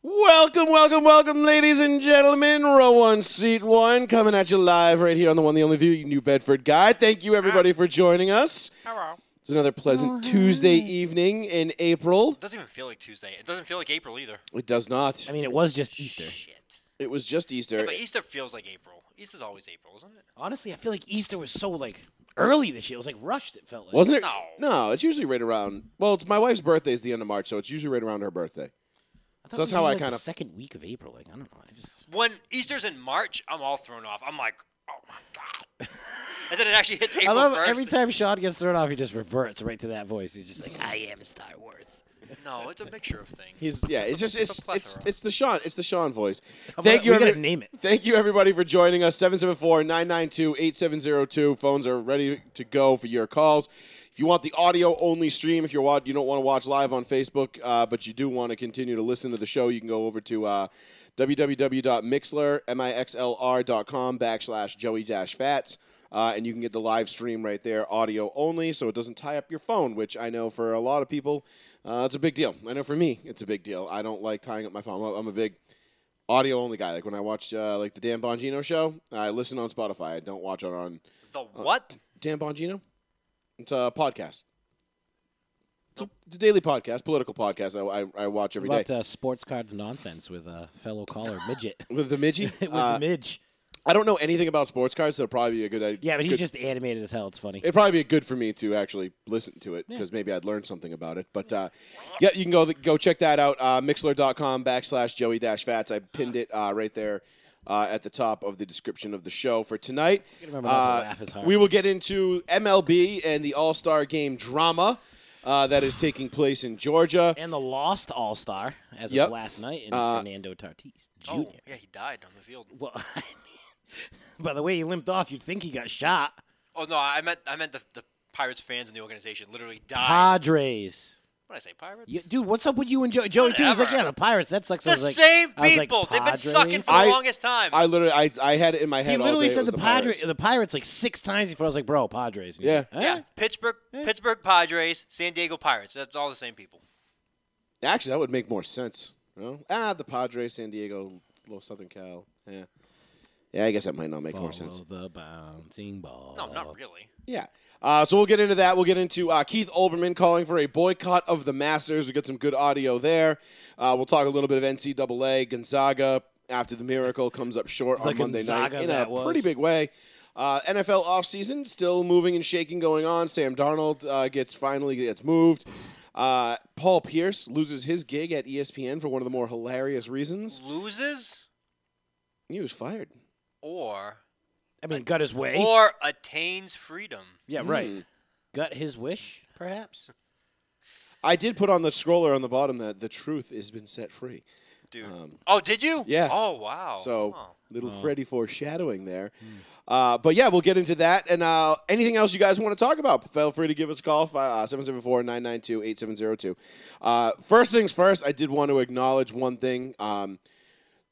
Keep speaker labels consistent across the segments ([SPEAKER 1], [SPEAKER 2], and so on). [SPEAKER 1] Welcome, welcome, welcome, ladies and gentlemen. Row one, seat one, coming at you live right here on the one, the only view, New Bedford guy. Thank you, everybody, for joining us.
[SPEAKER 2] Hello.
[SPEAKER 1] It's another pleasant Tuesday evening in April.
[SPEAKER 2] It doesn't even feel like Tuesday. It doesn't feel like April either.
[SPEAKER 1] It does not.
[SPEAKER 3] I mean, it was just Easter.
[SPEAKER 2] Shit.
[SPEAKER 1] it was just Easter.
[SPEAKER 2] But Easter feels like April. Easter's always April, isn't it?
[SPEAKER 3] Honestly, I feel like Easter was so like early this year. It was like rushed. It felt like.
[SPEAKER 1] Wasn't it?
[SPEAKER 2] No.
[SPEAKER 1] No, it's usually right around. Well, it's my wife's birthday is the end of March, so it's usually right around her birthday.
[SPEAKER 3] I thought
[SPEAKER 1] So
[SPEAKER 3] it
[SPEAKER 1] that's
[SPEAKER 3] was
[SPEAKER 1] how
[SPEAKER 3] maybe,
[SPEAKER 1] I
[SPEAKER 3] like, the
[SPEAKER 1] kinda-
[SPEAKER 3] second week of April. Like I don't know. I just
[SPEAKER 2] When Easter's in March, I'm all thrown off. I'm like, oh my god. And then it actually hits April
[SPEAKER 3] I love
[SPEAKER 2] first.
[SPEAKER 3] every time Sean gets thrown off, he just reverts right to that voice. He's just like, I am Star Wars.
[SPEAKER 2] No, it's a mixture of things.
[SPEAKER 1] He's yeah. It's just
[SPEAKER 2] it's a
[SPEAKER 1] it's it's
[SPEAKER 2] plethora.
[SPEAKER 1] it's the Sean it's the Sean voice.
[SPEAKER 3] I'm
[SPEAKER 1] Thank
[SPEAKER 3] gonna-
[SPEAKER 1] you.
[SPEAKER 3] we gotta
[SPEAKER 1] every-
[SPEAKER 3] name it.
[SPEAKER 1] Thank you everybody for joining us. 774-992-8702. Phones are ready to go for your calls. If you want the audio only stream, if you're wa- you don't want to watch live on Facebook, uh, but you do want to continue to listen to the show, you can go over to uh, www.mixlr.com backslash Joey Dash Fats. Uh, and you can get the live stream right there, audio only, so it doesn't tie up your phone, which I know for a lot of people, uh, it's a big deal. I know for me, it's a big deal. I don't like tying up my phone. I'm a- I'm a big audio only guy. Like when I watch uh, like the Dan Bongino show, I listen on Spotify. I don't watch it on
[SPEAKER 2] the
[SPEAKER 3] Oh,
[SPEAKER 2] what?
[SPEAKER 1] Dan Bongino. It's a podcast. It's a, it's a daily podcast, political podcast. I, I, I watch every day
[SPEAKER 3] About uh, sports cards nonsense with a fellow caller midget
[SPEAKER 1] with the Midgey.
[SPEAKER 3] with
[SPEAKER 1] uh,
[SPEAKER 3] Midge.
[SPEAKER 1] I don't know anything about sports cards, so it'll probably be a good idea.
[SPEAKER 3] Yeah, but he's
[SPEAKER 1] good,
[SPEAKER 3] just animated as hell. It's funny.
[SPEAKER 1] It'd probably be good for me to actually listen to it because maybe I'd learn something about it. But uh, yeah, you can go go check that out. Uh, Mixler.com backslash Joey dash Fats. I pinned it uh, right there uh, at the top of the description of the show for tonight. Uh,
[SPEAKER 3] remember not to laugh as hard.
[SPEAKER 1] We will get into MLB and the All Star Game drama uh, that is taking place in Georgia.
[SPEAKER 3] and the lost All Star as
[SPEAKER 1] Yep. Uh,
[SPEAKER 3] of last night in Fernando Tatis Jr.
[SPEAKER 2] Oh, yeah, he died on the field.
[SPEAKER 3] Well, I mean, by the way he limped off, you'd think he got shot.
[SPEAKER 2] Oh no, I meant I meant the, the Pirates fans in the organization literally died.
[SPEAKER 3] Padres.
[SPEAKER 2] When I say Pirates,
[SPEAKER 3] You- dude, what's up with you and Joey? Joey too? He's like,
[SPEAKER 2] Whatever.
[SPEAKER 3] yeah, the Pirates. That sucks. I
[SPEAKER 2] the
[SPEAKER 3] was like-
[SPEAKER 2] same
[SPEAKER 3] I was like,
[SPEAKER 2] people. They've been sucking
[SPEAKER 3] Padres?
[SPEAKER 2] for the
[SPEAKER 1] I-
[SPEAKER 2] longest time.
[SPEAKER 1] I literally, I, I had it in my head.
[SPEAKER 3] He
[SPEAKER 1] all
[SPEAKER 3] literally
[SPEAKER 1] day. It
[SPEAKER 3] said
[SPEAKER 1] was
[SPEAKER 3] the, Padres,
[SPEAKER 1] Pirates.
[SPEAKER 3] the Pirates, like six times before. I was like, bro, Padres. And he's
[SPEAKER 1] Yeah.
[SPEAKER 3] like, huh?
[SPEAKER 2] yeah, Pittsburgh,
[SPEAKER 3] Eh?
[SPEAKER 2] Pittsburgh Padres, San Diego Pirates. That's all the same people.
[SPEAKER 1] Actually, that would make more sense. You know? Ah, the Padres, San Diego, little Southern Cal. Yeah, yeah. I guess that might not make more sense.
[SPEAKER 3] Follow the bouncing ball.
[SPEAKER 2] No, not really.
[SPEAKER 1] Yeah. Uh, so we'll get into that. We'll get into uh, Keith Olbermann calling for a boycott of the Masters. We get some good audio there. Uh, we'll talk a little bit of NCAA Gonzaga after the miracle comes up short on
[SPEAKER 3] The
[SPEAKER 1] Monday night
[SPEAKER 3] Gonzaga
[SPEAKER 1] in a
[SPEAKER 3] that was.
[SPEAKER 1] pretty big way. Uh, NFL offseason still moving and shaking going on. Sam Darnold uh, gets finally gets moved. Uh, Paul Pierce loses his gig at E ESPN for one of the more hilarious reasons.
[SPEAKER 2] Loses
[SPEAKER 1] He was fired.
[SPEAKER 2] or
[SPEAKER 3] I mean, got his way.
[SPEAKER 2] or attains freedom.
[SPEAKER 3] yeah, right.
[SPEAKER 1] Hmm.
[SPEAKER 3] Got his wish, perhaps.
[SPEAKER 1] I did put on the scroller on the bottom that the truth has been set free.
[SPEAKER 2] Dude. oh, did you?
[SPEAKER 1] Um, yeah.
[SPEAKER 2] Oh, wow.
[SPEAKER 1] So
[SPEAKER 2] Oh.
[SPEAKER 1] little Freddy foreshadowing there. Uh, but yeah, we'll get into that. And uh, anything else you guys want to talk about, feel free to give us a call, uh, 774 992 8702. Uh, First things first, I did want to acknowledge one thing um,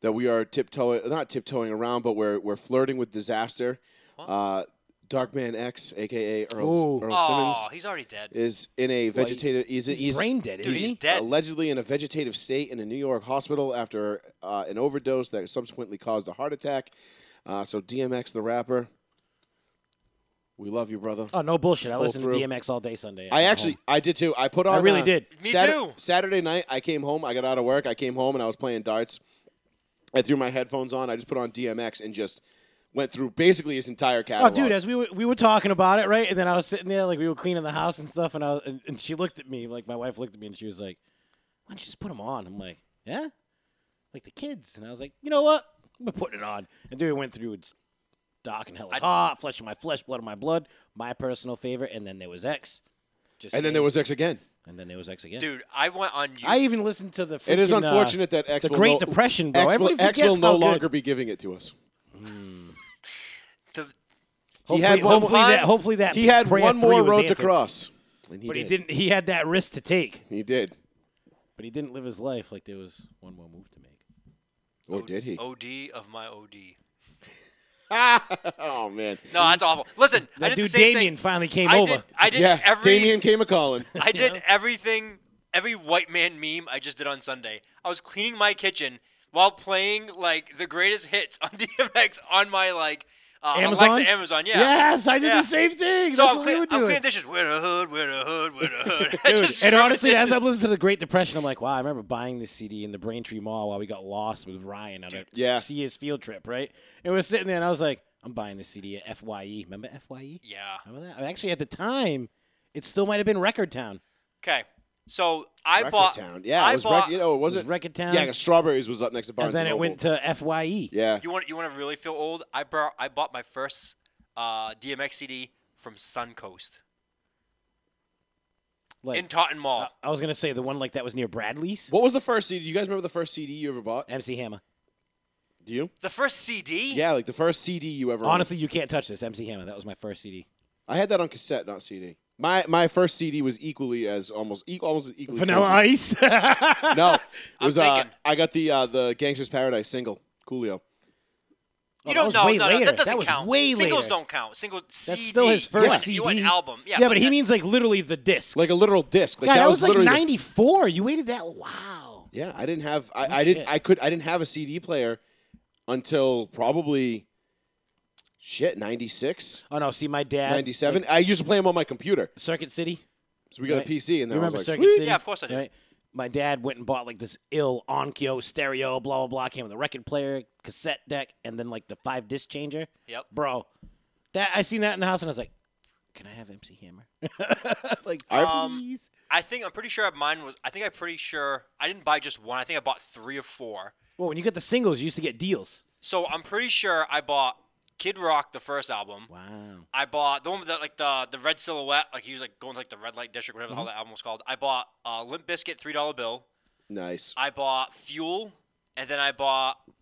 [SPEAKER 1] that we are tiptoeing, not tiptoeing around, but we're, we're flirting with disaster. Uh, Darkman X, a.k.a. Earl,
[SPEAKER 3] Ooh.
[SPEAKER 1] Earl
[SPEAKER 2] Oh,
[SPEAKER 1] Simmons,
[SPEAKER 2] he's already dead.
[SPEAKER 1] is in a vegetative. He's, he's,
[SPEAKER 3] brain dead,
[SPEAKER 2] Dude,
[SPEAKER 3] isn't
[SPEAKER 2] he's
[SPEAKER 3] he?
[SPEAKER 2] dead.
[SPEAKER 1] allegedly in a vegetative state in a New York hospital after uh, an overdose that subsequently caused a heart attack. Uh, so DMX the rapper, we love you, brother.
[SPEAKER 3] Oh, no bullshit. I listened
[SPEAKER 1] through.
[SPEAKER 3] to DMX all day Sunday.
[SPEAKER 1] I
[SPEAKER 3] at
[SPEAKER 1] actually,
[SPEAKER 3] home.
[SPEAKER 1] I did too. I put on.
[SPEAKER 3] Oh. I really
[SPEAKER 1] uh,
[SPEAKER 3] did.
[SPEAKER 2] Me
[SPEAKER 1] Satur-
[SPEAKER 2] too.
[SPEAKER 1] Saturday night, I came home. I got out of work. I came home and I was playing darts. I threw my headphones on. I just put on DMX and just went through basically his entire
[SPEAKER 3] Oh,
[SPEAKER 1] catalog.
[SPEAKER 3] dude, as we were, we were talking about it, right? And then I was sitting there, like we were cleaning the house and stuff, and I was, and, and she looked at me, like my wife looked at me, and she was like, "Why don't you just put them on?" I'm like, "Yeah, like the kids." And I was like, "You know what? I'm putting it on." And dude, we went through it's dark and hell is
[SPEAKER 2] I-
[SPEAKER 3] hot, flesh of my flesh, blood of my blood, my personal favorite, and then there was X. Just
[SPEAKER 1] and then
[SPEAKER 3] saying.
[SPEAKER 1] there was X again.
[SPEAKER 3] and then there was X again.
[SPEAKER 2] Dude, I went on YouTube.
[SPEAKER 3] I even listened to the. Freaking,
[SPEAKER 1] It is
[SPEAKER 3] uh,
[SPEAKER 1] unfortunate that X
[SPEAKER 3] the
[SPEAKER 1] will
[SPEAKER 3] Great
[SPEAKER 1] no,
[SPEAKER 3] Depression, bro.
[SPEAKER 1] X will,
[SPEAKER 3] Everybody
[SPEAKER 1] X will
[SPEAKER 3] forgets
[SPEAKER 1] no
[SPEAKER 3] how good-
[SPEAKER 1] longer be giving it to us.
[SPEAKER 2] to,
[SPEAKER 1] He
[SPEAKER 3] Hopefully,
[SPEAKER 1] had one-
[SPEAKER 3] hopefully that. Hopefully that.
[SPEAKER 1] He had
[SPEAKER 3] prayer
[SPEAKER 1] one
[SPEAKER 3] three
[SPEAKER 1] more
[SPEAKER 3] was
[SPEAKER 1] road to
[SPEAKER 3] answered.
[SPEAKER 1] cross. And
[SPEAKER 3] But he didn't. He had that risk to take.
[SPEAKER 1] He did.
[SPEAKER 3] But he didn't live his life like there was one more move to make. Oh,
[SPEAKER 1] Or Oh, did he?
[SPEAKER 2] OD of my OD.
[SPEAKER 1] oh man.
[SPEAKER 2] No, that's awful. Listen, I
[SPEAKER 3] That
[SPEAKER 2] did the
[SPEAKER 3] dude
[SPEAKER 2] same thing.
[SPEAKER 3] Damien finally came
[SPEAKER 2] I
[SPEAKER 3] over.
[SPEAKER 2] did. I did
[SPEAKER 1] yeah,
[SPEAKER 2] every.
[SPEAKER 1] Damien came a calling.
[SPEAKER 2] I did everything every white man meme I just did on Sunday. I was cleaning my kitchen while playing like the greatest hits on DMX on my like uh,
[SPEAKER 3] Amazon?
[SPEAKER 2] Alexa Amazon. Yeah.
[SPEAKER 3] Yes, I did
[SPEAKER 2] Yeah.
[SPEAKER 3] the same thing.
[SPEAKER 2] So
[SPEAKER 3] That's
[SPEAKER 2] I'm,
[SPEAKER 3] what
[SPEAKER 2] clean,
[SPEAKER 3] we were
[SPEAKER 2] I'm
[SPEAKER 3] doing.
[SPEAKER 2] cleaning dishes. We're the hood. We're the hood. We're the hood. I
[SPEAKER 3] Dude,
[SPEAKER 2] just
[SPEAKER 3] and
[SPEAKER 2] scrubbed
[SPEAKER 3] honestly, as I
[SPEAKER 2] dishes.
[SPEAKER 3] listened to the Great Depression, I'm like, wow, I remember buying this CD in the Braintree Mall while we got lost with Ryan on a
[SPEAKER 1] Yeah.
[SPEAKER 3] CS field trip, right? And we're sitting there, and I was like, I'm buying this CD at FYE. Remember FYE?
[SPEAKER 2] yeah.
[SPEAKER 3] Remember that? Actually, at the time, it still might have been Record Town.
[SPEAKER 2] Okay. So I
[SPEAKER 1] Record
[SPEAKER 2] bought.
[SPEAKER 1] Town. Yeah,
[SPEAKER 2] I
[SPEAKER 1] it was
[SPEAKER 2] bought.
[SPEAKER 1] rec- you know, it
[SPEAKER 3] It was
[SPEAKER 1] wasn't.
[SPEAKER 3] Record Town.
[SPEAKER 1] yeah, 'cause strawberries was up next to Barnes
[SPEAKER 3] and then it
[SPEAKER 1] Noble.
[SPEAKER 3] went to E. FYE.
[SPEAKER 1] yeah,
[SPEAKER 2] You want you want to really feel old? I bought I bought my first uh, DMX CD from Suncoast
[SPEAKER 3] Like,
[SPEAKER 2] in Taunton Mall.
[SPEAKER 3] I- I was gonna say the one like that was near Bradley's.
[SPEAKER 1] what was the first CD? You guys remember the first CD you ever bought?
[SPEAKER 3] MC Hammer.
[SPEAKER 1] Do you?
[SPEAKER 2] the first CD.
[SPEAKER 1] Yeah, like the first CD you ever. owned.
[SPEAKER 3] Honestly, you can't touch this. MC Hammer. That was my first CD.
[SPEAKER 1] I had that on cassette, not CD. My my first CD was equally as almost e- almost equally.
[SPEAKER 3] Vanilla
[SPEAKER 1] crazy.
[SPEAKER 3] Ice.
[SPEAKER 1] No, it was. Uh,
[SPEAKER 2] thinking.
[SPEAKER 1] I got the uh, the Gangster's Paradise single, Coolio.
[SPEAKER 2] You don't
[SPEAKER 3] Oh, that was
[SPEAKER 2] know.
[SPEAKER 3] way
[SPEAKER 2] No, no,
[SPEAKER 3] later.
[SPEAKER 2] that doesn't
[SPEAKER 3] was
[SPEAKER 2] count.
[SPEAKER 3] Way
[SPEAKER 2] Singles
[SPEAKER 3] later.
[SPEAKER 2] don't count. Singles CD.
[SPEAKER 3] That's still his first
[SPEAKER 2] you went,
[SPEAKER 3] CD.
[SPEAKER 2] You went album. Yeah,
[SPEAKER 3] but he
[SPEAKER 2] that-
[SPEAKER 3] means like literally the disc.
[SPEAKER 1] Like a literal disc. Like
[SPEAKER 3] God,
[SPEAKER 1] that, was,
[SPEAKER 3] like
[SPEAKER 1] literally the-
[SPEAKER 3] '94. you waited that? Wow.
[SPEAKER 1] yeah, I didn't have. I, I didn't.
[SPEAKER 3] shit.
[SPEAKER 1] I could. I didn't have a CD player until probably shit ninety six.
[SPEAKER 3] Oh no! See, my dad.
[SPEAKER 1] 97. I used to play them on my computer.
[SPEAKER 3] Circuit City.
[SPEAKER 1] So we got
[SPEAKER 3] Right.
[SPEAKER 1] a PC, and then I
[SPEAKER 3] You
[SPEAKER 1] was
[SPEAKER 3] remember
[SPEAKER 1] like,
[SPEAKER 3] Circuit
[SPEAKER 1] sweet.
[SPEAKER 3] City?
[SPEAKER 2] Yeah, of course I do.
[SPEAKER 3] Right? My dad went and bought like this ill Onkyo stereo, blah blah blah. Came with a record player, cassette deck, and then like the five disc changer.
[SPEAKER 2] Yep.
[SPEAKER 3] Bro, that I seen that in the house, and I was like, "Can I have MC Hammer?" like,
[SPEAKER 1] I-
[SPEAKER 3] please.
[SPEAKER 2] I think I'm pretty sure mine was. I think I'm pretty sure I didn't buy just one. I think I bought three or four.
[SPEAKER 3] Well, when you get the singles, you used to get deals.
[SPEAKER 2] So I'm pretty sure I bought Kid Rock the first album.
[SPEAKER 3] Wow.
[SPEAKER 2] I bought the one with the, like the the red silhouette, like he was like going to like the red light district, whatever the hell
[SPEAKER 3] Mm-hmm.
[SPEAKER 2] that album was called. I bought uh, Limp Biscuit three dollar bill.
[SPEAKER 1] Nice.
[SPEAKER 2] I bought Fuel, and then I bought um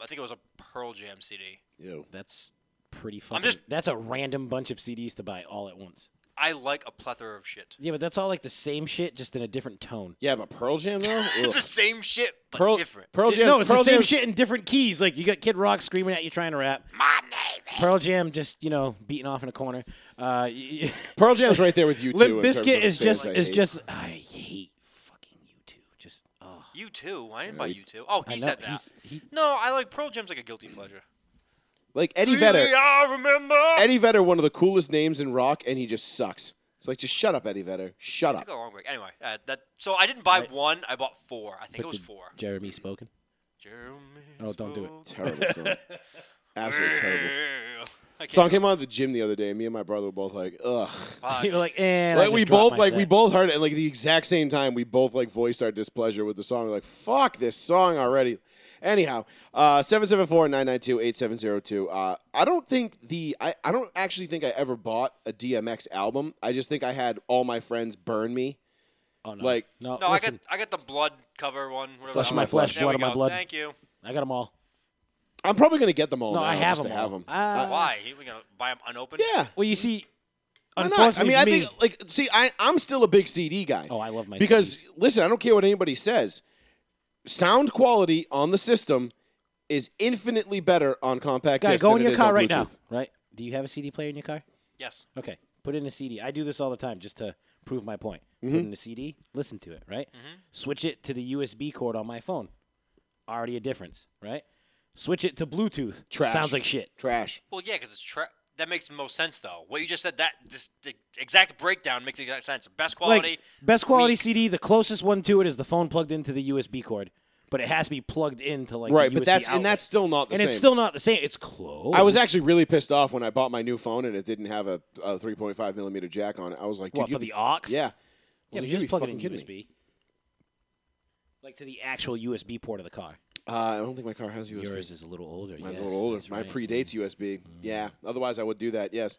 [SPEAKER 2] I think it was a Pearl Jam CD.
[SPEAKER 1] Ew.
[SPEAKER 3] That's pretty fucking.
[SPEAKER 2] just-
[SPEAKER 3] that's a random bunch of CDs to buy all at once.
[SPEAKER 2] I like a plethora of shit.
[SPEAKER 3] Yeah, but that's all like the same shit, just in a different tone.
[SPEAKER 1] Yeah, but Pearl Jam though. Ugh.
[SPEAKER 2] It's the same shit but
[SPEAKER 1] Pearl,
[SPEAKER 2] different.
[SPEAKER 1] Pearl Jam.
[SPEAKER 3] no, it's
[SPEAKER 1] Pearl
[SPEAKER 3] the same
[SPEAKER 1] Jam's-
[SPEAKER 3] shit in different keys. Like you got Kid Rock screaming at you trying to rap.
[SPEAKER 2] My name is
[SPEAKER 3] Pearl Jam just you know beating off in a corner. Uh, y- y-
[SPEAKER 1] Pearl Jam's right there with you too.
[SPEAKER 3] Limp Biscuit is just is just I hate fucking you two. Just oh,
[SPEAKER 2] you too. I didn't buy you too. Oh,
[SPEAKER 3] I
[SPEAKER 2] he
[SPEAKER 3] know,
[SPEAKER 2] said that.
[SPEAKER 3] he's- he-
[SPEAKER 2] No, I like Pearl Jam's like a guilty pleasure.
[SPEAKER 1] like Eddie Vedder.
[SPEAKER 2] Really, I remember.
[SPEAKER 1] Eddie Vedder, one of the coolest names in rock, and he just sucks. It's like just shut up, Eddie Vedder. Shut
[SPEAKER 2] Took
[SPEAKER 1] up.
[SPEAKER 2] a long break. Anyway, uh, that so I didn't buy
[SPEAKER 3] Right.
[SPEAKER 2] one. I bought four. I think
[SPEAKER 3] but
[SPEAKER 2] it was
[SPEAKER 3] did
[SPEAKER 2] four.
[SPEAKER 3] Jeremy spoken.
[SPEAKER 2] Jeremy
[SPEAKER 3] Oh, don't do it.
[SPEAKER 2] Spoke-
[SPEAKER 1] Terrible song. Absolutely terrible.
[SPEAKER 2] I can't
[SPEAKER 1] Song
[SPEAKER 2] do it.
[SPEAKER 1] came out at the gym the other day, and me and my brother were both like, ugh.
[SPEAKER 2] Fuck.
[SPEAKER 3] You were like, "Eh, and
[SPEAKER 1] Like we both like we both heard it and like the exact same time we both like voiced our displeasure with the song. We're like, fuck this song already. Anyhow, uh 774-992-8702. Uh I don't think the I, I don't actually think I ever bought a DMX album. I just think I had all my friends burn me.
[SPEAKER 3] Oh, no.
[SPEAKER 1] like-
[SPEAKER 3] no,
[SPEAKER 2] No,
[SPEAKER 3] listen,
[SPEAKER 2] I got I got the blood cover one. Whatever
[SPEAKER 1] Flesh
[SPEAKER 2] that
[SPEAKER 1] of my
[SPEAKER 2] was.
[SPEAKER 1] flesh,
[SPEAKER 2] There
[SPEAKER 3] blood
[SPEAKER 2] we
[SPEAKER 3] of my
[SPEAKER 2] go.
[SPEAKER 3] blood.
[SPEAKER 2] Thank you.
[SPEAKER 3] I got them all.
[SPEAKER 1] I'm probably gonna get them all
[SPEAKER 3] No,
[SPEAKER 1] now
[SPEAKER 3] I have
[SPEAKER 1] just
[SPEAKER 3] them
[SPEAKER 1] to have
[SPEAKER 3] all.
[SPEAKER 1] them.
[SPEAKER 3] Uh,
[SPEAKER 2] Why? We're gonna buy them unopened.
[SPEAKER 1] Yeah.
[SPEAKER 3] Well, you see,
[SPEAKER 1] Why not? I
[SPEAKER 3] unfortunately,
[SPEAKER 1] mean, I
[SPEAKER 3] for me-
[SPEAKER 1] think like see, I I'm still a big CD guy.
[SPEAKER 3] Oh, I love my
[SPEAKER 1] because listen, I don't care what anybody says. Sound quality on the system is infinitely better on compact
[SPEAKER 3] guy,
[SPEAKER 1] disc
[SPEAKER 3] go
[SPEAKER 1] than it
[SPEAKER 3] in your
[SPEAKER 1] is
[SPEAKER 3] car
[SPEAKER 1] on
[SPEAKER 3] right now.
[SPEAKER 1] Bluetooth.
[SPEAKER 3] Right? Do you have a CD player in your car?
[SPEAKER 2] Yes.
[SPEAKER 3] Okay, put in a CD. I do this all the time just to prove my point.
[SPEAKER 1] Mm-hmm.
[SPEAKER 3] Put in a CD, listen to it, right?
[SPEAKER 2] Mm-hmm.
[SPEAKER 3] Switch it to the USB cord on my phone. Already a difference, right? Switch it to Bluetooth.
[SPEAKER 1] Trash.
[SPEAKER 3] Sounds like shit.
[SPEAKER 1] Trash.
[SPEAKER 2] Well, yeah, because it's tra- that makes the most sense though. What you just said that this the exact breakdown makes exact sense. Best quality.
[SPEAKER 3] Like best quality
[SPEAKER 2] weak.
[SPEAKER 3] CD, the closest one to it is the phone plugged into the USB cord, but it has to be plugged into like the
[SPEAKER 1] Right, but
[SPEAKER 3] USB
[SPEAKER 1] that's
[SPEAKER 3] outlet.
[SPEAKER 1] and that's still not the
[SPEAKER 3] and
[SPEAKER 1] same.
[SPEAKER 3] it's still not the same. It's close.
[SPEAKER 1] I was actually really pissed off when I bought my new phone and it didn't have a, a 3.5 millimeter jack on it. I was like, dude,
[SPEAKER 3] what
[SPEAKER 1] you,
[SPEAKER 3] for the aux?
[SPEAKER 1] yeah,
[SPEAKER 3] Yeah,
[SPEAKER 1] Well,
[SPEAKER 3] but
[SPEAKER 1] you
[SPEAKER 3] just
[SPEAKER 1] be
[SPEAKER 3] plug it
[SPEAKER 1] fucking
[SPEAKER 3] in
[SPEAKER 1] kidding
[SPEAKER 3] USB.
[SPEAKER 1] me.
[SPEAKER 3] Like to the actual USB port of the car.
[SPEAKER 1] Uh, I don't think my car has USB.
[SPEAKER 3] Yours is a little older.
[SPEAKER 1] Mine's
[SPEAKER 3] yes,
[SPEAKER 1] a little older.
[SPEAKER 3] that's
[SPEAKER 1] Mine
[SPEAKER 3] right. Mm.
[SPEAKER 1] predates USB. Yeah. Otherwise, I would do that. Yes.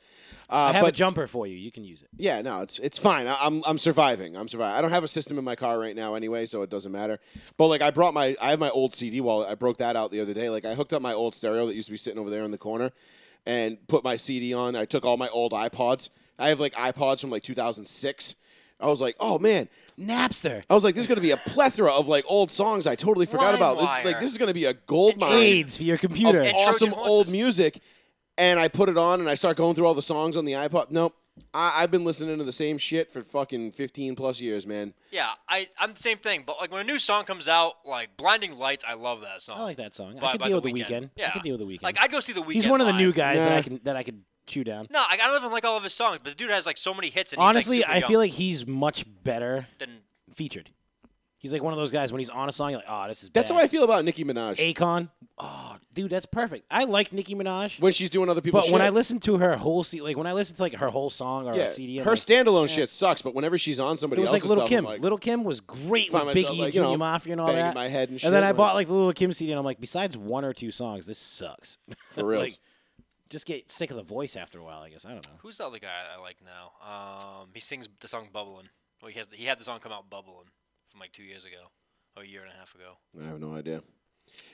[SPEAKER 1] Uh,
[SPEAKER 3] I have
[SPEAKER 1] but
[SPEAKER 3] a jumper for you. You can use it.
[SPEAKER 1] Yeah, no, it's it's fine. I, I'm I'm surviving. I'm surviving. I don't have a system in my car right now anyway, so it doesn't matter. But like I brought my I have my old CD wallet. I broke that out the other day. Like I hooked up my old stereo that used to be sitting over there in the corner and put my CD on. I took all my old iPods. I have like iPods from like 2006. I was like, "Oh man."
[SPEAKER 3] Napster.
[SPEAKER 1] I was like, "There's going to be a plethera of like old songs I totally forgot about." This,
[SPEAKER 2] LimeWire.
[SPEAKER 1] like this is going to be a gold mine
[SPEAKER 3] AIDS for your
[SPEAKER 1] of
[SPEAKER 3] computer.
[SPEAKER 2] And Trojan
[SPEAKER 1] awesome old
[SPEAKER 2] horses.
[SPEAKER 1] music. And I put it on and I start going through all the songs on the iPod. Nope, I, I've been listening to the same shit for fucking 15 plus years, man.
[SPEAKER 2] Yeah, I I'm the same thing. But like when a new song comes out, like Blinding Lights, I love that song.
[SPEAKER 3] I like that song.
[SPEAKER 2] By-
[SPEAKER 3] I could
[SPEAKER 2] by
[SPEAKER 3] deal
[SPEAKER 2] The
[SPEAKER 3] with the
[SPEAKER 2] Weeknd.
[SPEAKER 3] weekend. I
[SPEAKER 2] Yeah.
[SPEAKER 3] could deal with the weekend.
[SPEAKER 2] Like I'd go see the weekend.
[SPEAKER 3] He's one of the new guys that I
[SPEAKER 1] Nah.
[SPEAKER 3] can that I could chew down.
[SPEAKER 2] No, like, I don't even like all of his songs, but the dude has like so many hits. And
[SPEAKER 3] Honestly,
[SPEAKER 2] he's, like, super
[SPEAKER 3] I
[SPEAKER 2] young.
[SPEAKER 3] feel like he's much better
[SPEAKER 2] Then-
[SPEAKER 3] featured. He's like one of those guys when he's on a song, you're like, oh, this is
[SPEAKER 1] That's
[SPEAKER 3] bad.
[SPEAKER 1] how I feel about Nicki Minaj
[SPEAKER 3] Akon. Oh, dude, that's perfect. I like Nicki Minaj,
[SPEAKER 1] when she's doing other
[SPEAKER 3] but
[SPEAKER 1] people's
[SPEAKER 3] when
[SPEAKER 1] shit.
[SPEAKER 3] I listen to her whole se- like when I listen to like her whole song or
[SPEAKER 1] yeah,
[SPEAKER 3] her CD, I'm
[SPEAKER 1] her
[SPEAKER 3] like,
[SPEAKER 1] standalone shit sucks, but whenever she's on
[SPEAKER 3] it
[SPEAKER 1] somebody
[SPEAKER 3] was like
[SPEAKER 1] else's
[SPEAKER 3] Little
[SPEAKER 1] stuff,
[SPEAKER 3] Kim.
[SPEAKER 1] I'm like,
[SPEAKER 3] Little Kim was great with
[SPEAKER 1] find myself,
[SPEAKER 3] Biggie,
[SPEAKER 1] like, you
[SPEAKER 3] Junior
[SPEAKER 1] know,
[SPEAKER 3] Mafia, and all
[SPEAKER 1] banging
[SPEAKER 3] that.
[SPEAKER 1] my head and shit,
[SPEAKER 3] then I
[SPEAKER 1] like-
[SPEAKER 3] bought like the Little Kim CD, and I'm like, besides one or two songs, this sucks.
[SPEAKER 1] for real.
[SPEAKER 3] like, just get sick of the voice after a while. I guess I don't know.
[SPEAKER 2] who's the other guy I like now? Um, he sings the song "Bubbling." Well, he has he had the song come out "Bubbling" from like two years ago or a year and a half ago.
[SPEAKER 1] I have no idea.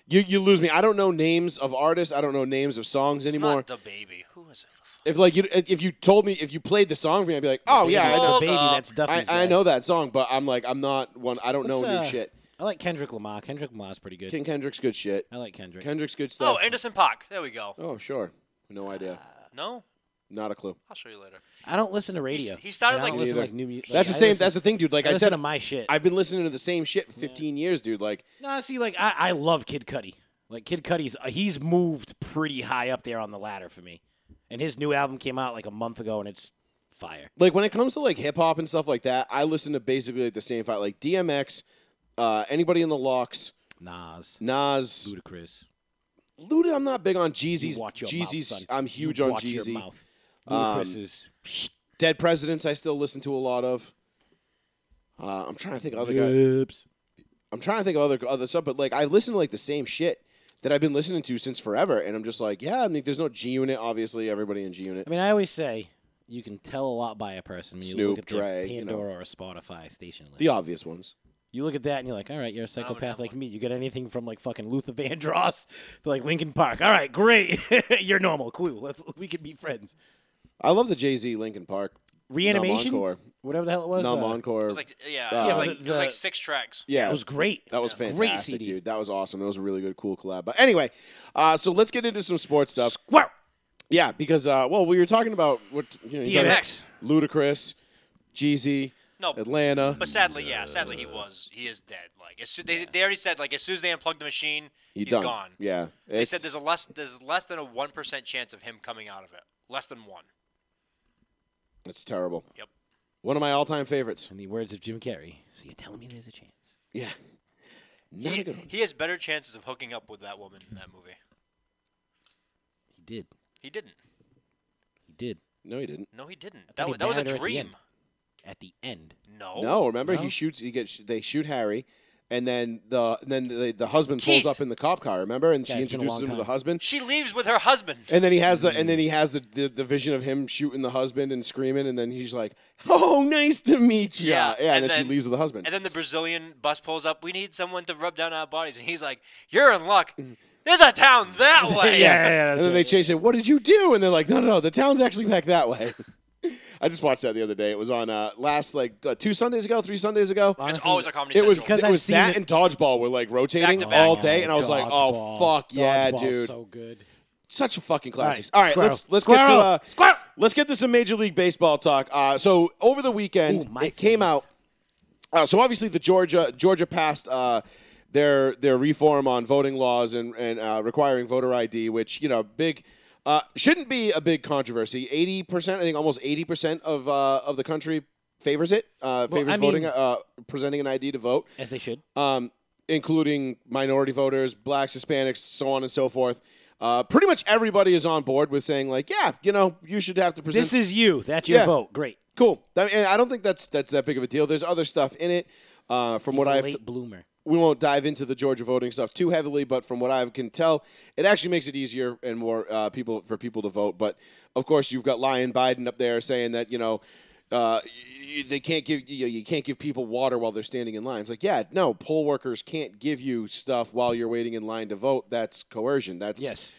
[SPEAKER 1] You you lose me. I don't know names of artists. I don't know names of songs
[SPEAKER 2] It's
[SPEAKER 1] anymore.
[SPEAKER 2] Not the baby. Who is it? The fuck?
[SPEAKER 1] if like you if you told me if you played the song for me, I'd be like, oh yeah, I
[SPEAKER 3] The
[SPEAKER 1] know,
[SPEAKER 2] Hold
[SPEAKER 3] baby,
[SPEAKER 2] up.
[SPEAKER 3] that's Duffy's
[SPEAKER 1] I, I
[SPEAKER 3] guy.
[SPEAKER 1] know that song, but I'm like I'm not one. I don't know
[SPEAKER 3] What's,
[SPEAKER 1] new
[SPEAKER 3] uh,
[SPEAKER 1] shit.
[SPEAKER 3] I like Kendrick Lamar. Kendrick Lamar's pretty good.
[SPEAKER 1] King Kendrick's good shit.
[SPEAKER 3] I like Kendrick.
[SPEAKER 1] Kendrick's good stuff.
[SPEAKER 2] Oh, Anderson Park. There we go.
[SPEAKER 1] Oh, sure.
[SPEAKER 3] Ah.
[SPEAKER 1] No idea.
[SPEAKER 2] No,
[SPEAKER 1] Not a clue.
[SPEAKER 2] I'll show you later.
[SPEAKER 3] I don't listen to radio.
[SPEAKER 2] he started,
[SPEAKER 3] And I don't
[SPEAKER 2] like-
[SPEAKER 1] Me
[SPEAKER 3] listen to,
[SPEAKER 1] neither.
[SPEAKER 3] like new music.
[SPEAKER 1] that's the same. that's the thing, dude. Like
[SPEAKER 3] I
[SPEAKER 1] I,
[SPEAKER 3] listen
[SPEAKER 1] said,
[SPEAKER 3] to my shit.
[SPEAKER 1] I've been listening to the same shit for 15 years, dude. Like
[SPEAKER 3] No, see, like I, I love Kid Cudi. Like Kid Cudi's, uh, he's moved pretty high up there on the ladder for me. And his new album came out like a month ago, and it's fire.
[SPEAKER 1] like when it comes to like hip hop and stuff like that, I listen to basically like the same fight, like DMX, uh, anybody in the locks,
[SPEAKER 3] Nas,
[SPEAKER 1] Nas,
[SPEAKER 3] Ludacris.
[SPEAKER 1] Luda. I'm not big on
[SPEAKER 3] You
[SPEAKER 1] Jeezy's.
[SPEAKER 3] watch your
[SPEAKER 1] Jeezy's.
[SPEAKER 3] mouth, son.
[SPEAKER 1] I'm huge
[SPEAKER 3] you
[SPEAKER 1] on
[SPEAKER 3] watch your
[SPEAKER 1] Jeezy.
[SPEAKER 3] mouth. Ludacris is.
[SPEAKER 1] Dead Presidents. I still listen to a lot of. Uh, I'm trying to think of other guys.
[SPEAKER 3] Oops.
[SPEAKER 1] I'm trying to think of other other stuff, but like I listen to like the same shit that I've been listening to since forever, and I'm just like, yeah. I mean, there's no G Unit, obviously. Everybody in G Unit.
[SPEAKER 3] I mean, I always say you can tell a lot by a person. When you
[SPEAKER 1] Snoop,
[SPEAKER 3] look at their
[SPEAKER 1] Dre, you know.
[SPEAKER 3] Pandora or Spotify station list.
[SPEAKER 1] The obvious ones.
[SPEAKER 3] You look at that and you're like, all right, you're a
[SPEAKER 2] have
[SPEAKER 3] psychopath like
[SPEAKER 2] one.
[SPEAKER 3] me. You get anything from like fucking Luther Vandross to like Linkin Park. All right, great. you're normal. Cool. Let's we can be friends.
[SPEAKER 1] I love the Jay Z Linkin Park
[SPEAKER 3] Reanimation,
[SPEAKER 1] Numb Encore.
[SPEAKER 3] whatever the hell it was.
[SPEAKER 1] Numb
[SPEAKER 3] uh,
[SPEAKER 1] Encore.
[SPEAKER 2] It was like yeah,
[SPEAKER 1] Uh,
[SPEAKER 2] it was
[SPEAKER 1] Yeah,
[SPEAKER 2] like
[SPEAKER 3] the-
[SPEAKER 2] it was like
[SPEAKER 3] the-
[SPEAKER 2] six tracks.
[SPEAKER 1] yeah,
[SPEAKER 3] It was great.
[SPEAKER 1] that was
[SPEAKER 3] Yeah.
[SPEAKER 1] fantastic,
[SPEAKER 3] Great CD.
[SPEAKER 1] dude. That was awesome. That was a really good, cool collab. But anyway, uh, so let's get into some sports stuff.
[SPEAKER 3] Squirt.
[SPEAKER 1] Yeah, because uh, well, we were talking about what you know, you talking
[SPEAKER 2] DMX.
[SPEAKER 1] about Ludacris, Jeezy,
[SPEAKER 2] No,
[SPEAKER 1] Atlanta.
[SPEAKER 2] But sadly, yeah, sadly he
[SPEAKER 3] uh,
[SPEAKER 2] was. He is dead. Like as soo- they, they already said, like as soon as they unplug the machine,
[SPEAKER 1] he
[SPEAKER 2] has
[SPEAKER 1] done.
[SPEAKER 2] gone.
[SPEAKER 1] Yeah,
[SPEAKER 2] They said there's a less there's less than a one percent chance of him coming out of it. Less than one.
[SPEAKER 1] it's terrible.
[SPEAKER 2] Yep.
[SPEAKER 1] One of my all-time favorites.
[SPEAKER 3] In the words of Jim Carrey, so you're telling me there's a chance.
[SPEAKER 1] Yeah. Not a
[SPEAKER 2] He,
[SPEAKER 1] good one.
[SPEAKER 2] he has better chances of hooking up with that woman in that movie.
[SPEAKER 3] He did.
[SPEAKER 2] He didn't.
[SPEAKER 3] He did.
[SPEAKER 1] No, he didn't.
[SPEAKER 2] No, he didn't.
[SPEAKER 3] thought
[SPEAKER 2] That
[SPEAKER 3] he
[SPEAKER 2] was, that was a
[SPEAKER 3] married her at the
[SPEAKER 2] dream.
[SPEAKER 3] end. At the end.
[SPEAKER 2] Oh, No.
[SPEAKER 1] No, remember
[SPEAKER 3] No?
[SPEAKER 1] he shoots. He gets. They shoot Harry, and then the and then the, the husband pulls
[SPEAKER 2] Keith.
[SPEAKER 1] up in the cop car. Remember, and
[SPEAKER 3] Yeah,
[SPEAKER 1] she
[SPEAKER 3] it's been a
[SPEAKER 1] introduces
[SPEAKER 3] long
[SPEAKER 1] him to the
[SPEAKER 3] time.
[SPEAKER 1] husband.
[SPEAKER 2] She leaves with her husband.
[SPEAKER 1] And then he has the and then he has the, the, the vision of him shooting the husband and screaming, and then he's like, "Oh, nice to meet you." Yeah,
[SPEAKER 2] Yeah,
[SPEAKER 1] and,
[SPEAKER 2] and
[SPEAKER 1] then, she
[SPEAKER 2] then-
[SPEAKER 1] leaves with the husband.
[SPEAKER 2] And then the Brazilian bus pulls up. We need someone to rub down our bodies. And he's like, You're in luck. There's a town that way.
[SPEAKER 1] and then they changed it. What did you do? And they're like, "No, no, no. The town's actually back that way." I just watched that the other day. It was on uh, last like uh, two Sundays ago, three Sundays ago.
[SPEAKER 2] It's always a comedy
[SPEAKER 1] It was
[SPEAKER 2] Central.
[SPEAKER 3] Because
[SPEAKER 1] it
[SPEAKER 3] I've
[SPEAKER 1] was
[SPEAKER 3] seen
[SPEAKER 1] that
[SPEAKER 3] it-
[SPEAKER 1] and dodgeball were like rotating
[SPEAKER 2] Back to back.
[SPEAKER 1] all day, and I was like, "Oh fuck yeah, dude!
[SPEAKER 3] So good.
[SPEAKER 1] Such a fucking classics." All right, let's let's get to
[SPEAKER 3] Squirrel.
[SPEAKER 1] uh,
[SPEAKER 3] Squirrel.
[SPEAKER 1] let's get to some Major League Baseball talk. Uh, so over the weekend,
[SPEAKER 3] Ooh, my
[SPEAKER 1] it came
[SPEAKER 3] favorite.
[SPEAKER 1] out. Uh, so obviously, the Georgia Georgia passed uh, their their reform on voting laws and and uh, requiring voter ID, which you know big. Uh, shouldn't be a big controversy. Eighty percent, I think, almost eighty percent of uh, of the country favors it. Uh, favors
[SPEAKER 3] I mean-
[SPEAKER 1] voting, uh, presenting an ID to vote
[SPEAKER 3] As they should.
[SPEAKER 1] um, including minority voters, blacks, Hispanics, so on and so forth. Uh, pretty much everybody is on board with saying like, yeah, you know, you should have to present.
[SPEAKER 3] This is you. That's your
[SPEAKER 1] Yeah.
[SPEAKER 3] vote. Great.
[SPEAKER 1] cool. That- and I don't think that's that's that big of a deal. There's other stuff in it. Uh, from what
[SPEAKER 3] He's a
[SPEAKER 1] I've,
[SPEAKER 3] late bloomer.
[SPEAKER 1] we won't dive into the Georgia voting stuff too heavily, but from what I can tell, it actually makes it easier and more uh, people for people to vote. But of course, you've got lying Biden up there saying that you know uh, you, they can't give you, you can't give people water while they're standing in line. It's like, yeah, no, poll workers can't give you stuff while you're waiting in line to vote. That's coercion. That's
[SPEAKER 3] Yes.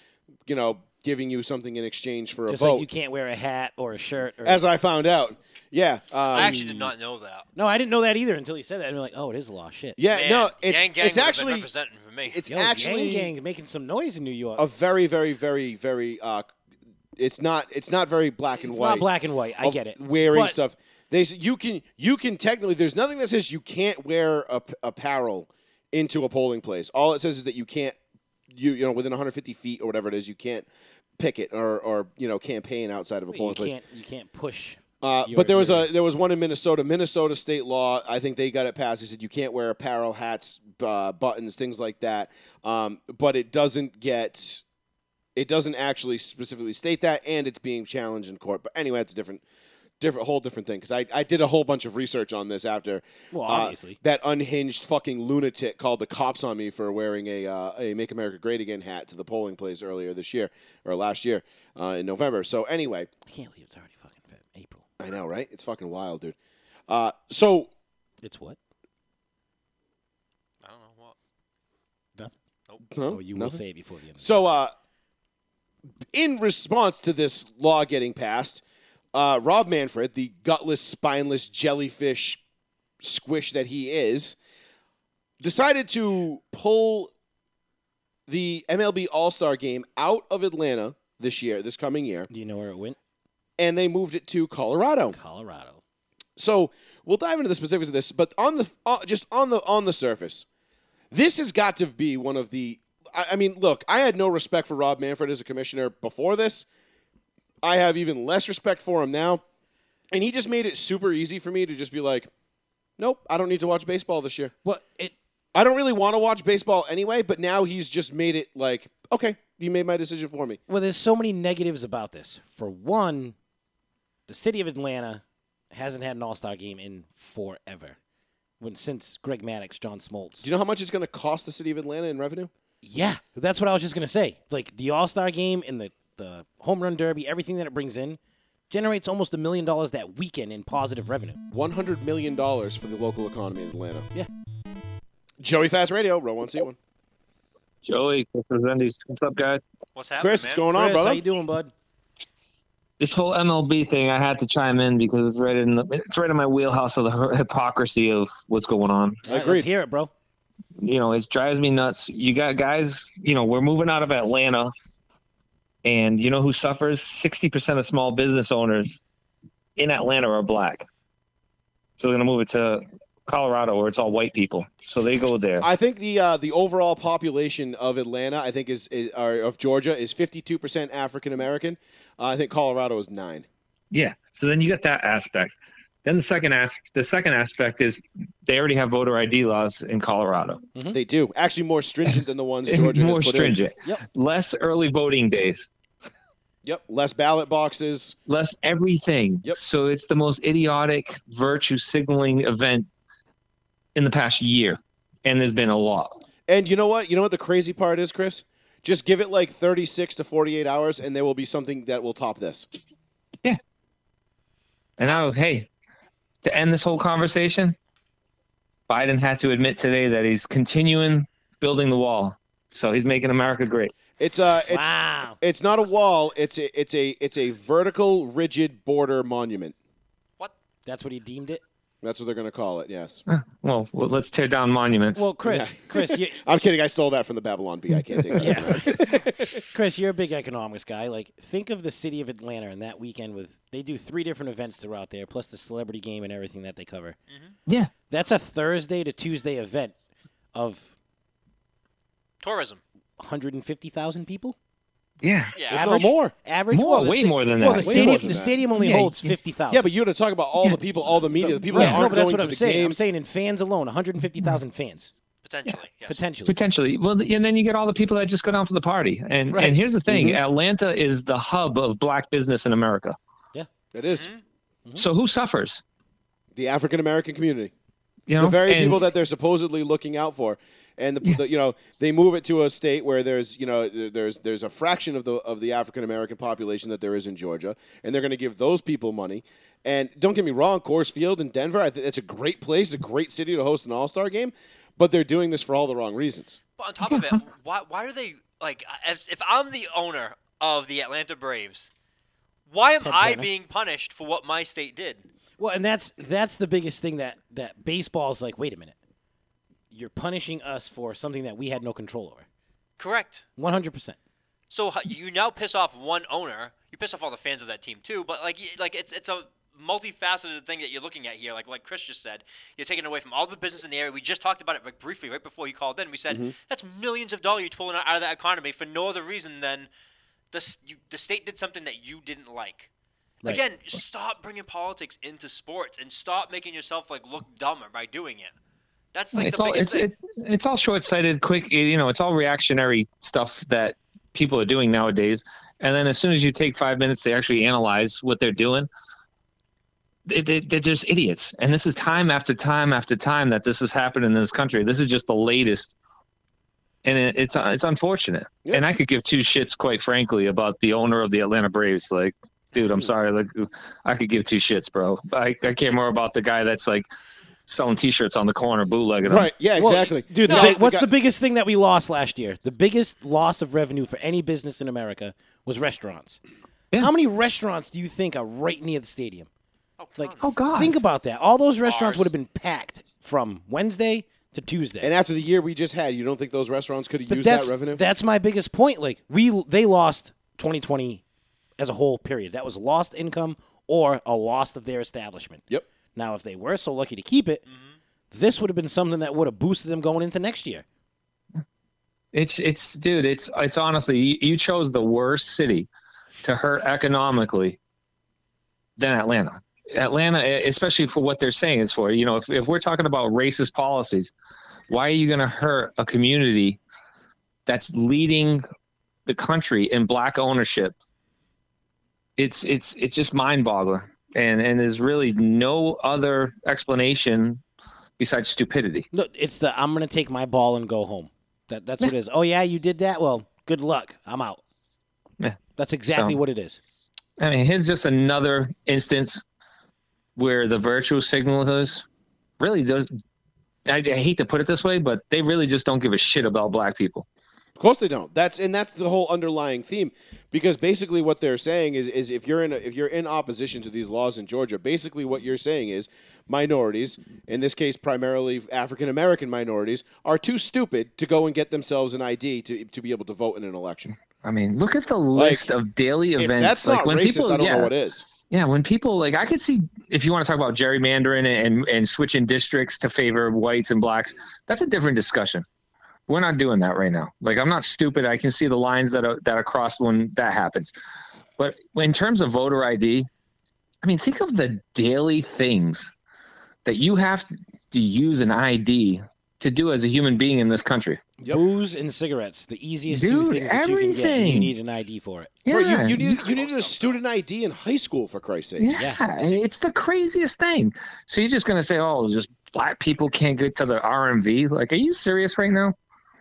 [SPEAKER 1] you know giving you something in exchange for a
[SPEAKER 3] Just
[SPEAKER 1] vote.
[SPEAKER 3] like you can't wear a hat or a shirt. Or
[SPEAKER 1] As I found out, yeah,
[SPEAKER 2] I
[SPEAKER 1] um,
[SPEAKER 2] actually did not know that.
[SPEAKER 3] no, I didn't know that either until he said that. And I'm like, oh, it is a law. Shit.
[SPEAKER 1] yeah,
[SPEAKER 2] Man,
[SPEAKER 1] no, it's
[SPEAKER 2] Yang Gang
[SPEAKER 1] it's
[SPEAKER 2] would've been
[SPEAKER 1] actually
[SPEAKER 2] representing for me.
[SPEAKER 1] it's
[SPEAKER 3] Yo,
[SPEAKER 1] actually
[SPEAKER 3] Yang Gang making some noise in New York.
[SPEAKER 1] a very, very, very, very uh, It's not. It's not very black and
[SPEAKER 3] It's
[SPEAKER 1] white.
[SPEAKER 3] not black and white. I
[SPEAKER 1] of
[SPEAKER 3] get it.
[SPEAKER 1] Wearing
[SPEAKER 3] But-
[SPEAKER 1] stuff. They s- you can you can technically there's nothing that says you can't wear a, p- apparel into a polling place. All it says is that you can't you you know within 150 feet or whatever it is you can't picket or or you know campaign outside of a polling
[SPEAKER 3] You
[SPEAKER 1] place.
[SPEAKER 3] can't. You can't push.
[SPEAKER 1] Uh,
[SPEAKER 3] your-
[SPEAKER 1] but there was
[SPEAKER 3] your-
[SPEAKER 1] a there was one in Minnesota. Minnesota state law. I think they got it passed. They said you can't wear apparel, hats, uh, buttons, things like that. Um, but it doesn't get. It doesn't actually specifically state that, and it's being challenged in court. But anyway, it's a different, different whole different thing. Because I, I did a whole bunch of research on this after
[SPEAKER 3] Well,
[SPEAKER 1] uh,
[SPEAKER 3] obviously.
[SPEAKER 1] that unhinged fucking lunatic called the cops on me for wearing a uh, a Make America Great Again hat to the polling place earlier this year or last year uh, in November. So anyway,
[SPEAKER 3] I can't believe it's already fucking Feb- April.
[SPEAKER 1] I know, right? It's fucking wild, dude. Uh, so
[SPEAKER 3] It's what?
[SPEAKER 2] I don't know what.
[SPEAKER 3] Nothing.
[SPEAKER 1] Huh?
[SPEAKER 3] Oh, you will
[SPEAKER 1] Nothing?
[SPEAKER 3] say it before the end.
[SPEAKER 1] so uh, in response to this law getting passed, uh, Rob Manfred, the gutless, spineless jellyfish squish that he is, decided to pull the MLB All Star Game out of Atlanta this year, this coming year,
[SPEAKER 3] Do you know where it went?
[SPEAKER 1] and they moved it to Colorado.
[SPEAKER 3] Colorado.
[SPEAKER 1] So we'll dive into the specifics of this, but on the uh, just on the on the surface, this has got to be one of the. I, I mean, look, I had no respect for Rob Manfred as a commissioner before this. I have even less respect for him now, and he just made it super easy for me to just be like, "Nope, I don't need to watch baseball this year.
[SPEAKER 3] Well, it
[SPEAKER 1] I don't really want to watch baseball anyway." But now he's just made it like, "Okay, you made my decision for me."
[SPEAKER 3] Well, there's so many negatives about this. For one, the city of Atlanta hasn't had an All Star game in forever, when since Greg Maddux, John Smoltz.
[SPEAKER 1] Do you know how much it's going to cost the city of Atlanta in revenue?
[SPEAKER 3] yeah, that's what I was just gonna say. Like the All Star game and the the home run derby, everything that it brings in generates almost a million dollars that weekend in positive revenue.
[SPEAKER 1] One hundred million dollars for the local economy in Atlanta.
[SPEAKER 3] Yeah.
[SPEAKER 1] Joey Fast Radio, row one, C one.
[SPEAKER 4] Joey, Chris Resendiz. What's up, guys?
[SPEAKER 2] What's happening,
[SPEAKER 1] Chris,
[SPEAKER 2] man?
[SPEAKER 1] what's going on,
[SPEAKER 3] Chris,
[SPEAKER 1] brother?
[SPEAKER 3] how you doing, bud?
[SPEAKER 4] This whole MLB thing, I had to chime in because it's right in the, it's right in my wheelhouse of the hypocrisy of what's going on.
[SPEAKER 3] All right,
[SPEAKER 1] Agreed.
[SPEAKER 3] Let's hear it, bro.
[SPEAKER 4] You know, it drives me nuts. You got guys, you know, we're moving out of Atlanta, and you know who suffers? Sixty percent of small business owners in Atlanta are black, so they're going to move it to Colorado where it's all white people. So they go there.
[SPEAKER 1] I think the uh, the overall population of Atlanta, I think is, is or of Georgia is fifty two percent African American. Uh, I think Colorado is nine.
[SPEAKER 4] Yeah. So then you get that aspect. Then the second as- the second aspect is they already have voter ID laws in Colorado.
[SPEAKER 3] Hmm?
[SPEAKER 1] They do actually more stringent than the ones Georgia
[SPEAKER 4] More
[SPEAKER 1] has put
[SPEAKER 4] stringent.
[SPEAKER 3] Yep.
[SPEAKER 4] Less early voting days.
[SPEAKER 1] in. Yep, less ballot boxes.
[SPEAKER 4] Less everything.
[SPEAKER 1] Yep.
[SPEAKER 4] So it's the most idiotic virtue signaling event in the past year. And there's been a lot.
[SPEAKER 1] And you know what? You know what the crazy part is, Chris? Just give it like thirty six to forty eight hours, and there will be something that will top this.
[SPEAKER 4] And now, hey, to end this whole conversation, Biden had to admit today that he's continuing building the wall. So he's making America great.
[SPEAKER 1] It's uh, it's
[SPEAKER 3] wow.
[SPEAKER 1] it's not a wall. It's a it's a it's a vertical, rigid border monument.
[SPEAKER 2] What?
[SPEAKER 3] That's what he deemed it.
[SPEAKER 1] That's what they're gonna call it. Yes.
[SPEAKER 4] Well, well, let's tear down monuments.
[SPEAKER 3] Well, Chris,
[SPEAKER 1] Yeah.
[SPEAKER 3] Chris, you,
[SPEAKER 1] I'm kidding. I stole that from the Babylon Bee. I can't take that.
[SPEAKER 3] Yeah. Chris, you're a big economics guy. Like, think of the city of Atlanta and that weekend with they do three different events throughout there, plus the celebrity game and everything that they cover.
[SPEAKER 1] Mm-hmm.
[SPEAKER 4] Yeah.
[SPEAKER 3] That's a Thursday to Tuesday event of
[SPEAKER 2] Tourism.
[SPEAKER 3] 150,000 people
[SPEAKER 4] Yeah.
[SPEAKER 2] Yeah.
[SPEAKER 1] There's
[SPEAKER 3] Ab-
[SPEAKER 1] no
[SPEAKER 3] Average-
[SPEAKER 1] more.
[SPEAKER 3] average.
[SPEAKER 4] More,
[SPEAKER 3] well, the
[SPEAKER 4] way
[SPEAKER 3] sta-
[SPEAKER 4] more than
[SPEAKER 3] Well,
[SPEAKER 4] that.
[SPEAKER 3] the
[SPEAKER 4] Way
[SPEAKER 3] stadium,
[SPEAKER 4] more
[SPEAKER 1] than
[SPEAKER 3] the
[SPEAKER 1] that.
[SPEAKER 3] stadium only
[SPEAKER 4] Yeah,
[SPEAKER 3] holds
[SPEAKER 4] yeah.
[SPEAKER 3] 50,000.
[SPEAKER 1] Yeah, but you were to talk about all the people, all the media, the people
[SPEAKER 3] Right,
[SPEAKER 1] that
[SPEAKER 3] no,
[SPEAKER 1] aren't
[SPEAKER 3] but that's
[SPEAKER 1] going
[SPEAKER 3] what
[SPEAKER 1] to
[SPEAKER 3] I'm
[SPEAKER 1] the
[SPEAKER 3] saying.
[SPEAKER 1] game.
[SPEAKER 3] I'm saying in fans alone, 150,000 fans
[SPEAKER 2] Potentially. Yes.
[SPEAKER 3] potentially.
[SPEAKER 4] Potentially. Well, and then you get all the people that just go down for the party. And
[SPEAKER 3] Right.
[SPEAKER 4] and here's the
[SPEAKER 1] Mm-hmm.
[SPEAKER 4] thing: Atlanta is the hub of black business in America.
[SPEAKER 1] It
[SPEAKER 3] Mm-hmm.
[SPEAKER 1] is
[SPEAKER 4] So who suffers?
[SPEAKER 1] the African American community,
[SPEAKER 4] You know,
[SPEAKER 1] the very
[SPEAKER 4] And-
[SPEAKER 1] people that they're supposedly looking out for, and the, the you know they move it to a state where there's you know there's there's a fraction of the of the African American population that there is in Georgia, and they're going to give those people money. And don't get me wrong, Coors Field in Denver, I think it's a great place, a great city to host an All Star game, but they're doing this for all the wrong reasons.
[SPEAKER 2] But on top of it, why why are they like? If, if I'm the owner of the Atlanta Braves, why am
[SPEAKER 3] Ted
[SPEAKER 2] I
[SPEAKER 3] Turner.
[SPEAKER 2] being punished for what my state did?
[SPEAKER 3] Well, and that's that's the biggest thing that that baseball's like, wait a minute. You're punishing us for something that we had no control over.
[SPEAKER 2] Correct.
[SPEAKER 3] 100%.
[SPEAKER 2] So h- you now piss off one owner. You you piss off all the fans of that team too. But like, y- like it's it's a multifaceted thing that you're looking at here. Like like Chris just said, you're taking away from all the business in the area. We just talked about it like, briefly right before you called in. We said
[SPEAKER 1] Mm-hmm.
[SPEAKER 2] that's millions of dollars you're pulling out of that economy for no other reason than the s- you, the state did something that you didn't like.
[SPEAKER 3] Right.
[SPEAKER 2] Again, stop bringing politics into sports and stop making yourself like look dumber by doing it. That's like
[SPEAKER 4] it's
[SPEAKER 2] the
[SPEAKER 4] all
[SPEAKER 2] biggest
[SPEAKER 4] it's,
[SPEAKER 2] thing.
[SPEAKER 4] it, it's all short-sighted quick you know it's all reactionary stuff that people are doing nowadays and then as soon as you take five minutes to actually analyze what they're doing they, they, they're just idiots and this is time after time after time that this has happened in this country this is just the latest and it, it's uh, it's unfortunate
[SPEAKER 1] Yeah.
[SPEAKER 4] and i could give two shits quite frankly about the owner of the atlanta braves like dude i'm sorry like i could give two shits bro i, I care more about the guy that's like selling t-shirts on the corner bootlegging them.
[SPEAKER 1] Right. Yeah. Exactly.
[SPEAKER 3] Dude, the
[SPEAKER 1] No,
[SPEAKER 3] big-
[SPEAKER 1] we
[SPEAKER 3] what's
[SPEAKER 1] got-
[SPEAKER 3] the biggest thing that we lost last year? The biggest loss of revenue for any business in America was restaurants.
[SPEAKER 4] Yeah.
[SPEAKER 3] How many restaurants do you think are right near the stadium?
[SPEAKER 2] Oh,
[SPEAKER 3] Like,
[SPEAKER 2] tons.
[SPEAKER 4] Oh God!
[SPEAKER 3] Think about that. All those restaurants
[SPEAKER 2] Ours.
[SPEAKER 3] would have been packed from Wednesday to Tuesday.
[SPEAKER 1] And after the year we just had, you don't think those restaurants could have
[SPEAKER 3] But
[SPEAKER 1] used that
[SPEAKER 3] that's,
[SPEAKER 1] revenue?
[SPEAKER 3] That's my biggest point. Like we, they lost 2020 as a whole period. That was lost income or a loss of their establishment.
[SPEAKER 1] Yep.
[SPEAKER 3] Now, if they were so lucky to keep it, this would have been something that would have boosted them going into next year.
[SPEAKER 4] It's it's dude. It's it's honestly you, you chose the worst city to hurt economically than Atlanta. Atlanta, e- especially for what they're saying it's for. You know, if if we're talking about racist policies, why are you going to hurt a community that's leading the country in black ownership? It's it's it's just mind boggling, and and there's really no other explanation besides stupidity.
[SPEAKER 3] No, it's the I'm gonna take my ball and go home. That that's what it is. Oh yeah, you did that. Well, good luck. I'm out.
[SPEAKER 4] Yeah.
[SPEAKER 3] That's exactly
[SPEAKER 4] So-
[SPEAKER 3] what it is.
[SPEAKER 4] I mean, here's just another instance where the virtue signalers really does. I, I hate to put it this way, but they really just don't give a shit about black people.
[SPEAKER 1] Of course they don't. That's and that's the whole underlying theme, because basically what they're saying is is if you're in a, if you're in opposition to these laws in Georgia, basically what you're saying is minorities, in this case primarily African American minorities, are too stupid to go and get themselves an ID to to be able to vote in an election.
[SPEAKER 4] I mean, look at the list of daily
[SPEAKER 1] If
[SPEAKER 4] events.
[SPEAKER 1] that's not racist,
[SPEAKER 4] people,
[SPEAKER 1] I don't
[SPEAKER 4] yeah,
[SPEAKER 1] know what is.
[SPEAKER 4] yeah, when people like, I could see if you want to talk about gerrymandering and and switching districts to favor whites and blacks, that's a different discussion. We're not doing that right now. Like, I'm not stupid. I can see the lines that are that are crossed when that happens. But in terms of voter ID, I mean, think of the daily things that you have to use an ID to do as a human being in this country.
[SPEAKER 1] Yep.
[SPEAKER 3] Booze and cigarettes, the easiest two
[SPEAKER 4] Dude,
[SPEAKER 3] things that you can get. and You
[SPEAKER 4] everything.
[SPEAKER 3] need an ID for it.
[SPEAKER 1] Bro,
[SPEAKER 4] Yeah,
[SPEAKER 1] you, you need you
[SPEAKER 2] know
[SPEAKER 1] needed a student ID in high school for Christ's sake.
[SPEAKER 4] Yeah, it's the craziest thing. So you're just gonna say, "Oh, just black people can't get to the RMV." Like, are you serious right now?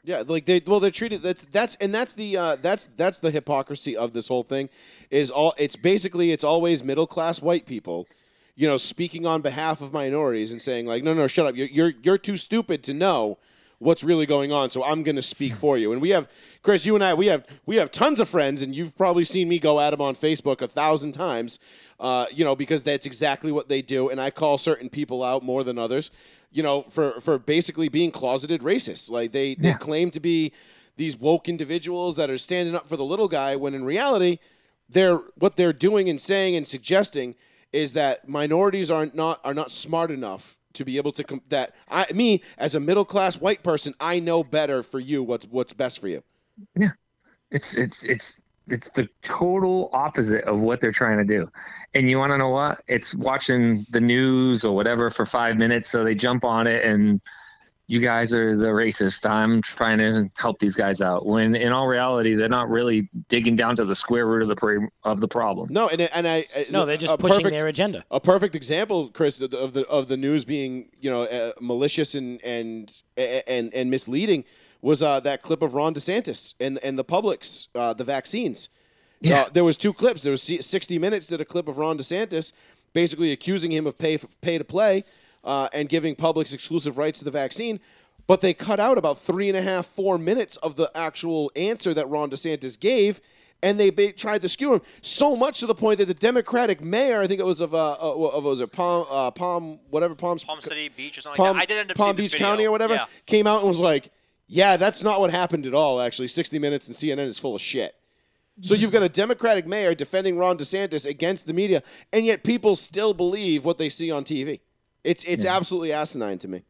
[SPEAKER 1] Yeah, like they well they're treated that's that's and that's the uh, that's that's the hypocrisy of this whole thing is all it's basically it's always middle class white people, you know, speaking on behalf of minorities and saying like no no shut up you're you're, you're too stupid to know what's really going on so I'm going to speak for you and we have Chris you and I we have we have tons of friends and you've probably seen me go at them on Facebook a thousand times, uh, you know because that's exactly what they do and I call certain people out more than others you know, for for basically being closeted racists. Like they they
[SPEAKER 4] Yeah.
[SPEAKER 1] claim to be these woke individuals that are standing up for the little guy when in reality they're what they're doing and saying and suggesting is that minorities are not are not smart enough to be able to com- that I me as a middle class white person I know better for you what's what's best for you.
[SPEAKER 4] It's it's it's it's the total opposite of what they're trying to do. And you want to know what? It's watching the news or whatever for five minutes, so they jump on it and you guys are the racist. I'm trying to help these guys out. When in all reality, they're not really digging down to the square root of the pre- of the problem.
[SPEAKER 1] No, and and I uh,
[SPEAKER 3] No, they're just
[SPEAKER 1] a
[SPEAKER 3] pushing
[SPEAKER 1] perfect-
[SPEAKER 3] their agenda.
[SPEAKER 1] a perfect example, Chris, of the of the, of the news being you know uh, malicious and and and and misleading was uh, that clip of Ron DeSantis and and the Publix uh, the vaccines.
[SPEAKER 4] Yeah.
[SPEAKER 1] Uh, there was two clips. There was C- 60 Minutes did a clip of Ron DeSantis basically accusing him of pay pay to play uh, and giving Publix exclusive rights to the vaccine. But they cut out about three and a half, four minutes of the actual answer that Ron DeSantis gave, and they ba- tried to skew him so much to the point that the Democratic mayor, I think it was of uh, uh, of was it Palm uh, Palm whatever Palm
[SPEAKER 2] Palm City Beach or something
[SPEAKER 1] Palm,
[SPEAKER 2] like that. I did end up
[SPEAKER 1] Palm
[SPEAKER 2] seeing this
[SPEAKER 1] Beach
[SPEAKER 2] video.
[SPEAKER 1] County or whatever
[SPEAKER 2] Yeah.
[SPEAKER 1] came out and was like, "Yeah, that's not what happened at all. Actually, 60 Minutes and CNN is full of shit." So you've got a Democratic mayor defending Ron DeSantis against the media, and yet people still believe what they see on TV. It's it's absolutely asinine to me.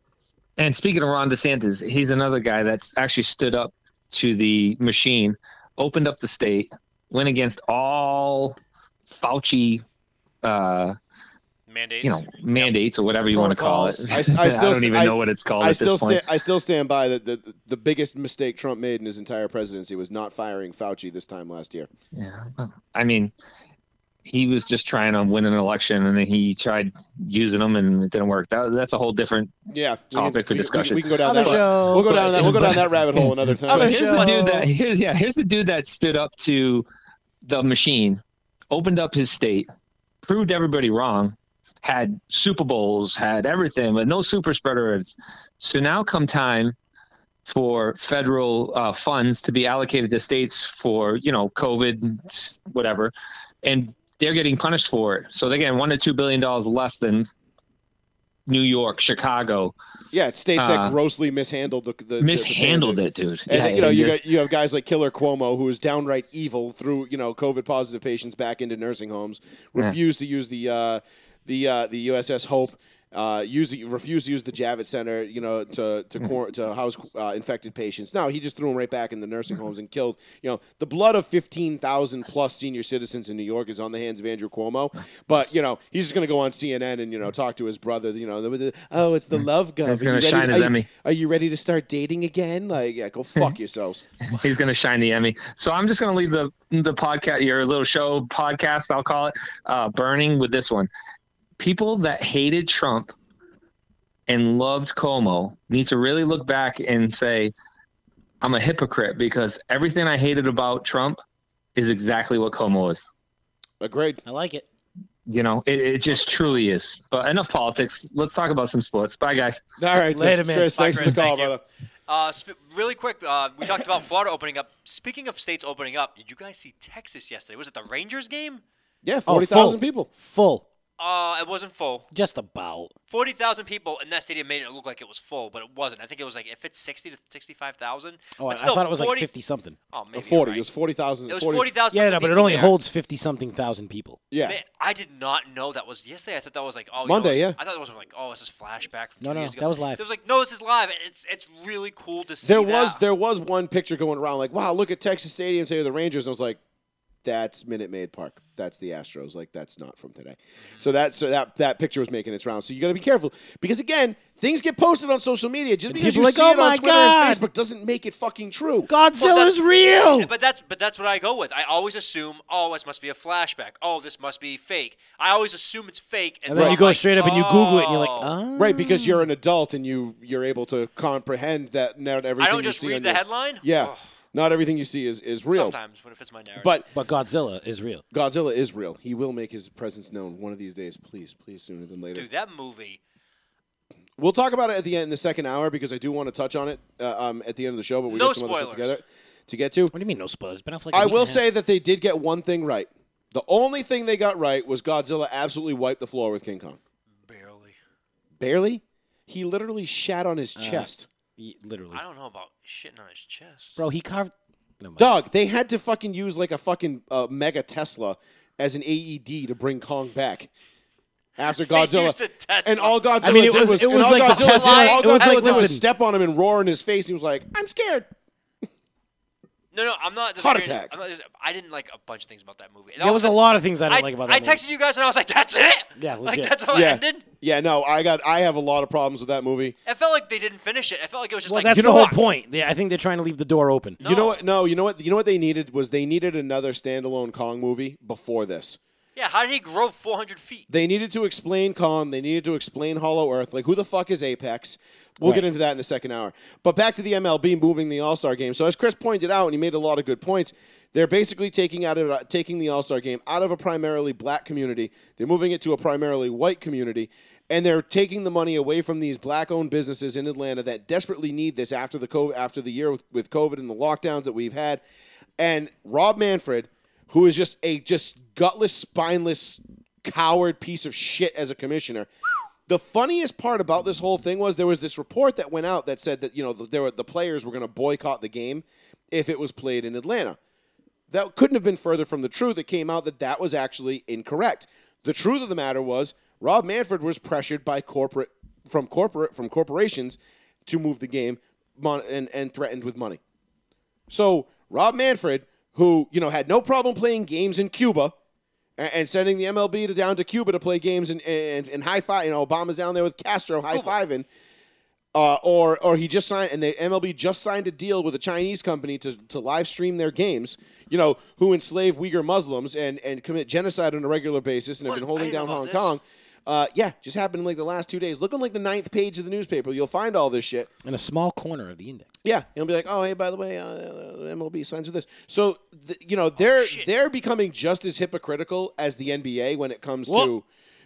[SPEAKER 4] And speaking of Ron DeSantis, he's another guy that's actually stood up to the machine, opened up the state, went against all Fauci, uh,
[SPEAKER 2] Mandates.
[SPEAKER 4] you know, mandates or whatever you want to call it.
[SPEAKER 1] I s- I still
[SPEAKER 4] don't
[SPEAKER 1] st-
[SPEAKER 4] even
[SPEAKER 1] I-
[SPEAKER 4] know what it's called
[SPEAKER 1] I
[SPEAKER 4] at
[SPEAKER 1] still
[SPEAKER 4] this point.
[SPEAKER 1] stand I still stand by that the, the biggest mistake Trump made in his entire presidency was not firing Fauci this time last year.
[SPEAKER 4] Yeah, well, I mean, he was just trying to win an election, and then he tried using them, and it didn't work. That, that's a whole different.
[SPEAKER 1] Yeah, we
[SPEAKER 4] Topic for
[SPEAKER 1] we
[SPEAKER 4] discussion.
[SPEAKER 1] We, can go down
[SPEAKER 3] Other
[SPEAKER 1] that.
[SPEAKER 3] show.
[SPEAKER 1] We'll go down that. We'll go down that rabbit hole another time.
[SPEAKER 3] Other
[SPEAKER 4] But Oh, here's the
[SPEAKER 3] show.
[SPEAKER 4] dude that here's yeah here's the dude that stood up to the machine, opened up his state, proved everybody wrong, had Super Bowls, had everything, but no super spreaders. So now come time for federal uh, funds to be allocated to states for you know COVID and whatever, and they're getting punished for it. So they're getting one to two billion dollars less than New York, Chicago
[SPEAKER 1] Yeah, it's states
[SPEAKER 4] Uh,
[SPEAKER 1] that grossly mishandled the, the the-
[SPEAKER 4] mishandled
[SPEAKER 1] the
[SPEAKER 4] it, dude.
[SPEAKER 1] And
[SPEAKER 4] Yeah,
[SPEAKER 1] you know,
[SPEAKER 4] and
[SPEAKER 1] you,
[SPEAKER 4] just-
[SPEAKER 1] got, you have guys like Killer Cuomo, who is downright evil, threw you know COVID positive patients back into nursing homes,
[SPEAKER 4] Yeah.
[SPEAKER 1] refused to use the uh, the uh, the USS Hope, uh, use refused to use the Javits Center, you know, to to,
[SPEAKER 4] Mm-hmm.
[SPEAKER 1] quar- to house uh, infected patients. No, he just threw them right back in the nursing homes and killed. You know, the blood of fifteen thousand plus senior citizens in New York is on the hands of Andrew Cuomo, but you know he's just going to go on CNN and you know talk to his brother. You know, the, the, oh, it's the love gun. Are
[SPEAKER 4] He's Mm. gonna
[SPEAKER 1] you ready-
[SPEAKER 4] shine his
[SPEAKER 1] are you-
[SPEAKER 4] Emmy.
[SPEAKER 1] Are you ready to start dating again? Like, yeah, go fuck yourselves.
[SPEAKER 4] He's going to shine the Emmy. So I'm just going to leave the the podcast, your little show podcast, I'll call it, uh, burning with this one. People that hated Trump and loved Como need to really look back and say, "I'm a hypocrite because everything I hated about Trump is exactly what Como is."
[SPEAKER 1] Agreed.
[SPEAKER 3] I like it.
[SPEAKER 4] You know, it, it just truly is. But enough politics. Let's talk about some sports. Bye, guys.
[SPEAKER 1] All right.
[SPEAKER 3] Later, man.
[SPEAKER 1] Chris,
[SPEAKER 2] Bye,
[SPEAKER 1] thanks
[SPEAKER 2] Chris.
[SPEAKER 1] for the call,
[SPEAKER 2] Thank you.
[SPEAKER 1] brother.
[SPEAKER 2] Uh, sp- really quick, uh, we talked about Florida opening up. Speaking of states opening up, did you guys see Texas yesterday? Was it the Rangers game?
[SPEAKER 1] Yeah,
[SPEAKER 3] Oh,
[SPEAKER 1] 40,000
[SPEAKER 3] full.
[SPEAKER 1] people.
[SPEAKER 3] Full.
[SPEAKER 2] Uh, it wasn't full.
[SPEAKER 3] Just about.
[SPEAKER 2] Forty thousand people in that stadium made it look like it was full, but it wasn't. I think it was like if it's sixty to sixty-five thousand.
[SPEAKER 3] Oh, I, I
[SPEAKER 2] but still
[SPEAKER 3] thought it was
[SPEAKER 2] 40
[SPEAKER 3] like fifty something.
[SPEAKER 2] Oh,
[SPEAKER 1] Or
[SPEAKER 2] maybe you're
[SPEAKER 1] 40.
[SPEAKER 2] right.
[SPEAKER 1] It was 40,000.
[SPEAKER 2] It was
[SPEAKER 1] 40
[SPEAKER 2] forty thousand.
[SPEAKER 3] Yeah, no, but it only holds fifty something thousand people.
[SPEAKER 1] Yeah.
[SPEAKER 2] Man, I did not know that was yesterday. I thought that was like oh you know,
[SPEAKER 1] Monday,
[SPEAKER 2] it's-
[SPEAKER 1] yeah.
[SPEAKER 2] I thought it was like oh this is flashback. From
[SPEAKER 3] No,
[SPEAKER 2] two
[SPEAKER 3] no,
[SPEAKER 2] years ago.
[SPEAKER 3] that was live.
[SPEAKER 2] It was like no, this is live. and It's it's really cool to see.
[SPEAKER 1] There was
[SPEAKER 3] uh,
[SPEAKER 2] that.
[SPEAKER 1] there was one picture going around like, wow, look at Texas Stadium today, the Rangers. And I was like, that's Minute Maid Park. That's the Astros. Like that's not from today. So that so that that picture was making its rounds. So you got to be careful because again, things get posted on social media. Just because you
[SPEAKER 3] people are like,
[SPEAKER 1] see it
[SPEAKER 3] "Oh
[SPEAKER 1] on
[SPEAKER 3] my
[SPEAKER 1] Twitter
[SPEAKER 3] God."
[SPEAKER 1] and Facebook doesn't make it fucking true.
[SPEAKER 3] Godzilla's
[SPEAKER 2] Yeah,
[SPEAKER 3] real.
[SPEAKER 2] But that's but that's what I go with. I always assume, oh, this must be a flashback. Oh, this must be fake. I always assume it's fake.
[SPEAKER 3] And then
[SPEAKER 1] Right.
[SPEAKER 2] I'm
[SPEAKER 3] you go
[SPEAKER 2] like,
[SPEAKER 3] straight up and you Google it and you're like,
[SPEAKER 2] oh.
[SPEAKER 3] ah.
[SPEAKER 1] Right, because you're an adult and you you're able to comprehend that not everything
[SPEAKER 2] I don't
[SPEAKER 1] you
[SPEAKER 2] just
[SPEAKER 1] see on
[SPEAKER 2] read the
[SPEAKER 1] your-
[SPEAKER 2] headline.
[SPEAKER 1] Yeah.
[SPEAKER 2] Ugh,
[SPEAKER 1] Not everything you see is, is real.
[SPEAKER 2] sometimes when it fits my narrative.
[SPEAKER 1] But
[SPEAKER 3] But Godzilla is real.
[SPEAKER 1] Godzilla is real. He will make his presence known one of these days. Please, please sooner than later.
[SPEAKER 2] dude, that movie.
[SPEAKER 1] We'll talk about it at the end in the second hour because I do want to touch on it uh, um, at the end of the show. But we
[SPEAKER 2] No
[SPEAKER 1] got some other stuff
[SPEAKER 2] spoilers.
[SPEAKER 1] together to get to.
[SPEAKER 3] What do you mean no spoilers? Been off like a
[SPEAKER 1] I
[SPEAKER 3] week
[SPEAKER 1] will
[SPEAKER 3] and a half.
[SPEAKER 1] say that they did get one thing right. The only thing they got right was Godzilla absolutely wiped the floor with King Kong.
[SPEAKER 2] Barely.
[SPEAKER 1] Barely. He literally shat on his chest.
[SPEAKER 3] Y- literally,
[SPEAKER 2] I don't know about shitting on his chest.
[SPEAKER 3] bro. He carved. No, mind.
[SPEAKER 1] Dog, they had to fucking use like a fucking uh, mega Tesla as an AED to bring Kong back after Godzilla.
[SPEAKER 2] used a Tesla.
[SPEAKER 1] and all Godzilla
[SPEAKER 3] I mean, it
[SPEAKER 1] did
[SPEAKER 3] was-
[SPEAKER 1] was,
[SPEAKER 3] it
[SPEAKER 1] and
[SPEAKER 3] was
[SPEAKER 1] all
[SPEAKER 3] like the
[SPEAKER 1] Godzilla,
[SPEAKER 3] Tesla-
[SPEAKER 1] did- all
[SPEAKER 3] it was
[SPEAKER 1] Godzilla
[SPEAKER 3] like,
[SPEAKER 1] did was
[SPEAKER 3] listen.
[SPEAKER 1] step on him and roar in his face. He was like, "I'm scared."
[SPEAKER 2] No, no, I'm not.
[SPEAKER 1] Heart
[SPEAKER 2] disagreeing-
[SPEAKER 1] attack.
[SPEAKER 2] I'm not dis- I didn't like a bunch of things about that movie. And
[SPEAKER 3] there was a lot of things I didn't
[SPEAKER 2] I,
[SPEAKER 3] like about that.
[SPEAKER 2] I
[SPEAKER 3] movie.
[SPEAKER 2] texted you guys and I was like, "That's it."
[SPEAKER 3] Yeah,
[SPEAKER 2] like
[SPEAKER 3] legit.
[SPEAKER 2] that's how
[SPEAKER 1] yeah,
[SPEAKER 2] it ended.
[SPEAKER 1] yeah. No, I got. I have a lot of problems with that movie.
[SPEAKER 2] It felt like they didn't finish it. It felt like it was just
[SPEAKER 3] Well,
[SPEAKER 2] like
[SPEAKER 3] that's
[SPEAKER 1] You know
[SPEAKER 3] the whole
[SPEAKER 1] what?
[SPEAKER 3] point. They, I think they're trying to leave the door open.
[SPEAKER 1] You know
[SPEAKER 2] No.
[SPEAKER 1] what? No, you know what? You know what they needed was they needed another standalone Kong movie before this.
[SPEAKER 2] yeah. How did he grow 400 feet?
[SPEAKER 1] They needed to explain Kong. They needed to explain Hollow Earth. Like, who the fuck is Apex? We'll get into that in the second hour. But back to the MLB moving the All Star game. So as Chris pointed out, and he made a lot of good points, they're basically taking out of taking the All Star game out of a primarily black community. They're moving it to a primarily white community, and they're taking the money away from these black owned businesses in Atlanta that desperately need this after the COVID, after the year with, with COVID and the lockdowns that we've had. And Rob Manfred, who is just a just gutless, spineless coward piece of shit as a commissioner. The funniest part about this whole thing was there was this report that went out that said that you know there were, the players were going to boycott the game if it was played in Atlanta. that couldn't have been further from the truth. It came out that that was actually incorrect. The truth of the matter was Rob Manfred was pressured by corporate from corporate from corporations to move the game mon- and, and threatened with money. So Rob Manfred, who you know had no problem playing games in Cuba and, and sending the MLB to down to Cuba to play games and and, and high five, you know Obama's down there with Castro high fiving, uh, or or he just signed and the MLB just signed a deal with a Chinese company to to live stream their games, you know who enslave Uyghur Muslims and and commit genocide on a regular basis and have
[SPEAKER 2] What?
[SPEAKER 1] been
[SPEAKER 2] I
[SPEAKER 1] holding
[SPEAKER 2] didn't
[SPEAKER 1] down
[SPEAKER 2] know about
[SPEAKER 1] Hong
[SPEAKER 2] this.
[SPEAKER 1] Kong. Uh, yeah, just happened in like the last two days. Look on like the ninth page of the newspaper. You'll find all this shit.
[SPEAKER 3] in a small corner of the index.
[SPEAKER 1] Yeah, and it'll be like, oh, hey, by the way, uh, MLB signs with this. So, th- you know, they're
[SPEAKER 2] shit.
[SPEAKER 1] they're becoming just as hypocritical as the NBA when it comes to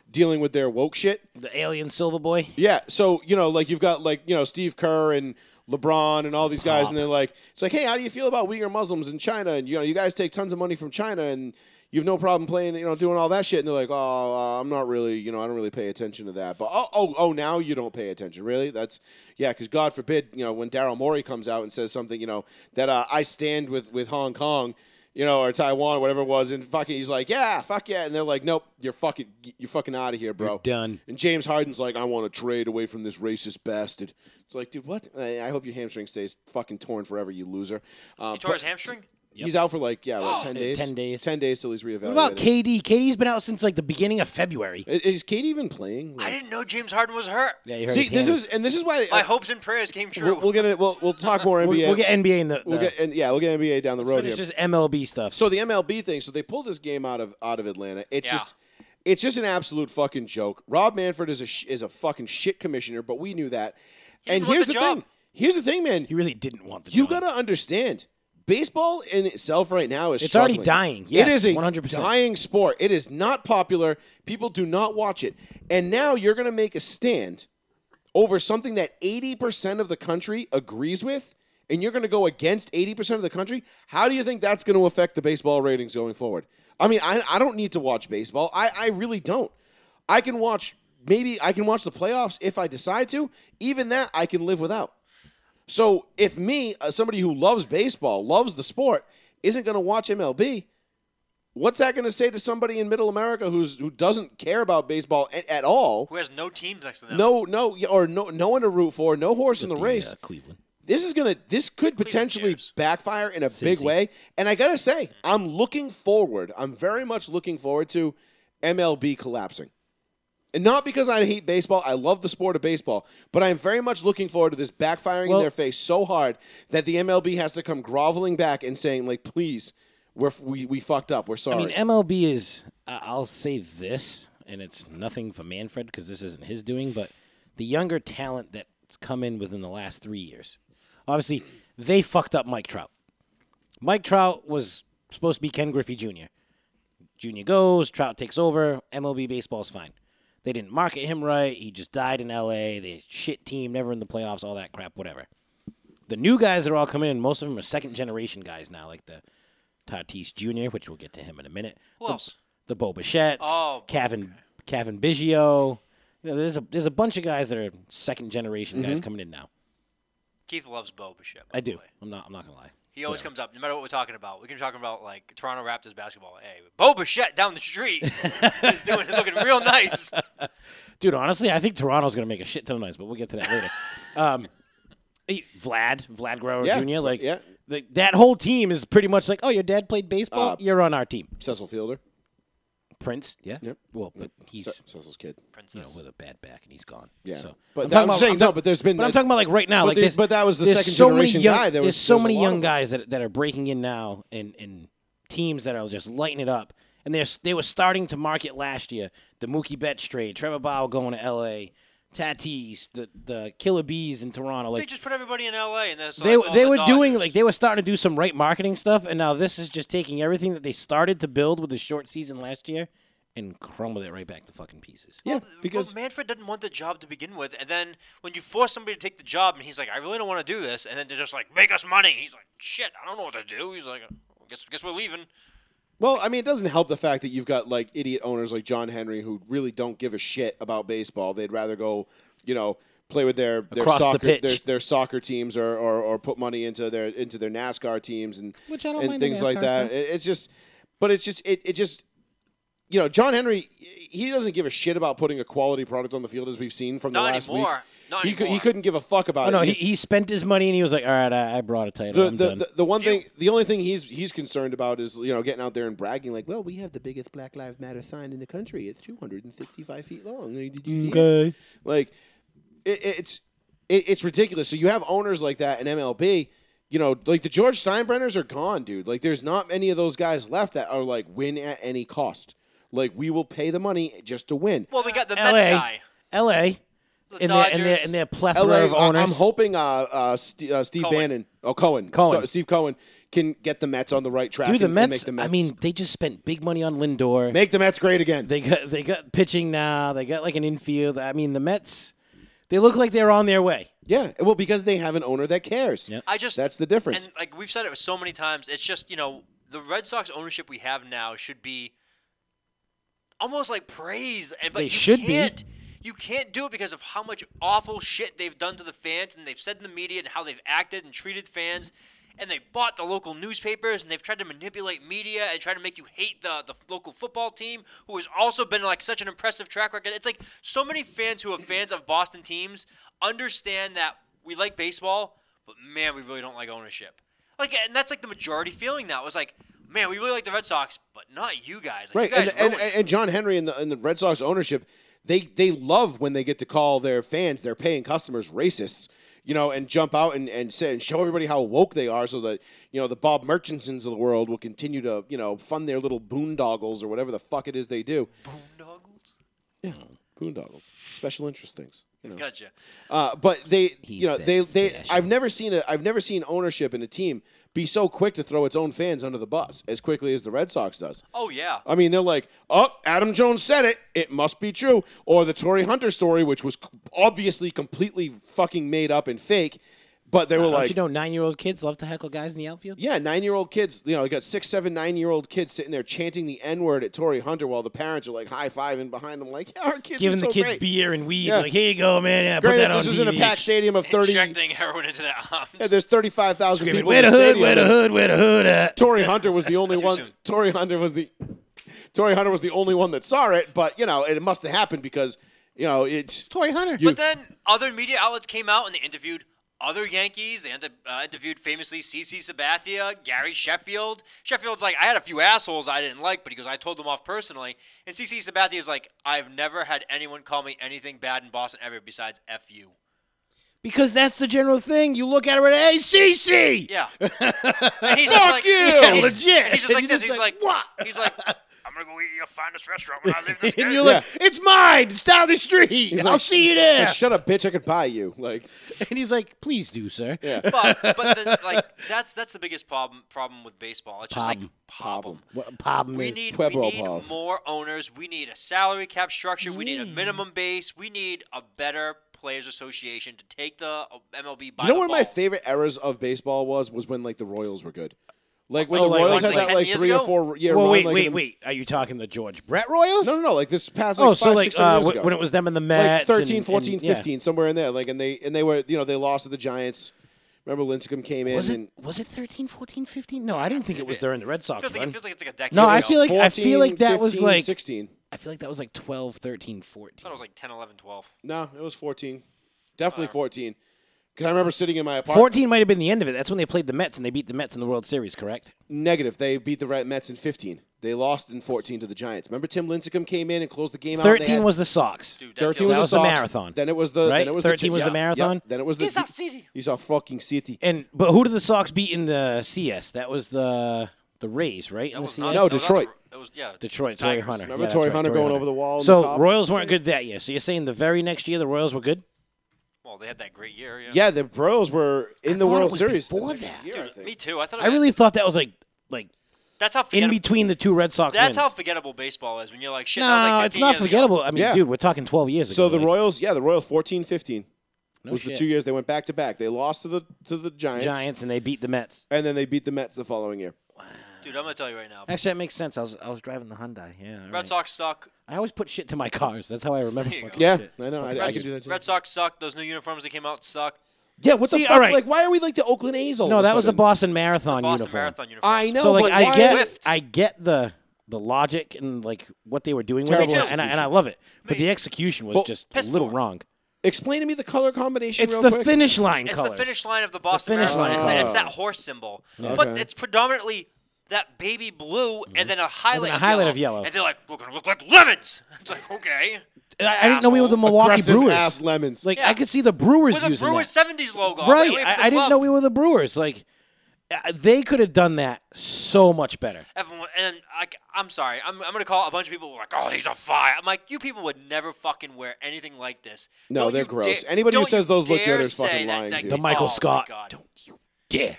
[SPEAKER 1] dealing with their woke shit.
[SPEAKER 3] The alien silver boy.
[SPEAKER 1] Yeah, so you know, like you've got like you know Steve Kerr and LeBron and all these guys, and they're like, it's like, hey, how do you feel about Uyghur Muslims in China? And you know, you guys take tons of money from China, and you have no problem playing, you know, doing all that shit. And they're like, oh, uh, I'm not really, you know, I don't really pay attention to that. But oh, oh, oh now you don't pay attention, really? That's yeah, because God forbid, you know, when Daryl Morey comes out and says something, you know, that uh, I stand with with Hong Kong. You know, or Taiwan, or whatever it was, and fucking, he's like, yeah, fuck yeah, and they're like, nope, you're fucking, you're fucking out of here, bro.
[SPEAKER 3] Done.
[SPEAKER 1] And James Harden's like, I want to trade away from this racist bastard. It's like, dude, what? I I hope your hamstring stays fucking torn forever, you loser. Um,
[SPEAKER 2] He
[SPEAKER 3] Uh,
[SPEAKER 2] tore his hamstring.
[SPEAKER 1] He's out for like, yeah, what, 10 days?
[SPEAKER 3] 10 days.
[SPEAKER 1] 10 days till he's reevaluated.
[SPEAKER 3] What about KD? KD's been out since like the beginning of February.
[SPEAKER 1] I- Is Katie even playing?
[SPEAKER 2] I
[SPEAKER 1] Like-
[SPEAKER 2] didn't know James Harden was hurt.
[SPEAKER 3] Yeah, you heard
[SPEAKER 1] See,
[SPEAKER 3] his
[SPEAKER 1] this
[SPEAKER 3] hand.
[SPEAKER 1] is, and this is why
[SPEAKER 2] My hopes and prayers came true.
[SPEAKER 1] we're, we're gonna we'll, we'll talk more NBA.
[SPEAKER 3] We'll, we'll get NBA in the.
[SPEAKER 1] We'll
[SPEAKER 3] the
[SPEAKER 1] get- and yeah, we'll get NBA down the road here.
[SPEAKER 3] it's just MLB stuff.
[SPEAKER 1] So the MLB thing, so they pulled this game out of out of Atlanta. It's
[SPEAKER 2] Yeah.
[SPEAKER 1] just it's just an absolute fucking joke. Rob Manfred is a sh- is a fucking shit commissioner, but we knew that. and
[SPEAKER 2] didn't want
[SPEAKER 1] here's the,
[SPEAKER 2] the
[SPEAKER 1] thing.
[SPEAKER 2] job.
[SPEAKER 1] Here's the thing, man.
[SPEAKER 3] he really didn't want the.
[SPEAKER 1] You
[SPEAKER 3] job.
[SPEAKER 1] got to understand, baseball in itself right now is
[SPEAKER 3] It's already
[SPEAKER 1] struggling.
[SPEAKER 3] dying.
[SPEAKER 1] it
[SPEAKER 3] Yes,
[SPEAKER 1] is a
[SPEAKER 3] 100%.
[SPEAKER 1] dying sport. It is not popular. People do not watch it. And now you're going to make a stand over something that 80% of the country agrees with, and you're going to go against 80% of the country. How do you think that's going to affect the baseball ratings going forward? I mean, I, I don't need to watch baseball. I, I really don't. I can watch. Maybe I can watch the playoffs if I decide to. Even that I can live without. So if me, uh, somebody who loves baseball, loves the sport, isn't going to watch MLB, what's that going to say to somebody in Middle America who's who doesn't care about baseball at, at all?
[SPEAKER 2] Who has no teams next to them?
[SPEAKER 1] No, no, or no, no one to root for, no horse in the
[SPEAKER 3] The,
[SPEAKER 1] race.
[SPEAKER 3] uh, Cleveland.
[SPEAKER 1] This is gonna, this could potentially
[SPEAKER 2] cares.
[SPEAKER 1] backfire in a big
[SPEAKER 3] Cincy.
[SPEAKER 1] way. And I gotta say, I'm looking forward. I'm very much looking forward to MLB collapsing. And not because I hate baseball, I love the sport of baseball, but I'm very much looking forward to this backfiring in
[SPEAKER 3] Well-
[SPEAKER 1] their face so hard that the MLB has to come groveling back and saying, like, please, we're, f- we, we fucked up, we're
[SPEAKER 3] I
[SPEAKER 1] sorry.
[SPEAKER 3] mean, MLB is. I I'll say this, and it's nothing for Manfred because this isn't his doing, but the younger talent that's come in within the last three years. Obviously, they fucked up Mike Trout. Mike Trout was supposed to be Ken Griffey Jr. Jr. goes, Trout takes over, MLB baseball's fine. They didn't market him right. He just died in LA. They shit team, never in the playoffs, all that crap, whatever. The new guys that are all coming in, most of them are second generation guys now, like the Tatis Jr., which we'll get to him in a minute.
[SPEAKER 2] Who
[SPEAKER 3] the,
[SPEAKER 2] else?
[SPEAKER 3] The Bo Bichettes,
[SPEAKER 2] Oh,
[SPEAKER 3] Kevin, Kevin Biggio. You know, there's a there's a bunch of guys that are second generation guys coming in now.
[SPEAKER 2] Keith loves Bo Bichette. by
[SPEAKER 3] I
[SPEAKER 2] the
[SPEAKER 3] do.
[SPEAKER 2] way.
[SPEAKER 3] I'm not I'm not gonna lie.
[SPEAKER 2] He always comes up, no matter what we're talking about. We can be talking about like Toronto Raptors basketball. Hey, Bo Bichette down the street is doing is looking real nice.
[SPEAKER 3] Dude, honestly, I think Toronto's gonna make a shit ton of noise, but we'll get to that later. um, eh, Vlad, Vlad Guerrero
[SPEAKER 1] Yeah,
[SPEAKER 3] Jr.
[SPEAKER 1] Vla-
[SPEAKER 3] Like,
[SPEAKER 1] yeah.
[SPEAKER 3] like, that whole team is pretty much like, oh, your dad played baseball,
[SPEAKER 1] Uh,
[SPEAKER 3] you're on our team.
[SPEAKER 1] Cecil Fielder,
[SPEAKER 3] Prince, yeah,
[SPEAKER 1] Yep.
[SPEAKER 3] Well, but he's
[SPEAKER 1] Ce- Cecil's kid.
[SPEAKER 3] you know
[SPEAKER 2] Princess.
[SPEAKER 3] with a bad back and he's gone.
[SPEAKER 1] Yeah.
[SPEAKER 3] So,
[SPEAKER 1] But
[SPEAKER 3] I'm
[SPEAKER 1] that-
[SPEAKER 3] talking
[SPEAKER 1] I'm
[SPEAKER 3] about-
[SPEAKER 1] saying,
[SPEAKER 3] I'm
[SPEAKER 1] no,
[SPEAKER 3] talk-
[SPEAKER 1] but there's been
[SPEAKER 3] But I'm
[SPEAKER 1] that-
[SPEAKER 3] talking about like right now,
[SPEAKER 1] But
[SPEAKER 3] like
[SPEAKER 1] the-
[SPEAKER 3] this.
[SPEAKER 1] but that was the
[SPEAKER 3] there's
[SPEAKER 1] second
[SPEAKER 3] so many
[SPEAKER 1] generation
[SPEAKER 3] young-
[SPEAKER 1] guy. There
[SPEAKER 3] there's
[SPEAKER 1] was-
[SPEAKER 3] so
[SPEAKER 1] there's a
[SPEAKER 3] many
[SPEAKER 1] lot of
[SPEAKER 3] young
[SPEAKER 1] them.
[SPEAKER 3] guys that that are breaking in now, and and teams that are just lighting it up. And they're s- they were starting to market last year the Mookie Betts trade, Trevor Bauer going to L.A., Tatis, the the Killer Bees in Toronto.
[SPEAKER 2] They
[SPEAKER 3] Like
[SPEAKER 2] just put everybody in LA and that's
[SPEAKER 3] they
[SPEAKER 2] like, all
[SPEAKER 3] they
[SPEAKER 2] the
[SPEAKER 3] were doing
[SPEAKER 2] Dodgers.
[SPEAKER 3] like they were starting to do some right marketing stuff, and now this is just taking everything that they started to build with the short season last year and crumbled it right back to fucking pieces.
[SPEAKER 1] Yeah,
[SPEAKER 2] Well,
[SPEAKER 1] because
[SPEAKER 2] Manfred didn't want the job to begin with, and then when you force somebody to take the job, and he's like, "I really don't want to do this," and then they're just like, "Make us money." He's like, "Shit, I don't know what to do." He's like, "Well, "Guess guess we're leaving."
[SPEAKER 1] Well, I mean, it doesn't help the fact that you've got like idiot owners like John Henry who really don't give a shit about baseball. They'd rather go, you know, play with their, their
[SPEAKER 3] Across the
[SPEAKER 1] soccer
[SPEAKER 3] pitch.
[SPEAKER 1] their, their soccer teams or, or, or put money into their into their NASCAR teams and
[SPEAKER 3] Which I don't
[SPEAKER 1] and
[SPEAKER 3] mind the
[SPEAKER 1] things like
[SPEAKER 3] NASCAR
[SPEAKER 1] that.
[SPEAKER 3] stuff.
[SPEAKER 1] It- it's just, but it's just it, it just you know John Henry he doesn't give a shit about putting a quality product on the field as we've seen from the
[SPEAKER 2] Not
[SPEAKER 1] last week.
[SPEAKER 2] anymore. Not
[SPEAKER 1] He, cou- he
[SPEAKER 2] anymore.
[SPEAKER 1] couldn't give a fuck about
[SPEAKER 3] Oh
[SPEAKER 1] it.
[SPEAKER 3] no,
[SPEAKER 1] He-
[SPEAKER 3] he, he spent his money and he was like, "All right, I, I brought a title.
[SPEAKER 1] the,
[SPEAKER 3] I'm
[SPEAKER 1] the,
[SPEAKER 3] done."
[SPEAKER 1] the, the one
[SPEAKER 2] Phew.
[SPEAKER 1] thing the only thing he's he's concerned about is you know getting out there and bragging like well we have the biggest Black Lives Matter sign in the country it's 265 feet long did you see it?"
[SPEAKER 3] okay.
[SPEAKER 1] Like it, it's it, it's ridiculous. So you have owners like that in MLB. You know, like the George Steinbrenners are gone, dude. Like there's not many of those guys left that are like win at any cost. Like we will pay the money just to win.
[SPEAKER 2] Well, we got the
[SPEAKER 3] LA
[SPEAKER 2] Mets guy.
[SPEAKER 3] L.A.
[SPEAKER 2] The
[SPEAKER 3] and their
[SPEAKER 2] Dodgers.
[SPEAKER 3] and their and their plethora
[SPEAKER 1] LA,
[SPEAKER 3] of owners.
[SPEAKER 1] I, am hoping uh, uh, St- uh, Steve
[SPEAKER 2] Cohen.
[SPEAKER 1] Bannon, oh Cohen,
[SPEAKER 3] Cohen.
[SPEAKER 1] So- Steve Cohen can get the Mets on the right track.
[SPEAKER 3] Dude, the
[SPEAKER 1] and, and
[SPEAKER 3] Mets,
[SPEAKER 1] make the Mets.
[SPEAKER 3] I mean, they just spent big money on Lindor.
[SPEAKER 1] make the Mets great again.
[SPEAKER 3] They got they got pitching now. They got like an infield. I mean, the Mets, they look like they're on their way.
[SPEAKER 1] yeah, well, because they have an owner that cares.
[SPEAKER 3] Yep.
[SPEAKER 2] I just
[SPEAKER 1] That's the difference.
[SPEAKER 2] and like we've said it so many times. It's just you know the Red Sox ownership we have now should be almost like praised, and but
[SPEAKER 3] They
[SPEAKER 2] you
[SPEAKER 3] should be.
[SPEAKER 2] can't. You can't do it because of how much awful shit they've done to the fans, and they've said in the media, and how they've acted and treated fans, and they bought the local newspapers, and they've tried to manipulate media and try to make you hate the the local football team, who has also been like such an impressive track record. It's like so many fans who are fans of Boston teams understand that we like baseball, but man, we really don't like ownership. Like, and that's like the majority feeling now. It's like, man, we really like the Red Sox, but not you guys.
[SPEAKER 1] Right,
[SPEAKER 2] Like, you
[SPEAKER 1] and, and,
[SPEAKER 2] guys ruined it.
[SPEAKER 1] and and John Henry and the, and the Red Sox ownership, they they love when they get to call their fans, their paying customers, racists, you know, and jump out and and, say, and show everybody how woke they are, so that you know the Bob Murchisons of the world will continue to you know fund their little boondoggles or whatever the fuck it is they do.
[SPEAKER 2] Boondoggles?
[SPEAKER 1] Yeah, boondoggles, special interest things. You know.
[SPEAKER 2] Gotcha.
[SPEAKER 1] Uh, but they, you know,
[SPEAKER 3] said
[SPEAKER 1] they, they.
[SPEAKER 3] special.
[SPEAKER 1] I've never seen a, I've never seen ownership in a team be so quick to throw its own fans under the bus as quickly as the Red Sox does.
[SPEAKER 2] Oh yeah.
[SPEAKER 1] I mean, they're like, oh, Adam Jones said it. It must be true. Or the Tory Hunter story, which was c- obviously completely fucking made up and fake. But they were
[SPEAKER 3] Don't
[SPEAKER 1] like,
[SPEAKER 3] you know, nine year old kids love to heckle guys in the outfield.
[SPEAKER 1] yeah, nine year old kids, you know, you got six, seven, nine year old kids sitting there chanting the N word at Tory Hunter while the parents are like high fiving behind them, like, yeah, our kids
[SPEAKER 3] Giving
[SPEAKER 1] are
[SPEAKER 3] the
[SPEAKER 1] so
[SPEAKER 3] kids
[SPEAKER 1] great.
[SPEAKER 3] beer and weed.
[SPEAKER 1] Yeah.
[SPEAKER 3] Like, here you go, man. Yeah, put
[SPEAKER 1] Granted,
[SPEAKER 3] that
[SPEAKER 1] this
[SPEAKER 3] on
[SPEAKER 1] is
[SPEAKER 3] TV.
[SPEAKER 1] in a packed stadium of 30.
[SPEAKER 2] Injecting heroin into their arms.
[SPEAKER 1] Yeah, there's 35,000
[SPEAKER 3] Screaming,
[SPEAKER 1] people
[SPEAKER 3] Where
[SPEAKER 1] in
[SPEAKER 3] the
[SPEAKER 1] the
[SPEAKER 3] hood?
[SPEAKER 1] stadium.
[SPEAKER 3] Where the hood? Where the hood uh, at?
[SPEAKER 1] Tory Hunter was the only
[SPEAKER 2] Too
[SPEAKER 1] one.
[SPEAKER 2] soon.
[SPEAKER 1] Tory Hunter was the Tory Hunter was the only one that saw it, but you know it must have happened because you know it's
[SPEAKER 3] Tory Hunter.
[SPEAKER 1] You-
[SPEAKER 2] But then other media outlets came out and they interviewed other Yankees. They inter- uh, interviewed famously CC Sabathia, Gary Sheffield. Sheffield's like, I had a few assholes I didn't like, but he goes, I told them off personally. And CC Sabathia's like, I've never had anyone call me anything bad in Boston ever besides F you.
[SPEAKER 3] because that's the general thing. You look at it, hey, CC.
[SPEAKER 2] Yeah. And he's just
[SPEAKER 1] Fuck
[SPEAKER 2] like,
[SPEAKER 1] you!
[SPEAKER 2] and he's-
[SPEAKER 3] Legit.
[SPEAKER 2] and he's just
[SPEAKER 3] And
[SPEAKER 2] like
[SPEAKER 3] you're
[SPEAKER 2] this.
[SPEAKER 3] just
[SPEAKER 2] He's like,
[SPEAKER 3] like, "What?"
[SPEAKER 2] He's like, I'm going to go eat at your finest restaurant when I leave this
[SPEAKER 3] And
[SPEAKER 2] game."
[SPEAKER 3] you're like, it's mine. It's down the street. I'll
[SPEAKER 1] like,
[SPEAKER 3] see you
[SPEAKER 1] It's
[SPEAKER 3] there.
[SPEAKER 1] like, shut up, bitch! I could buy you. Like,
[SPEAKER 3] and he's like, please do, sir.
[SPEAKER 1] yeah.
[SPEAKER 2] but but the, like that's that's the biggest problem problem with baseball. It's just like problem.
[SPEAKER 3] What problem
[SPEAKER 2] We
[SPEAKER 3] is-
[SPEAKER 2] need, we
[SPEAKER 1] Pueblo
[SPEAKER 2] need
[SPEAKER 1] balls.
[SPEAKER 2] more owners. We need a salary cap structure. We need
[SPEAKER 3] Mm.
[SPEAKER 2] a minimum base. We need a better players association to take the uh, MLB by
[SPEAKER 1] You know
[SPEAKER 2] the
[SPEAKER 1] one of my
[SPEAKER 2] ball.
[SPEAKER 1] favorite eras of baseball was was when like the Royals were good, like when
[SPEAKER 3] Oh,
[SPEAKER 1] the
[SPEAKER 3] like,
[SPEAKER 1] Royals
[SPEAKER 2] like
[SPEAKER 1] had that
[SPEAKER 2] 10
[SPEAKER 1] like
[SPEAKER 2] years
[SPEAKER 1] three
[SPEAKER 2] ago?
[SPEAKER 1] or four year
[SPEAKER 3] well,
[SPEAKER 1] run.
[SPEAKER 3] wait,
[SPEAKER 1] like,
[SPEAKER 3] wait,
[SPEAKER 1] in the-
[SPEAKER 3] wait. Are you talking the George Brett Royals?
[SPEAKER 1] No, no, no. Like this past like
[SPEAKER 3] oh,
[SPEAKER 1] five,
[SPEAKER 3] so like
[SPEAKER 1] six seven
[SPEAKER 3] uh,
[SPEAKER 1] years
[SPEAKER 3] wh-
[SPEAKER 1] ago,
[SPEAKER 3] when it was them and the
[SPEAKER 1] like
[SPEAKER 3] Mets,
[SPEAKER 1] 13,
[SPEAKER 3] and,
[SPEAKER 1] 14,
[SPEAKER 3] and, yeah.
[SPEAKER 1] 15, somewhere in there. Like, and they and they were you know they lost to the Giants. Remember Lincecum came in
[SPEAKER 3] Was
[SPEAKER 1] and
[SPEAKER 3] it was it 13, 14, 15? No, I didn't think it was during the Red Sox
[SPEAKER 2] feels like,
[SPEAKER 3] run.
[SPEAKER 2] it feels like it's like a decade.
[SPEAKER 3] No, I
[SPEAKER 2] ago.
[SPEAKER 3] feel like I feel like
[SPEAKER 1] 14,
[SPEAKER 3] that was
[SPEAKER 1] 15,
[SPEAKER 3] like-
[SPEAKER 1] 16.
[SPEAKER 3] I feel like that was like 12, 13,
[SPEAKER 2] I thought
[SPEAKER 3] 14.
[SPEAKER 2] it was like 10, 11, 12.
[SPEAKER 1] No, it was fourteen, definitely fourteen. Because I remember sitting in my apartment.
[SPEAKER 3] 14 might have been the end of it. That's when they played the Mets and they beat the Mets in the World Series, correct?
[SPEAKER 1] Negative. They beat the Red Mets in fifteen. They lost in fourteen to the Giants. Remember Tim Lincecum came in and closed the game out. and they
[SPEAKER 3] 13
[SPEAKER 1] had-
[SPEAKER 3] was the Sox.
[SPEAKER 2] Dude, that
[SPEAKER 1] 13
[SPEAKER 2] feels-
[SPEAKER 1] was,
[SPEAKER 3] That
[SPEAKER 1] the
[SPEAKER 3] was the
[SPEAKER 1] Sox,
[SPEAKER 3] marathon,
[SPEAKER 1] Then it was the
[SPEAKER 3] right?
[SPEAKER 1] then it was
[SPEAKER 3] 13
[SPEAKER 1] the,
[SPEAKER 3] was the
[SPEAKER 1] yeah, yeah,
[SPEAKER 3] marathon?
[SPEAKER 1] then it was the
[SPEAKER 2] He's a city.
[SPEAKER 1] He's a fucking city.
[SPEAKER 3] And but who did the Sox beat in the CS? That was the the Rays, right? In
[SPEAKER 2] that
[SPEAKER 3] the
[SPEAKER 2] was
[SPEAKER 3] CS.
[SPEAKER 2] not-
[SPEAKER 1] No,
[SPEAKER 2] that was
[SPEAKER 1] Detroit.
[SPEAKER 2] not the- That was yeah.
[SPEAKER 3] Detroit, Tory
[SPEAKER 2] Tigers.
[SPEAKER 3] Hunter.
[SPEAKER 1] Remember
[SPEAKER 3] yeah, that's
[SPEAKER 1] Tory
[SPEAKER 3] right,
[SPEAKER 1] Hunter
[SPEAKER 3] Torrey
[SPEAKER 1] going over the wall in the
[SPEAKER 3] So
[SPEAKER 1] Cobb?
[SPEAKER 3] Royals weren't good that year. So you're saying the very next year the Royals were good?
[SPEAKER 2] Well, they had that great year. Yeah.
[SPEAKER 1] Yeah, the Bros were in the
[SPEAKER 3] thought it
[SPEAKER 1] World
[SPEAKER 3] was
[SPEAKER 1] Series the
[SPEAKER 3] before
[SPEAKER 1] next
[SPEAKER 3] that.
[SPEAKER 1] year, I think.
[SPEAKER 2] Me too. I thought.
[SPEAKER 3] I really thought that was like like
[SPEAKER 2] That's how
[SPEAKER 3] in
[SPEAKER 2] forgettable.
[SPEAKER 3] between the two Red Sox.
[SPEAKER 2] that's
[SPEAKER 3] wins.
[SPEAKER 2] how forgettable baseball is. When you're like, shit.
[SPEAKER 3] No,
[SPEAKER 2] that was like
[SPEAKER 3] it's
[SPEAKER 2] 15
[SPEAKER 3] not
[SPEAKER 2] years ago.
[SPEAKER 3] forgettable. I mean,
[SPEAKER 1] Yeah.
[SPEAKER 3] dude, we're talking 12 years ago.
[SPEAKER 1] So the
[SPEAKER 3] like,
[SPEAKER 1] Royals, yeah, the Royals 14 15
[SPEAKER 3] no
[SPEAKER 1] was the
[SPEAKER 3] shit.
[SPEAKER 1] two years they went back to back. They lost to the to the Giants,
[SPEAKER 3] Giants and they beat the Mets.
[SPEAKER 1] and then they beat the Mets the following year.
[SPEAKER 2] Dude, I'm gonna tell you right now.
[SPEAKER 3] Actually, that makes sense. I was I was driving the Hyundai. Yeah. all
[SPEAKER 2] Red
[SPEAKER 3] right.
[SPEAKER 2] Sox suck.
[SPEAKER 3] I always put shit to my cars. That's how I remember.
[SPEAKER 2] There you
[SPEAKER 3] fucking
[SPEAKER 2] go.
[SPEAKER 1] Yeah,
[SPEAKER 3] Oh, shit.
[SPEAKER 1] I know. I,
[SPEAKER 3] Fucking
[SPEAKER 1] I
[SPEAKER 2] Red,
[SPEAKER 1] can do that too.
[SPEAKER 2] Red Sox suck. Those new uniforms that came out suck.
[SPEAKER 1] yeah, what the
[SPEAKER 3] See,
[SPEAKER 1] fuck?
[SPEAKER 3] alright.
[SPEAKER 1] Like, why are we like the Oakland A's all
[SPEAKER 3] No,
[SPEAKER 1] of a
[SPEAKER 3] that was the
[SPEAKER 1] sudden?
[SPEAKER 3] Boston Marathon
[SPEAKER 2] Boston
[SPEAKER 3] uniform.
[SPEAKER 2] Marathon uniform.
[SPEAKER 1] I know,
[SPEAKER 3] So like
[SPEAKER 1] but
[SPEAKER 3] I
[SPEAKER 1] why-
[SPEAKER 3] get
[SPEAKER 2] Whiffed.
[SPEAKER 3] I get the the logic and like what they were doing with it,
[SPEAKER 1] Terrible
[SPEAKER 3] and I, and I
[SPEAKER 1] execution.
[SPEAKER 3] love it. But
[SPEAKER 2] Me.
[SPEAKER 3] the execution was
[SPEAKER 1] Well,
[SPEAKER 3] just a
[SPEAKER 2] piss
[SPEAKER 3] little
[SPEAKER 2] poor.
[SPEAKER 3] wrong.
[SPEAKER 1] Explain to me the color combination
[SPEAKER 3] It's
[SPEAKER 1] real
[SPEAKER 3] the
[SPEAKER 1] quick.
[SPEAKER 3] finish line
[SPEAKER 2] It's
[SPEAKER 3] colors.
[SPEAKER 2] the finish line of the Boston
[SPEAKER 3] finish
[SPEAKER 2] Marathon.
[SPEAKER 3] line
[SPEAKER 2] It's, that, it's
[SPEAKER 1] Oh.
[SPEAKER 2] that horse symbol,
[SPEAKER 1] Yeah.
[SPEAKER 2] but
[SPEAKER 1] Okay.
[SPEAKER 2] it's predominantly that baby blue and then a highlight,
[SPEAKER 3] a highlight
[SPEAKER 2] of,
[SPEAKER 3] of yellow.
[SPEAKER 2] And they're like, "We're gonna look like lemons." It's like, okay,
[SPEAKER 3] I, I didn't know we were the
[SPEAKER 2] Asshole.
[SPEAKER 3] Milwaukee
[SPEAKER 1] Aggressive
[SPEAKER 3] Brewers.
[SPEAKER 1] ass lemons.
[SPEAKER 3] Like
[SPEAKER 2] Yeah.
[SPEAKER 3] I could see the Brewers
[SPEAKER 2] with a
[SPEAKER 3] using
[SPEAKER 2] Brewers
[SPEAKER 3] that.
[SPEAKER 2] '70s logo. I'm
[SPEAKER 3] Right,
[SPEAKER 2] waiting for
[SPEAKER 3] I,
[SPEAKER 2] the
[SPEAKER 3] I didn't know
[SPEAKER 2] glove.
[SPEAKER 3] we were the Brewers. Like uh, they could have done that so much better.
[SPEAKER 2] Everyone, and I, I'm sorry, I'm, I'm gonna call a bunch of people who are like, "Oh, these are fire." I'm like, you people would never fucking wear anything like this.
[SPEAKER 1] No,
[SPEAKER 2] Don't
[SPEAKER 1] they're
[SPEAKER 2] you
[SPEAKER 1] gross.
[SPEAKER 2] da-
[SPEAKER 1] Anybody who
[SPEAKER 2] don't
[SPEAKER 1] says
[SPEAKER 2] you
[SPEAKER 1] those look
[SPEAKER 2] dare
[SPEAKER 1] good is
[SPEAKER 2] say
[SPEAKER 1] fucking
[SPEAKER 2] that-
[SPEAKER 1] lying
[SPEAKER 2] that-
[SPEAKER 1] to you.
[SPEAKER 3] The Michael
[SPEAKER 2] oh my
[SPEAKER 3] Scott.
[SPEAKER 2] God.
[SPEAKER 3] Don't you dare.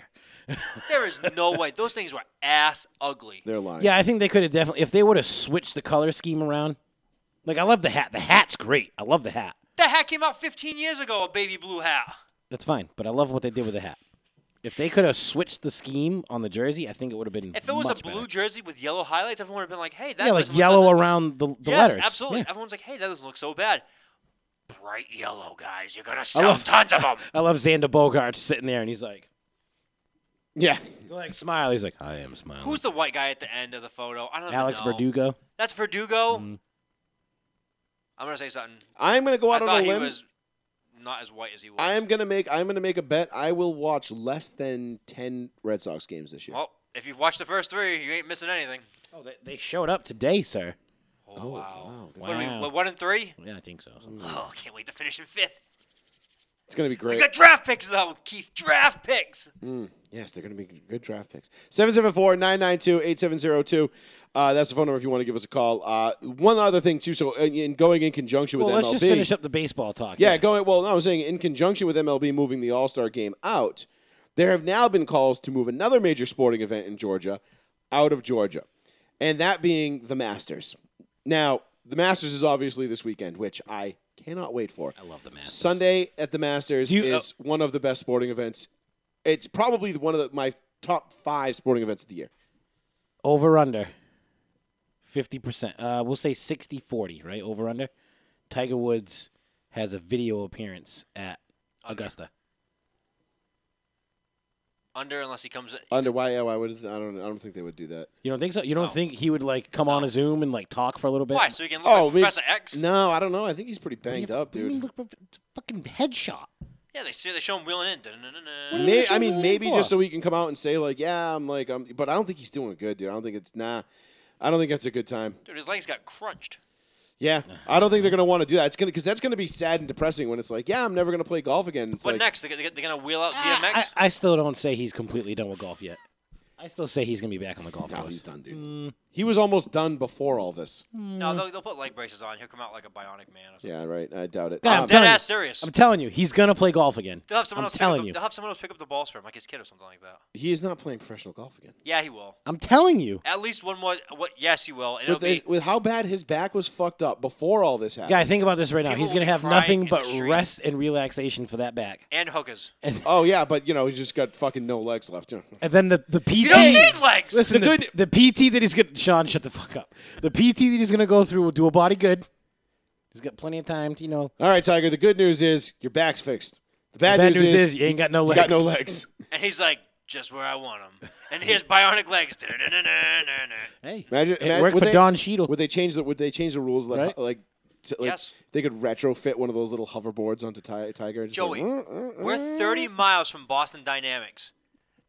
[SPEAKER 2] There is no way. Those things were ass ugly.
[SPEAKER 1] They're lying.
[SPEAKER 3] Yeah, I think they could have definitely if they would have switched the color scheme around. Like I love the hat. The hat's great. I love the hat.
[SPEAKER 2] That hat came out 15 years ago, a baby blue hat.
[SPEAKER 3] That's fine, but I love what they did with the hat. If they could have switched the scheme on the jersey, I think it would have been.
[SPEAKER 2] If it was
[SPEAKER 3] much
[SPEAKER 2] a blue
[SPEAKER 3] better.
[SPEAKER 2] jersey with yellow highlights, everyone would have been like, "Hey, that
[SPEAKER 3] yeah,
[SPEAKER 2] doesn't
[SPEAKER 3] like
[SPEAKER 2] look-
[SPEAKER 3] yellow
[SPEAKER 2] doesn't-
[SPEAKER 3] around the, the
[SPEAKER 2] yes,
[SPEAKER 3] letters.
[SPEAKER 2] absolutely.
[SPEAKER 3] Yeah.
[SPEAKER 2] Everyone's like, "Hey, that doesn't look so bad." Bright yellow, guys. You're
[SPEAKER 3] Oh.
[SPEAKER 2] gonna sell
[SPEAKER 3] love-
[SPEAKER 2] tons of them.
[SPEAKER 3] I love Xander Bogart sitting there, and he's like,
[SPEAKER 1] Yeah.
[SPEAKER 3] like smile. He's like, I am smiling.
[SPEAKER 2] Who's the white guy at the end of the photo? I don't even
[SPEAKER 3] Alex
[SPEAKER 2] know.
[SPEAKER 3] Verdugo?
[SPEAKER 2] That's Verdugo.
[SPEAKER 3] Mhm.
[SPEAKER 2] I'm gonna say something.
[SPEAKER 1] I'm gonna go
[SPEAKER 2] I
[SPEAKER 1] out
[SPEAKER 2] thought
[SPEAKER 1] on a
[SPEAKER 2] he
[SPEAKER 1] limb.
[SPEAKER 2] was not as white as he was.
[SPEAKER 1] I am gonna make. I'm gonna make a bet. I will watch less than ten Red Sox games this year.
[SPEAKER 2] Well, if you've watched the first three, you ain't missing anything.
[SPEAKER 3] Oh, they, they showed up today, sir.
[SPEAKER 2] Oh,
[SPEAKER 1] Oh,
[SPEAKER 2] wow.
[SPEAKER 1] wow.
[SPEAKER 2] What are we-
[SPEAKER 3] Wow. Hmm.
[SPEAKER 2] what, one and three?
[SPEAKER 3] Yeah, I think so.
[SPEAKER 2] Oh, can't wait to finish in fifth.
[SPEAKER 1] It's gonna be
[SPEAKER 2] We
[SPEAKER 1] great.
[SPEAKER 2] got draft picks though, Keith. Draft picks.
[SPEAKER 1] Mm, yes, they're going to be good draft picks. 774 992 8702. Uh, That's the phone number if you want to give us a call. Uh, one other thing, too. So, in, in going in conjunction with
[SPEAKER 3] Well,
[SPEAKER 1] MLB.
[SPEAKER 3] let's just finish up the baseball talk.
[SPEAKER 1] yeah, going. Well, no, I was saying in conjunction with MLB moving the All Star game out, there have now been calls to move another major sporting event in Georgia out of Georgia, and that being the Masters. Now, the Masters is obviously this weekend, which I cannot wait for.
[SPEAKER 3] I love the man.
[SPEAKER 1] Sunday at the Masters
[SPEAKER 3] Do you- uh,
[SPEAKER 1] is one of the best sporting events. It's probably one of the, my top five sporting events of the year.
[SPEAKER 3] Over under. 50%. Uh, we'll say 60 40, right? Over under. Tiger Woods has a video appearance at Augusta.
[SPEAKER 2] Under unless he comes. In.
[SPEAKER 1] Under why? Yeah, why would I don't? I don't think they would do that.
[SPEAKER 3] You don't think so? You don't
[SPEAKER 2] No.
[SPEAKER 3] think he would like come on a Zoom and like talk for a little bit?
[SPEAKER 2] Why? So he can look
[SPEAKER 1] Oh,
[SPEAKER 2] like
[SPEAKER 1] we-
[SPEAKER 2] Professor X?
[SPEAKER 1] No, I don't know. I think he's pretty
[SPEAKER 3] What do you
[SPEAKER 1] banged
[SPEAKER 3] have to-
[SPEAKER 1] up,
[SPEAKER 3] what do you mean
[SPEAKER 1] dude.
[SPEAKER 3] look for- it's a fucking headshot.
[SPEAKER 2] Yeah, they see they show him wheeling in. Da-na-na-na.
[SPEAKER 3] What do you-
[SPEAKER 1] May,
[SPEAKER 3] What
[SPEAKER 1] I
[SPEAKER 3] are
[SPEAKER 1] mean,
[SPEAKER 3] looking
[SPEAKER 1] maybe
[SPEAKER 3] for?
[SPEAKER 1] just so he can come out and say like, yeah, I'm like, I'm, but I don't think he's doing good, dude. I don't think it's nah. I don't think that's a good time.
[SPEAKER 2] Dude, his legs got crunched.
[SPEAKER 1] Yeah, I don't think they're gonna want to do that. It's gonna because that's gonna be sad and depressing when it's like, yeah, I'm never gonna play golf again. It's
[SPEAKER 2] What
[SPEAKER 1] like,
[SPEAKER 2] next? They're, they're they're gonna wheel out DMX.
[SPEAKER 3] I, I still don't say he's completely done with golf yet. I still say he's gonna be back on the golf
[SPEAKER 1] no, he's
[SPEAKER 3] course.
[SPEAKER 1] done, dude.
[SPEAKER 3] Mm.
[SPEAKER 1] He was almost done before all this.
[SPEAKER 2] no, they'll, they'll put leg braces on. He'll come out like a bionic man. Or something.
[SPEAKER 1] Yeah, right. I doubt it.
[SPEAKER 3] God,
[SPEAKER 1] Um,
[SPEAKER 3] I'm
[SPEAKER 2] Dead
[SPEAKER 3] telling
[SPEAKER 2] ass
[SPEAKER 3] you.
[SPEAKER 2] serious.
[SPEAKER 3] I'm telling you, he's gonna play golf again.
[SPEAKER 2] They'll have someone
[SPEAKER 3] I'm
[SPEAKER 2] else. Pick up
[SPEAKER 3] telling
[SPEAKER 2] the,
[SPEAKER 3] you.
[SPEAKER 2] They'll have someone else pick up the balls for him, like his kid or something like that.
[SPEAKER 1] He is not playing professional golf again.
[SPEAKER 2] Yeah, he will.
[SPEAKER 3] I'm telling you,
[SPEAKER 2] At least one more. What? Yes, he will. And it'll
[SPEAKER 1] With,
[SPEAKER 2] be.
[SPEAKER 1] the- with how bad his back was fucked up before all this happened.
[SPEAKER 3] guy. Think about this right now.
[SPEAKER 2] People
[SPEAKER 3] He's
[SPEAKER 2] will
[SPEAKER 3] gonna
[SPEAKER 2] be
[SPEAKER 3] have
[SPEAKER 2] crying in
[SPEAKER 3] nothing
[SPEAKER 2] the
[SPEAKER 3] but
[SPEAKER 2] streets.
[SPEAKER 3] rest and relaxation for that back.
[SPEAKER 2] and hookers.
[SPEAKER 1] Oh yeah, but you know he's just got fucking no legs left.
[SPEAKER 3] And then the the PT.
[SPEAKER 2] You don't need legs.
[SPEAKER 3] Listen,
[SPEAKER 1] The
[SPEAKER 3] the, the PT that he's gonna Sean, shut the fuck up. The PT that he's gonna go through will do a body good. He's got plenty of time to you know.
[SPEAKER 1] All right, Tiger. The good news is your back's fixed. The bad,
[SPEAKER 3] Bad news is you ain't got no
[SPEAKER 1] you
[SPEAKER 3] legs.
[SPEAKER 1] got no legs.
[SPEAKER 2] And he's like, just where I want him. And here's bionic legs. Da-da-da-da-da-da.
[SPEAKER 3] Hey,
[SPEAKER 1] Imagine-
[SPEAKER 3] it
[SPEAKER 1] imagine-
[SPEAKER 3] worked
[SPEAKER 1] would
[SPEAKER 3] for
[SPEAKER 1] they-
[SPEAKER 3] Don Cheadle.
[SPEAKER 1] Would they change the Would they change the rules? Like,
[SPEAKER 3] Right.
[SPEAKER 1] like, to, like
[SPEAKER 2] Yes.
[SPEAKER 1] they could retrofit one of those little hoverboards onto ti- Tiger. And just
[SPEAKER 2] Joey,
[SPEAKER 1] like, "Mm, mm,
[SPEAKER 2] We're
[SPEAKER 1] mm."
[SPEAKER 2] 30 miles from Boston Dynamics.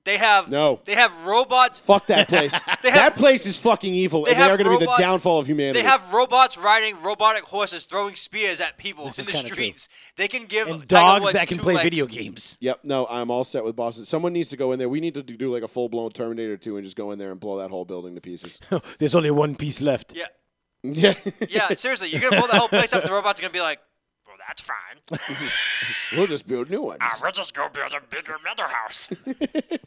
[SPEAKER 2] They have
[SPEAKER 1] No.
[SPEAKER 2] They have robots.
[SPEAKER 1] Fuck that place. that
[SPEAKER 2] have-
[SPEAKER 1] place is fucking evil,
[SPEAKER 2] they
[SPEAKER 1] and they are
[SPEAKER 2] have
[SPEAKER 1] going to be the
[SPEAKER 2] robots-
[SPEAKER 1] downfall of humanity.
[SPEAKER 2] They have robots riding robotic horses, throwing spears at people
[SPEAKER 3] This
[SPEAKER 2] in
[SPEAKER 3] is
[SPEAKER 2] the
[SPEAKER 3] kinda true.
[SPEAKER 2] streets. They can give
[SPEAKER 3] and
[SPEAKER 2] Tiger
[SPEAKER 3] dogs
[SPEAKER 2] Woods
[SPEAKER 3] that can
[SPEAKER 2] two
[SPEAKER 3] play
[SPEAKER 2] legs.
[SPEAKER 3] video games.
[SPEAKER 1] Yep. No, I'm all set with Boston. Someone needs to go in there. We need to do- do like a full blown Terminator 2 and just go in there and blow that whole building to pieces.
[SPEAKER 3] There's only one piece left.
[SPEAKER 2] Yeah,
[SPEAKER 1] yeah.
[SPEAKER 2] yeah. Seriously, you're gonna blow the whole place up. The robots are gonna be like, "Well, that's fine.
[SPEAKER 1] we'll just build new ones.
[SPEAKER 2] Ah, we'll just go build a bigger another house."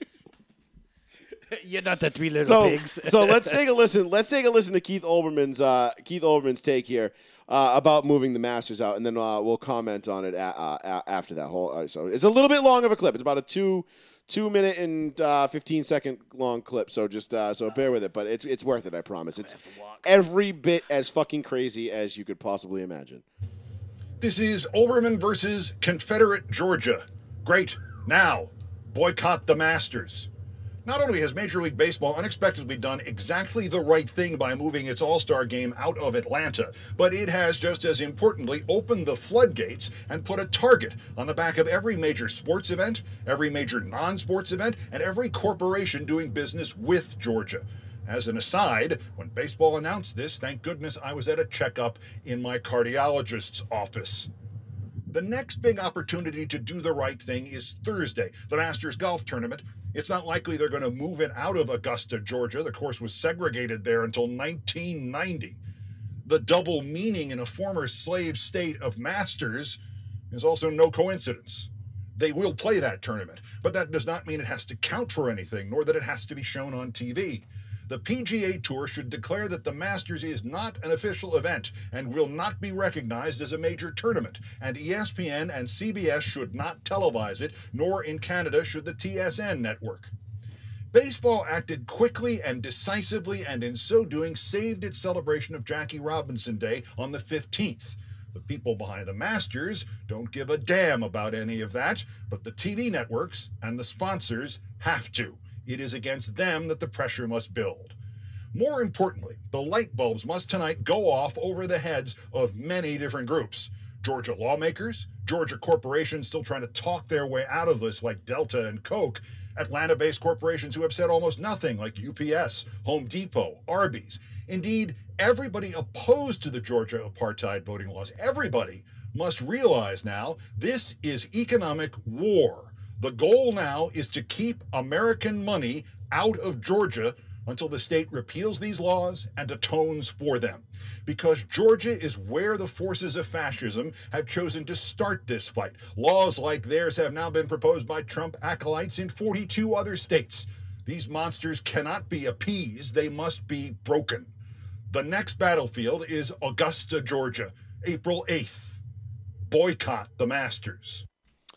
[SPEAKER 3] You're not the three little
[SPEAKER 1] so,
[SPEAKER 3] pigs.
[SPEAKER 1] so let's take a listen. Let's take a listen to Keith Olbermann's uh, Keith Olbermann's take here uh, about moving the Masters out, and then uh, we'll comment on it a- uh, a- after that whole. Uh, so it's a little bit long of a clip. It's about a two two minute and uh, fifteen second long clip. So just uh, so bear with it, but it's it's worth it. I promise. It's
[SPEAKER 2] have to walk.
[SPEAKER 1] every bit as fucking crazy as you could possibly imagine.
[SPEAKER 5] This is Olbermann versus Confederate Georgia. Great. Now, boycott the Masters. Not only has Major League Baseball unexpectedly done exactly the right thing by moving its All Star game out of Atlanta, but it has just as importantly opened the floodgates and put a target on the back of every major sports event, every major non sports event, and every corporation doing business with Georgia. As an aside, when baseball announced this, thank goodness I was at a checkup in my cardiologist's office. The next big opportunity to do the right thing is Thursday, the Masters Golf Tournament. It's not likely they're going to move it out of Augusta, Georgia. The course was segregated there until 1990. The double meaning in a former slave state of Masters is also no coincidence. They will play that tournament, but that does not mean it has to count for anything, nor that it has to be shown on TV. The PGA Tour should declare that the Masters is not an official event and will not be recognized as a major tournament, and E ESPN and CBS should not televise it, nor in Canada should the TSN network. Baseball acted quickly and decisively, and in so doing, saved its celebration of Jackie Robinson Day on the 15th. The people behind the Masters don't give a damn about any of that, but the TV networks and the sponsors have to. It is against them that the pressure must build. More importantly, the light bulbs must tonight go off over the heads of many different groups Georgia lawmakers, Georgia corporations still trying to talk their way out of this, like Delta and Coke, Atlanta based corporations who have said almost nothing, like UPS, Home Depot, Arby's. Indeed, everybody opposed to the Georgia apartheid voting laws, everybody must realize now this is economic war. The goal now is to keep American money out of Georgia until the state repeals these laws and atones for them. Because Georgia is where the forces of fascism have chosen to start this fight. Laws like theirs have now been proposed by Trump acolytes in 42 other states. These monsters cannot be appeased, they must be broken. The next battlefield is Augusta, Georgia, April 8th. Boycott the Masters.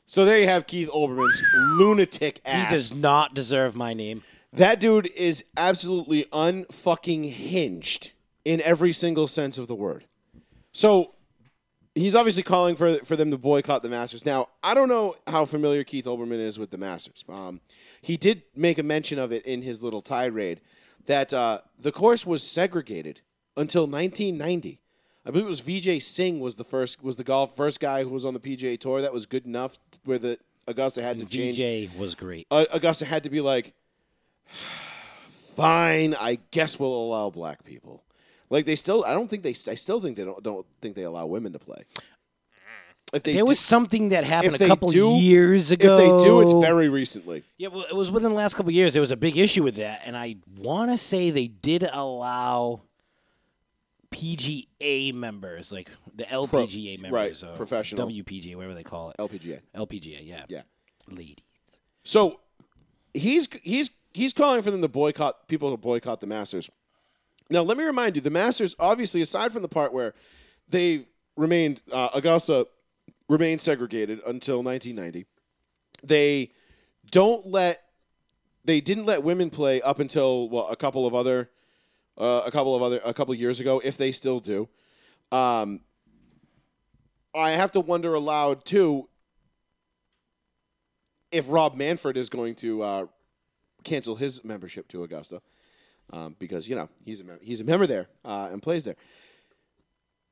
[SPEAKER 1] So there you have Keith Olbermann's lunatic
[SPEAKER 3] He
[SPEAKER 1] ass.
[SPEAKER 3] does not deserve my name.
[SPEAKER 1] That dude is absolutely unfucking hinged in every single sense of the word. So he's obviously calling for for them to boycott the Masters. Now I don't know how familiar Keith Olbermann is with the Masters. Um, he did make a mention of it in his little tirade that uh, the course was segregated until 1990. I believe it was Vijay Singh was the first was the golf first guy who was on the PGA Tour that was good enough where the Augusta had to change
[SPEAKER 3] DJ was great.
[SPEAKER 1] uh, Augusta had to be like, fine, I guess we'll allow black people. Like they still, I don't think they, I still think they don't, don't think they allow women to play. If they
[SPEAKER 3] there
[SPEAKER 1] do,
[SPEAKER 3] was something that happened
[SPEAKER 1] if
[SPEAKER 3] a
[SPEAKER 1] they
[SPEAKER 3] couple
[SPEAKER 1] do-
[SPEAKER 3] years
[SPEAKER 1] if
[SPEAKER 3] ago.
[SPEAKER 1] they do, it's very recently.
[SPEAKER 3] Yeah, well, it was within the last couple of years. There was a big issue with that, and I want to say they did allow PGA members, like the LPGA members, uh,
[SPEAKER 1] right,
[SPEAKER 3] or
[SPEAKER 1] professional.
[SPEAKER 3] WPGA, whatever they call it,
[SPEAKER 1] LPGA.
[SPEAKER 3] LPGA, yeah,
[SPEAKER 1] Yeah.
[SPEAKER 3] ladies.
[SPEAKER 1] So he's he's he's calling for them to boycott people to boycott the Masters. Now let me remind you, the Masters obviously, aside from the part where they remained uh, Augusta remained segregated until 1990, they don't let they didn't let women play up until well a couple of other uh, a couple of other a couple years ago, if they still do. Um, I have to wonder aloud too if Rob Manfred is going to uh, cancel his membership to Augusta, um, because you know he's a mem- he's a member there uh, and plays there.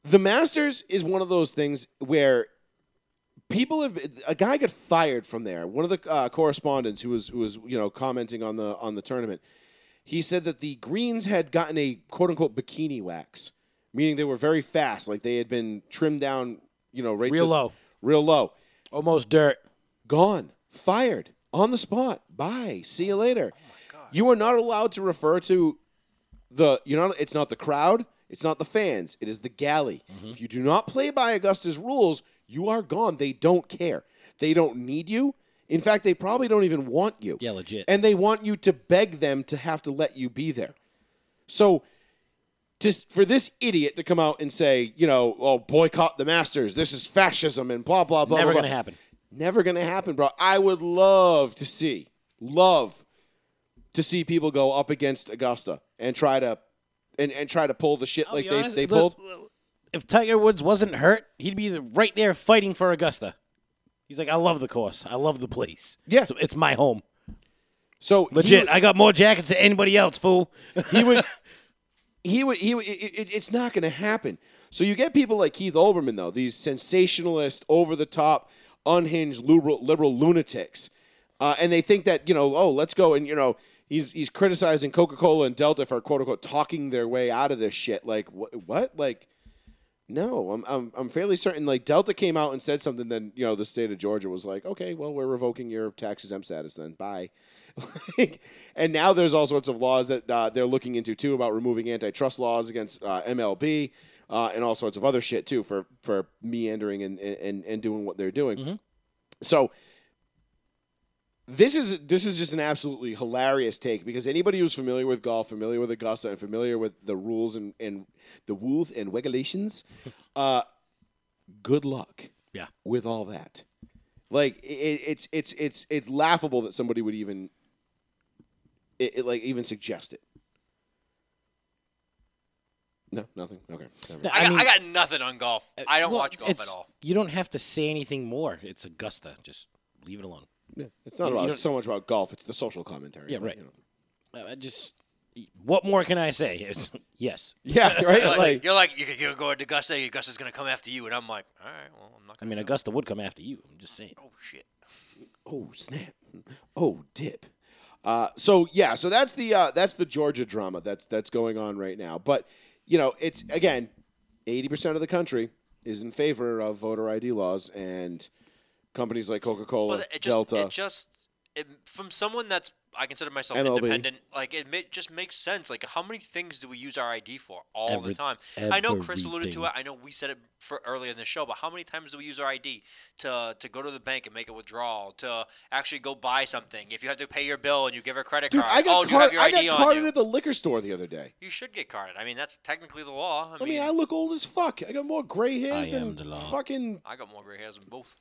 [SPEAKER 1] The Masters is one of those things where people have a guy got fired from there. One of the uh, correspondents who was who was you know commenting on the on the tournament, he said that the greens had gotten a quote unquote bikini wax, meaning they were very fast, like they had been trimmed down, you know, right
[SPEAKER 3] Real
[SPEAKER 1] to-
[SPEAKER 3] low,
[SPEAKER 1] real low
[SPEAKER 3] almost dirt.
[SPEAKER 1] gone, fired, on the spot. Bye. See you later.
[SPEAKER 3] Oh
[SPEAKER 1] You are not allowed to refer to the you're not it's not the crowd, it's not the fans, it is the galley.
[SPEAKER 3] Mm-hmm.
[SPEAKER 1] If you do not play by Augusta's rules, you are gone. They don't care. They don't need you. In fact, they probably don't even want you.
[SPEAKER 3] Yeah, legit.
[SPEAKER 1] And they want you to beg them to have to let you be there. So just for this idiot to come out and say, you know, oh, boycott the Masters. This is fascism and blah blah blah.
[SPEAKER 3] Never
[SPEAKER 1] blah,
[SPEAKER 3] gonna
[SPEAKER 1] blah.
[SPEAKER 3] happen.
[SPEAKER 1] Never gonna happen, bro. I would love to see love to see people go up against Augusta and try to and, and try to pull the shit
[SPEAKER 3] I'll
[SPEAKER 1] like
[SPEAKER 3] be
[SPEAKER 1] they,
[SPEAKER 3] honest,
[SPEAKER 1] they
[SPEAKER 3] look,
[SPEAKER 1] pulled.
[SPEAKER 3] If Tiger Woods wasn't hurt, he'd be the- right there fighting for Augusta. He's like, I love the course. I love the place.
[SPEAKER 1] Yeah.
[SPEAKER 3] So it's my home.
[SPEAKER 1] So he
[SPEAKER 3] Legit.
[SPEAKER 1] would-
[SPEAKER 3] I got more jackets than anybody else, fool.
[SPEAKER 1] he would he would he would, it, it- it's not going to happen so you get people like keith olbermann though these sensationalist over the top unhinged liberal, liberal lunatics uh, and they think that you know oh let's go and you know he's he's criticizing coca-cola and delta for quote unquote talking their way out of this shit like what what like no, I'm, I'm I'm fairly certain. Like Delta came out and said something, then you know the state of Georgia was like, okay, well we're revoking your tax exempt status. Then bye. like, and now there's all sorts of laws that uh, they're looking into too about removing antitrust laws against uh, MLB uh, and all sorts of other shit too for for meandering and and, and doing what they're doing.
[SPEAKER 3] Mhm.
[SPEAKER 1] So this is this is just an absolutely hilarious take because anybody who's familiar with golf, familiar with Augusta, and familiar with the rules and, and the rules and regulations, uh, good luck.
[SPEAKER 3] Yeah.
[SPEAKER 1] With all that, like i i- it's it's it's it's laughable that somebody would even, it, it like even suggest it. No, nothing. Okay. never mind.
[SPEAKER 2] I, got,
[SPEAKER 3] mean- Uh,
[SPEAKER 2] I got nothing on golf. I don't
[SPEAKER 3] Well,
[SPEAKER 2] watch golf at
[SPEAKER 3] it's-
[SPEAKER 2] all.
[SPEAKER 3] You don't have to say anything more. It's Augusta. Just leave it alone.
[SPEAKER 1] Yeah, It's not
[SPEAKER 3] You- you
[SPEAKER 1] about
[SPEAKER 3] don't-
[SPEAKER 1] so much about golf. It's the social commentary.
[SPEAKER 3] Yeah,
[SPEAKER 1] but,
[SPEAKER 3] right.
[SPEAKER 1] you know.
[SPEAKER 3] Uh, I just what more can I say? It's, yes.
[SPEAKER 1] Yeah, right.
[SPEAKER 2] Like,
[SPEAKER 1] like,
[SPEAKER 2] you're like you're, you're going to Augusta. Augusta's gonna come after you, and I'm like, all right, well, I'm not
[SPEAKER 3] I
[SPEAKER 2] gonna.
[SPEAKER 3] mean, Augusta would come after you. I'm just saying.
[SPEAKER 2] Oh shit.
[SPEAKER 1] oh snap oh dip uh, so yeah so that's the uh, that's the georgia drama that's that's going on right now but you know it's again 80% of the country is in favor of voter id laws and companies like coca-cola
[SPEAKER 2] Well, it just,
[SPEAKER 1] delta
[SPEAKER 2] It just it, from someone that's I consider myself
[SPEAKER 1] MLB.
[SPEAKER 2] independent. Like it ma- just makes sense. Like how many things do we use our ID for all
[SPEAKER 3] Every-
[SPEAKER 2] the time? I know Chris alluded to
[SPEAKER 3] everything.
[SPEAKER 2] it. I know we said it for earlier in the show, but how many times do we use our ID to to go to the bank and make a withdrawal? To actually go buy something? If you have to pay your bill and you give her a credit
[SPEAKER 1] dude
[SPEAKER 2] card,
[SPEAKER 1] i
[SPEAKER 2] oh,
[SPEAKER 1] got,
[SPEAKER 2] do you have
[SPEAKER 1] card-
[SPEAKER 2] your
[SPEAKER 1] I
[SPEAKER 2] ID
[SPEAKER 1] got
[SPEAKER 2] on
[SPEAKER 1] carded
[SPEAKER 2] you?
[SPEAKER 1] at the liquor store the other day
[SPEAKER 2] You should get carded. I mean, that's technically the law. I
[SPEAKER 1] i mean
[SPEAKER 2] mean,
[SPEAKER 1] i look old as fuck i got more gray hairs
[SPEAKER 3] I am the
[SPEAKER 1] than
[SPEAKER 3] law.
[SPEAKER 1] fucking
[SPEAKER 2] I got more gray hairs than both.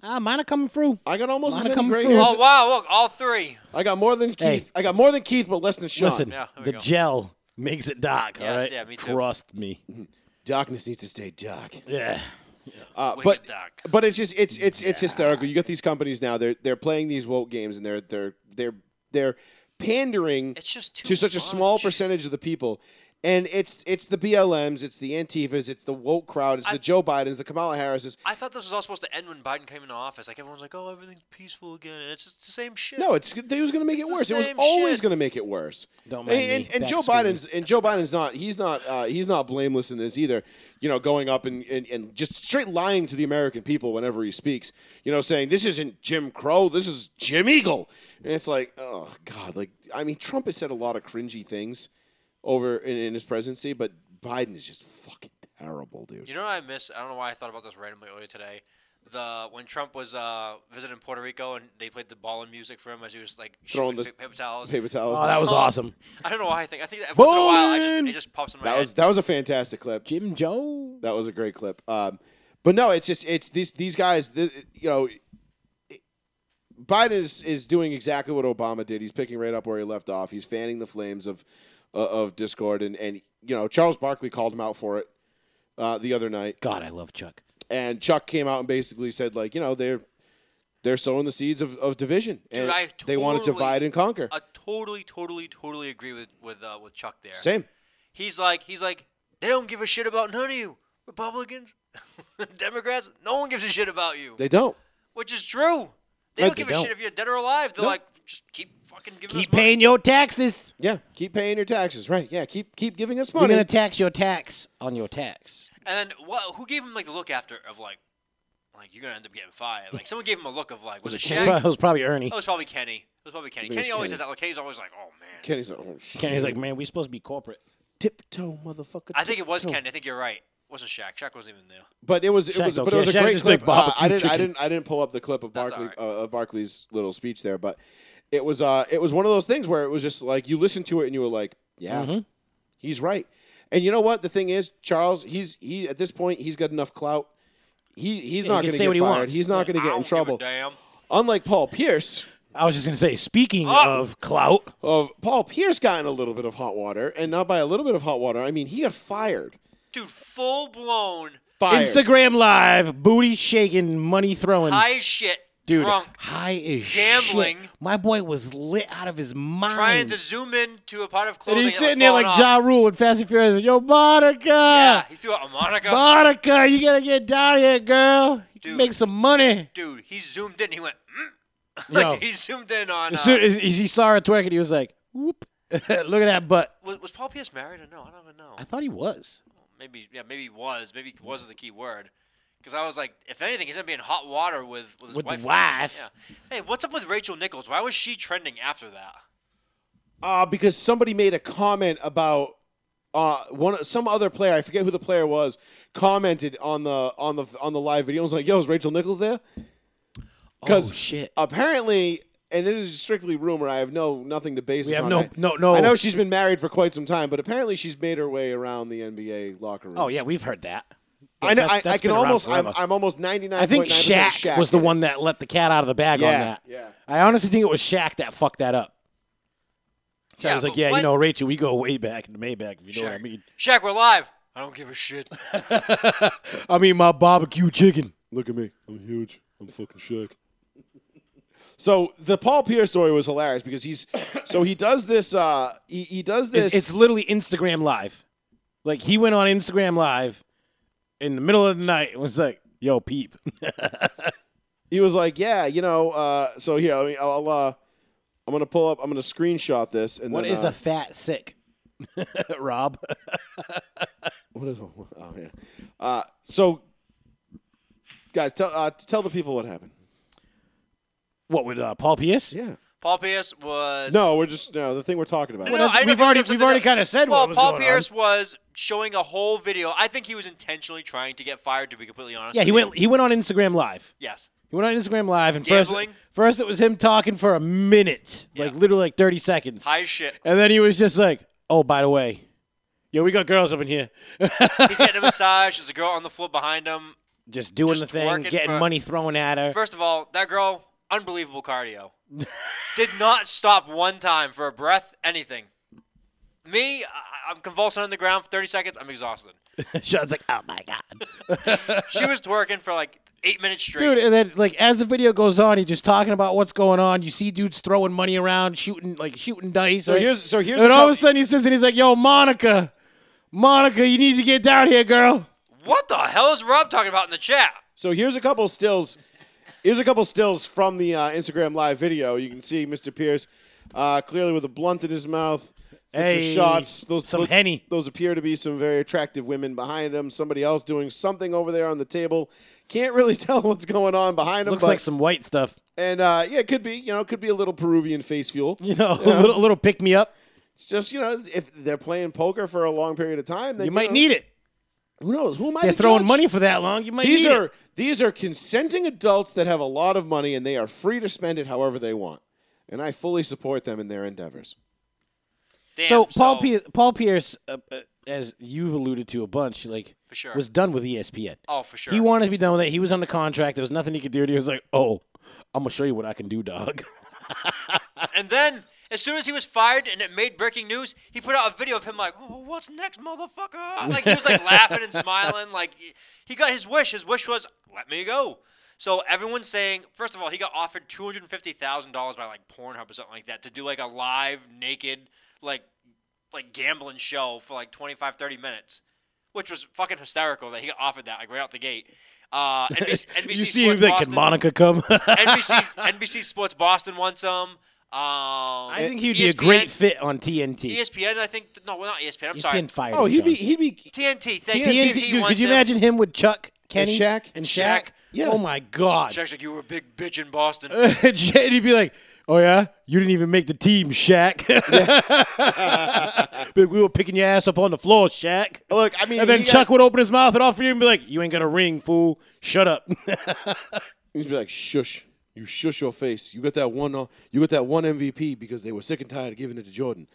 [SPEAKER 3] Ah, mine are coming through.
[SPEAKER 1] i got almost
[SPEAKER 3] Mine
[SPEAKER 1] as many
[SPEAKER 3] come
[SPEAKER 1] gray
[SPEAKER 3] through.
[SPEAKER 1] hairs
[SPEAKER 2] Oh wow! Look, all three.
[SPEAKER 1] i got more than keith
[SPEAKER 3] Hey.
[SPEAKER 1] i got more than keith but less than sean
[SPEAKER 3] Listen,
[SPEAKER 2] Yeah, there we
[SPEAKER 3] the
[SPEAKER 2] go.
[SPEAKER 3] gel makes it dark. all
[SPEAKER 2] Yes,
[SPEAKER 3] right,
[SPEAKER 2] yeah, me too.
[SPEAKER 3] Trust me.
[SPEAKER 1] darkness needs to stay dark
[SPEAKER 3] Yeah.
[SPEAKER 1] uh,
[SPEAKER 2] Wicked
[SPEAKER 1] but
[SPEAKER 2] duck.
[SPEAKER 1] But it's just it's it's it's hysterical. You got these companies now. They're they're playing these woke games, and they're they're they're they're pandering
[SPEAKER 2] It's just too
[SPEAKER 1] to such a small
[SPEAKER 2] much.
[SPEAKER 1] percentage of the people. And it's it's the BLMs, it's the Antifas, it's the woke crowd, it's the
[SPEAKER 2] I've-
[SPEAKER 1] Joe Bidens, the Kamala Harrises.
[SPEAKER 2] I thought this was all supposed to end when Biden came into office. Like everyone's like, "Oh, everything's peaceful again," and it's just the same shit.
[SPEAKER 1] No, it's they was going to make it
[SPEAKER 2] the
[SPEAKER 1] worse. It was
[SPEAKER 2] same
[SPEAKER 1] always
[SPEAKER 2] shit.
[SPEAKER 1] going to make it worse.
[SPEAKER 3] Don't
[SPEAKER 1] and
[SPEAKER 3] mind me.
[SPEAKER 1] and, and
[SPEAKER 3] That's
[SPEAKER 1] Joe
[SPEAKER 3] screwy.
[SPEAKER 1] Biden's and Joe Biden's not he's not uh, he's not blameless in this either. You know, going up and, and, and just straight lying to the American people whenever he speaks. You know, saying this isn't Jim Crow, this is Jim Eagle. And it's like, oh God, like I mean, Trump has said a lot of cringy things over in, in his presidency, but Biden is just fucking terrible, dude.
[SPEAKER 2] You know what I miss? I don't know why I thought about this randomly earlier today. The when Trump was uh, visiting Puerto Rico and they played the ballin' music for him as he was like
[SPEAKER 1] Throwing
[SPEAKER 2] shooting
[SPEAKER 1] the
[SPEAKER 2] paper towels.
[SPEAKER 1] Paper towels.
[SPEAKER 3] Oh, that was
[SPEAKER 2] Oh.
[SPEAKER 3] awesome.
[SPEAKER 2] I don't know why I think. I think that every once in a while, I just,
[SPEAKER 3] Ballin'!
[SPEAKER 2] it just pops in my
[SPEAKER 1] that
[SPEAKER 2] head.
[SPEAKER 1] was that was a fantastic clip.
[SPEAKER 3] Jim Joe.
[SPEAKER 1] That was a great clip. Um, but no, it's just it's these these guys. Th- you know, Biden is is doing exactly what Obama did. He's picking right up where he left off. He's fanning the flames of uh, of discord, and and you know Charles Barkley called him out for it uh, the other night,
[SPEAKER 3] God, I love Chuck.
[SPEAKER 1] and Chuck came out and basically said like you know they're they're sowing the seeds of, of division, and
[SPEAKER 2] I
[SPEAKER 1] they want to
[SPEAKER 2] totally-
[SPEAKER 1] divide and conquer.
[SPEAKER 2] I totally, totally, totally agree with with uh, with Chuck there.
[SPEAKER 1] Same.
[SPEAKER 2] He's like, he's like, they don't give a shit about none of you, Republicans, Democrats. No one gives a shit about you,
[SPEAKER 1] They don't.
[SPEAKER 2] which is true. They
[SPEAKER 1] No,
[SPEAKER 2] don't
[SPEAKER 1] they
[SPEAKER 2] give a
[SPEAKER 1] don't.
[SPEAKER 2] shit if you're dead or alive. They're
[SPEAKER 1] No.
[SPEAKER 2] like, just keep fucking giving us
[SPEAKER 3] Keep
[SPEAKER 2] money.
[SPEAKER 3] paying your taxes.
[SPEAKER 1] Yeah, keep paying your taxes, right? Yeah, keep keep giving us
[SPEAKER 3] We're
[SPEAKER 1] money.
[SPEAKER 3] gonna tax your tax on your tax.
[SPEAKER 2] And then what? Who gave him like the look after of like, like you're gonna end up getting fired? Like someone gave him a look of like, was it Shaq?
[SPEAKER 3] It
[SPEAKER 2] That
[SPEAKER 3] was probably Ernie.
[SPEAKER 2] was probably Kenny. It was probably Kenny.
[SPEAKER 1] think it was
[SPEAKER 2] Kenny always
[SPEAKER 1] Kenny.
[SPEAKER 2] says that. Like Kenny's always like, oh man.
[SPEAKER 1] Kenny's like, oh, shit.
[SPEAKER 3] Kenny's like, man, we supposed to be corporate.
[SPEAKER 1] tiptoe, motherfucker.
[SPEAKER 2] I think it was
[SPEAKER 1] tiptoe."
[SPEAKER 2] Kenny. I think you're right. Wasn't Shaq? Shaq wasn't even there.
[SPEAKER 1] But it was it
[SPEAKER 3] Shaq
[SPEAKER 1] was
[SPEAKER 3] don't
[SPEAKER 1] but it was a
[SPEAKER 3] care. Shaq
[SPEAKER 1] great
[SPEAKER 3] just like
[SPEAKER 1] clip. Uh, I
[SPEAKER 3] barbecue
[SPEAKER 1] didn't I
[SPEAKER 3] chicken.
[SPEAKER 1] didn't I didn't pull up the clip of
[SPEAKER 2] That's
[SPEAKER 1] Barkley
[SPEAKER 2] all right.
[SPEAKER 1] uh, of Barkley's little speech there, but it was uh it was one of those things where it was just like you listened to it and you were like, yeah,
[SPEAKER 3] Mm-hmm.
[SPEAKER 1] he's right. And you know what? The thing is, Charles, he's he at this point he's got enough clout. He he's
[SPEAKER 3] Yeah,
[SPEAKER 1] not
[SPEAKER 3] he can
[SPEAKER 1] going to
[SPEAKER 3] say
[SPEAKER 1] get
[SPEAKER 3] what he
[SPEAKER 1] fired.
[SPEAKER 3] wants.
[SPEAKER 1] he's not going to
[SPEAKER 2] I
[SPEAKER 1] get in
[SPEAKER 2] don't give a
[SPEAKER 1] trouble.
[SPEAKER 2] damn.
[SPEAKER 1] Unlike Paul Pierce,
[SPEAKER 3] I was just gonna say, speaking
[SPEAKER 2] Oh.
[SPEAKER 3] of clout,
[SPEAKER 1] Of Paul Pierce got in a little bit of hot water, and not by a little bit of hot water. I mean, he got fired.
[SPEAKER 2] Dude, full blown,
[SPEAKER 1] Fired.
[SPEAKER 3] Instagram Live, booty shaking, money throwing,
[SPEAKER 2] high as shit,
[SPEAKER 1] Um, Dude,
[SPEAKER 2] drunk,
[SPEAKER 3] high as shit.
[SPEAKER 2] Gambling.
[SPEAKER 3] My boy was lit out of his mind.
[SPEAKER 2] trying to zoom in to a part of
[SPEAKER 3] and
[SPEAKER 2] clothing.
[SPEAKER 3] he's
[SPEAKER 2] that was
[SPEAKER 3] sitting there
[SPEAKER 2] falling
[SPEAKER 3] like
[SPEAKER 2] off.
[SPEAKER 3] Ja Rule with Fast and Furious. Yo, Monica,
[SPEAKER 2] Yeah, he threw out a Monica.
[SPEAKER 3] Monica, you gotta get down here, girl. You
[SPEAKER 2] Dude.
[SPEAKER 3] Make some money.
[SPEAKER 2] Dude, he zoomed in. He went, mm.
[SPEAKER 3] Yo.
[SPEAKER 2] like he zoomed in on. Uh,
[SPEAKER 3] As soon as as he saw her twerking, he was like, "Whoop! Look at that butt."
[SPEAKER 2] was, was Paul Pierce married or no? I don't even know.
[SPEAKER 3] I thought he was.
[SPEAKER 2] Maybe yeah, maybe he was. Maybe was is the key word. Because I was like, if anything, he's gonna be in hot water with with his
[SPEAKER 3] With the
[SPEAKER 2] wife.
[SPEAKER 3] wife.
[SPEAKER 2] Yeah. Hey, what's up with Rachel Nichols? Why was she trending after that?
[SPEAKER 1] uh, because somebody made a comment about uh, one some other player. I forget who the player was. Commented on the on the on the live video. I was like, "Yo, is Rachel Nichols there?"
[SPEAKER 3] Oh
[SPEAKER 1] 'Cause
[SPEAKER 3] shit!
[SPEAKER 1] Apparently, and this is strictly rumor. I have no nothing to base
[SPEAKER 3] We
[SPEAKER 1] this
[SPEAKER 3] have
[SPEAKER 1] on.
[SPEAKER 3] no,
[SPEAKER 1] I-
[SPEAKER 3] no, no.
[SPEAKER 1] I know she's been married for quite some time, but apparently she's made her way around the NBA locker room.
[SPEAKER 3] oh yeah, we've heard that.
[SPEAKER 1] I know.
[SPEAKER 3] That's-
[SPEAKER 1] I, I
[SPEAKER 3] that's
[SPEAKER 1] can
[SPEAKER 3] been around
[SPEAKER 1] almost. I'm,
[SPEAKER 3] forever.
[SPEAKER 1] I'm almost 99.9%
[SPEAKER 3] I think Shaq, was the
[SPEAKER 1] did it.
[SPEAKER 3] one that let the cat out of the bag on
[SPEAKER 1] Yeah,
[SPEAKER 3] that.
[SPEAKER 1] yeah.
[SPEAKER 3] I honestly think it was Shaq that fucked that up. So I was
[SPEAKER 2] but
[SPEAKER 3] like, yeah,
[SPEAKER 2] what-
[SPEAKER 3] you know, Rachel, we go way back in the Maybach, if you know what I
[SPEAKER 2] Shaq-
[SPEAKER 3] mean.
[SPEAKER 2] Shaq, we're live. I don't give a shit.
[SPEAKER 3] I mean, my barbecue chicken.
[SPEAKER 1] Look at me. I'm huge. I'm fucking shook. So the Paul Pierce story was hilarious because he's so he does this uh he, he does this
[SPEAKER 3] It's, it's literally Instagram Live. Like, he went on Instagram Live in the middle of the night and was like, yo, peep.
[SPEAKER 1] he was like, Yeah, you know, uh so here, I mean I'll uh I'm gonna pull up I'm gonna screenshot this and
[SPEAKER 3] what
[SPEAKER 1] then
[SPEAKER 3] is
[SPEAKER 1] uh,
[SPEAKER 3] a fat sick? Rob.
[SPEAKER 1] what is a oh yeah. Uh so guys tell uh, tell the people what happened.
[SPEAKER 3] What, with uh, Paul Pierce?
[SPEAKER 1] Yeah.
[SPEAKER 2] Paul Pierce was
[SPEAKER 1] No, we're just no the thing we're talking about.
[SPEAKER 2] No, I know
[SPEAKER 3] we've
[SPEAKER 2] if you
[SPEAKER 3] already,
[SPEAKER 2] looked
[SPEAKER 3] we've
[SPEAKER 2] something
[SPEAKER 3] already
[SPEAKER 2] up-
[SPEAKER 3] kind of said
[SPEAKER 2] Well,
[SPEAKER 3] what was
[SPEAKER 2] Paul
[SPEAKER 3] going on.
[SPEAKER 2] Pierce was showing a whole video. I think he was intentionally trying to get fired. To be completely honest,
[SPEAKER 3] Yeah,
[SPEAKER 2] with
[SPEAKER 3] he
[SPEAKER 2] you.
[SPEAKER 3] went, he went on Instagram Live.
[SPEAKER 2] Yes,
[SPEAKER 3] He went on Instagram Live and
[SPEAKER 2] Gambling.
[SPEAKER 3] first first it was him talking for a minute, like
[SPEAKER 2] Yeah.
[SPEAKER 3] literally like 30 seconds.
[SPEAKER 2] high as shit.
[SPEAKER 3] and then he was just like, "Oh, by the way, yo, we got girls up in here."
[SPEAKER 2] He's getting a massage. There's a girl on the floor behind him.
[SPEAKER 3] just doing
[SPEAKER 2] Just
[SPEAKER 3] the thing,
[SPEAKER 2] twerking
[SPEAKER 3] getting
[SPEAKER 2] for-
[SPEAKER 3] money thrown at her.
[SPEAKER 2] First of all, that girl, unbelievable cardio. Did not stop one time for a breath, anything. Me, I- I'm convulsing on the ground for 30 seconds. I'm exhausted.
[SPEAKER 3] Sean's like, "Oh my god."
[SPEAKER 2] She was twerking for like eight minutes straight.
[SPEAKER 3] Dude, and then like as the video goes on, he's just talking about what's going on. You see dudes throwing money around, shooting like shooting dice.
[SPEAKER 1] So
[SPEAKER 3] right?
[SPEAKER 1] here's so here's
[SPEAKER 3] and
[SPEAKER 1] a
[SPEAKER 3] all of a
[SPEAKER 1] couple-
[SPEAKER 3] sudden he says, and he's like, "Yo, Monica, Monica, you need to get down here, girl."
[SPEAKER 2] What the hell is Rob talking about in the chat?
[SPEAKER 1] So here's a couple stills. Here's a couple stills from the uh, Instagram live video. You can see Mr. Pierce uh, clearly with a blunt in his mouth. There's
[SPEAKER 3] Hey,
[SPEAKER 1] some shots. Those
[SPEAKER 3] some
[SPEAKER 1] look-
[SPEAKER 3] Henny.
[SPEAKER 1] Those appear to be some very attractive women behind him. Somebody else doing something over there on the table. Can't really tell what's going on behind him.
[SPEAKER 3] Looks
[SPEAKER 1] but,
[SPEAKER 3] like some white stuff,
[SPEAKER 1] and uh, yeah, it could be you know it could be a little Peruvian face fuel.
[SPEAKER 3] you know, a little, a little pick me up.
[SPEAKER 1] It's just you know if they're playing poker for a long period of time, then
[SPEAKER 3] You might
[SPEAKER 1] know,
[SPEAKER 3] need it.
[SPEAKER 1] Who knows? Who am I?
[SPEAKER 3] They're
[SPEAKER 1] to
[SPEAKER 3] throwing
[SPEAKER 1] judge?
[SPEAKER 3] money for that long. You might
[SPEAKER 1] These
[SPEAKER 3] need
[SPEAKER 1] are
[SPEAKER 3] it.
[SPEAKER 1] these are consenting adults that have a lot of money and they are free to spend it however they want. And I fully support them in their endeavors.
[SPEAKER 2] Damn,
[SPEAKER 3] So Paul Pierce, Paul Pierce, uh, uh, as you've alluded to a bunch, like
[SPEAKER 2] For sure.
[SPEAKER 3] was done with E ESPN.
[SPEAKER 2] Oh, for sure.
[SPEAKER 3] He wanted to be done with it. He was on the contract. There was nothing he could do. And he was like, "Oh, I'm gonna show you what I can do, dog."
[SPEAKER 2] And then, as soon as he was fired and it made breaking news, he put out a video of him like, "Oh, what's next, motherfucker?" Like he was like laughing and smiling. Like he- he got his wish. His wish was, "Let me go." So everyone's saying, first of all, he got offered two hundred fifty thousand dollars by like Pornhub or something like that to do like a live naked like like gambling show for like 25, 30 minutes, which was fucking hysterical that he got offered that like right out the gate. Uh, NBC, NBC
[SPEAKER 3] you see him
[SPEAKER 2] Sports
[SPEAKER 3] like,
[SPEAKER 2] Boston-
[SPEAKER 3] "Can Monica come?"
[SPEAKER 2] NBC NBC Sports Boston wants him. Um, E I
[SPEAKER 3] I think he'd be a great fit on TNT.
[SPEAKER 2] ESPN, I think. No, well, not E ESPN. I'm
[SPEAKER 3] ESPN
[SPEAKER 2] sorry.
[SPEAKER 3] fired
[SPEAKER 1] Oh,
[SPEAKER 3] him,
[SPEAKER 1] he'd be
[SPEAKER 3] John.
[SPEAKER 1] he'd be
[SPEAKER 2] TNT. Thank
[SPEAKER 1] TNT,
[SPEAKER 2] you.
[SPEAKER 3] TNT,
[SPEAKER 2] TNT
[SPEAKER 3] dude,
[SPEAKER 2] wants
[SPEAKER 3] could you
[SPEAKER 2] him.
[SPEAKER 3] imagine him with Chuck, Kenny,
[SPEAKER 1] Shaq.
[SPEAKER 3] and
[SPEAKER 1] Shaq.
[SPEAKER 3] Shaq?
[SPEAKER 1] Yeah.
[SPEAKER 3] Oh my God!
[SPEAKER 2] Shaq's like, you were a big bitch in Boston.
[SPEAKER 3] and he'd be like, "Oh yeah, you didn't even make the team, Shaq. Be like, we were picking your ass up on the floor, Shaq."
[SPEAKER 1] look, I mean
[SPEAKER 3] And then
[SPEAKER 1] he
[SPEAKER 3] Chuck
[SPEAKER 1] got-
[SPEAKER 3] would open his mouth and offer you and be like, "You ain't got a ring, fool. Shut up."
[SPEAKER 1] he'd be like, Shush. You shush your face. You got that one uh, you got that one MVP because they were sick and tired of giving it to Jordan.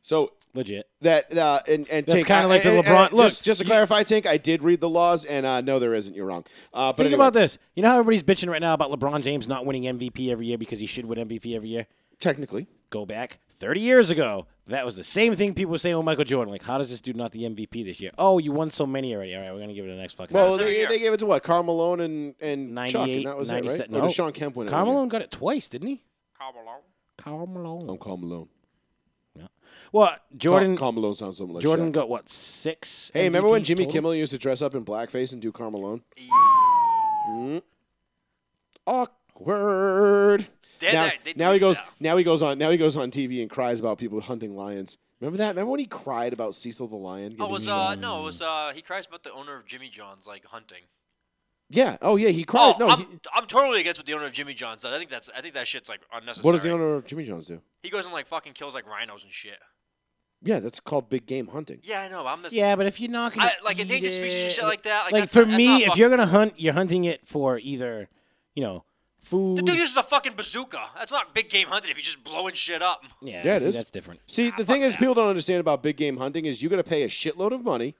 [SPEAKER 1] So
[SPEAKER 3] Legit.
[SPEAKER 1] that uh, and and
[SPEAKER 3] That's
[SPEAKER 1] Tink,
[SPEAKER 3] kinda
[SPEAKER 1] I-
[SPEAKER 3] like the
[SPEAKER 1] and- and-
[SPEAKER 3] LeBron-
[SPEAKER 1] and
[SPEAKER 3] look,
[SPEAKER 1] just, just to clarify, Tink, I did read the laws, and uh, no, there isn't. You're wrong. Uh, but
[SPEAKER 3] Think
[SPEAKER 1] anyway,
[SPEAKER 3] about this. You know how everybody's bitching right now about LeBron James not winning MVP every year because he should win MVP every year?
[SPEAKER 1] technically,
[SPEAKER 3] Go back 30 years ago. That was the same thing people were saying with Michael Jordan. Like, how does this dude not the MVP this year? Oh, you won so many already. All right, we're going to give it to the next fucking
[SPEAKER 1] well,
[SPEAKER 2] every
[SPEAKER 1] they,
[SPEAKER 2] year.
[SPEAKER 1] they gave it to what? Carl Malone and and Chuck,
[SPEAKER 3] 98,
[SPEAKER 1] and that was it, right?
[SPEAKER 3] 97
[SPEAKER 1] Or
[SPEAKER 3] no.
[SPEAKER 1] did Sean Kemp win it?
[SPEAKER 3] Karl
[SPEAKER 1] one year?
[SPEAKER 3] Malone got it twice, didn't he?
[SPEAKER 2] Karl Malone.
[SPEAKER 3] Karl Malone.
[SPEAKER 1] Oh, Carl Malone.
[SPEAKER 3] Well, Jordan
[SPEAKER 1] Carl, Carl Malone sounds something like
[SPEAKER 3] Jordan
[SPEAKER 1] Shaq.
[SPEAKER 3] got what six?
[SPEAKER 1] Hey, remember when
[SPEAKER 3] MVPs
[SPEAKER 1] Jimmy
[SPEAKER 3] total?
[SPEAKER 1] Kimmel used to dress up in blackface and do Carl Malone? Mm. Awkward.
[SPEAKER 2] They're
[SPEAKER 1] now,
[SPEAKER 2] there. They
[SPEAKER 1] now he
[SPEAKER 2] do it
[SPEAKER 1] goes.
[SPEAKER 2] now.
[SPEAKER 1] Now he goes on. Now he goes on TV and cries about people hunting lions. Remember that? Remember when he cried about Cecil the lion?
[SPEAKER 2] Oh,
[SPEAKER 1] getting
[SPEAKER 2] it was uh
[SPEAKER 1] shot?
[SPEAKER 3] um,
[SPEAKER 2] no, it was uh he cries about the owner of Jimmy John's like hunting.
[SPEAKER 1] yeah. Oh, yeah. He
[SPEAKER 2] Oh,
[SPEAKER 1] cried. no.
[SPEAKER 2] I'm,
[SPEAKER 1] he-
[SPEAKER 2] I'm totally against what the owner of Jimmy John's does. I think that's I think that shit's like unnecessary.
[SPEAKER 1] what does the owner of Jimmy John's do?
[SPEAKER 2] He goes and like fucking kills like rhinos and shit.
[SPEAKER 1] Yeah, that's called big game hunting.
[SPEAKER 2] Yeah, I know. But I'm this.
[SPEAKER 3] Yeah, but if you're not gonna
[SPEAKER 2] I, like
[SPEAKER 3] eat
[SPEAKER 2] endangered species and
[SPEAKER 3] it-
[SPEAKER 2] shit like that. Like,
[SPEAKER 3] like,
[SPEAKER 2] that's
[SPEAKER 3] for
[SPEAKER 2] not- that's not
[SPEAKER 3] me, if
[SPEAKER 2] fuck-
[SPEAKER 3] you're gonna hunt, you're hunting it for either, you know, food.
[SPEAKER 2] the dude uses a fucking bazooka. That's not big game hunting. If you're just blowing shit up.
[SPEAKER 3] yeah,
[SPEAKER 1] Yeah, it
[SPEAKER 3] see,
[SPEAKER 1] is.
[SPEAKER 3] That's different.
[SPEAKER 1] See, the thing is, people don't understand about big game hunting is you got to pay a shitload of money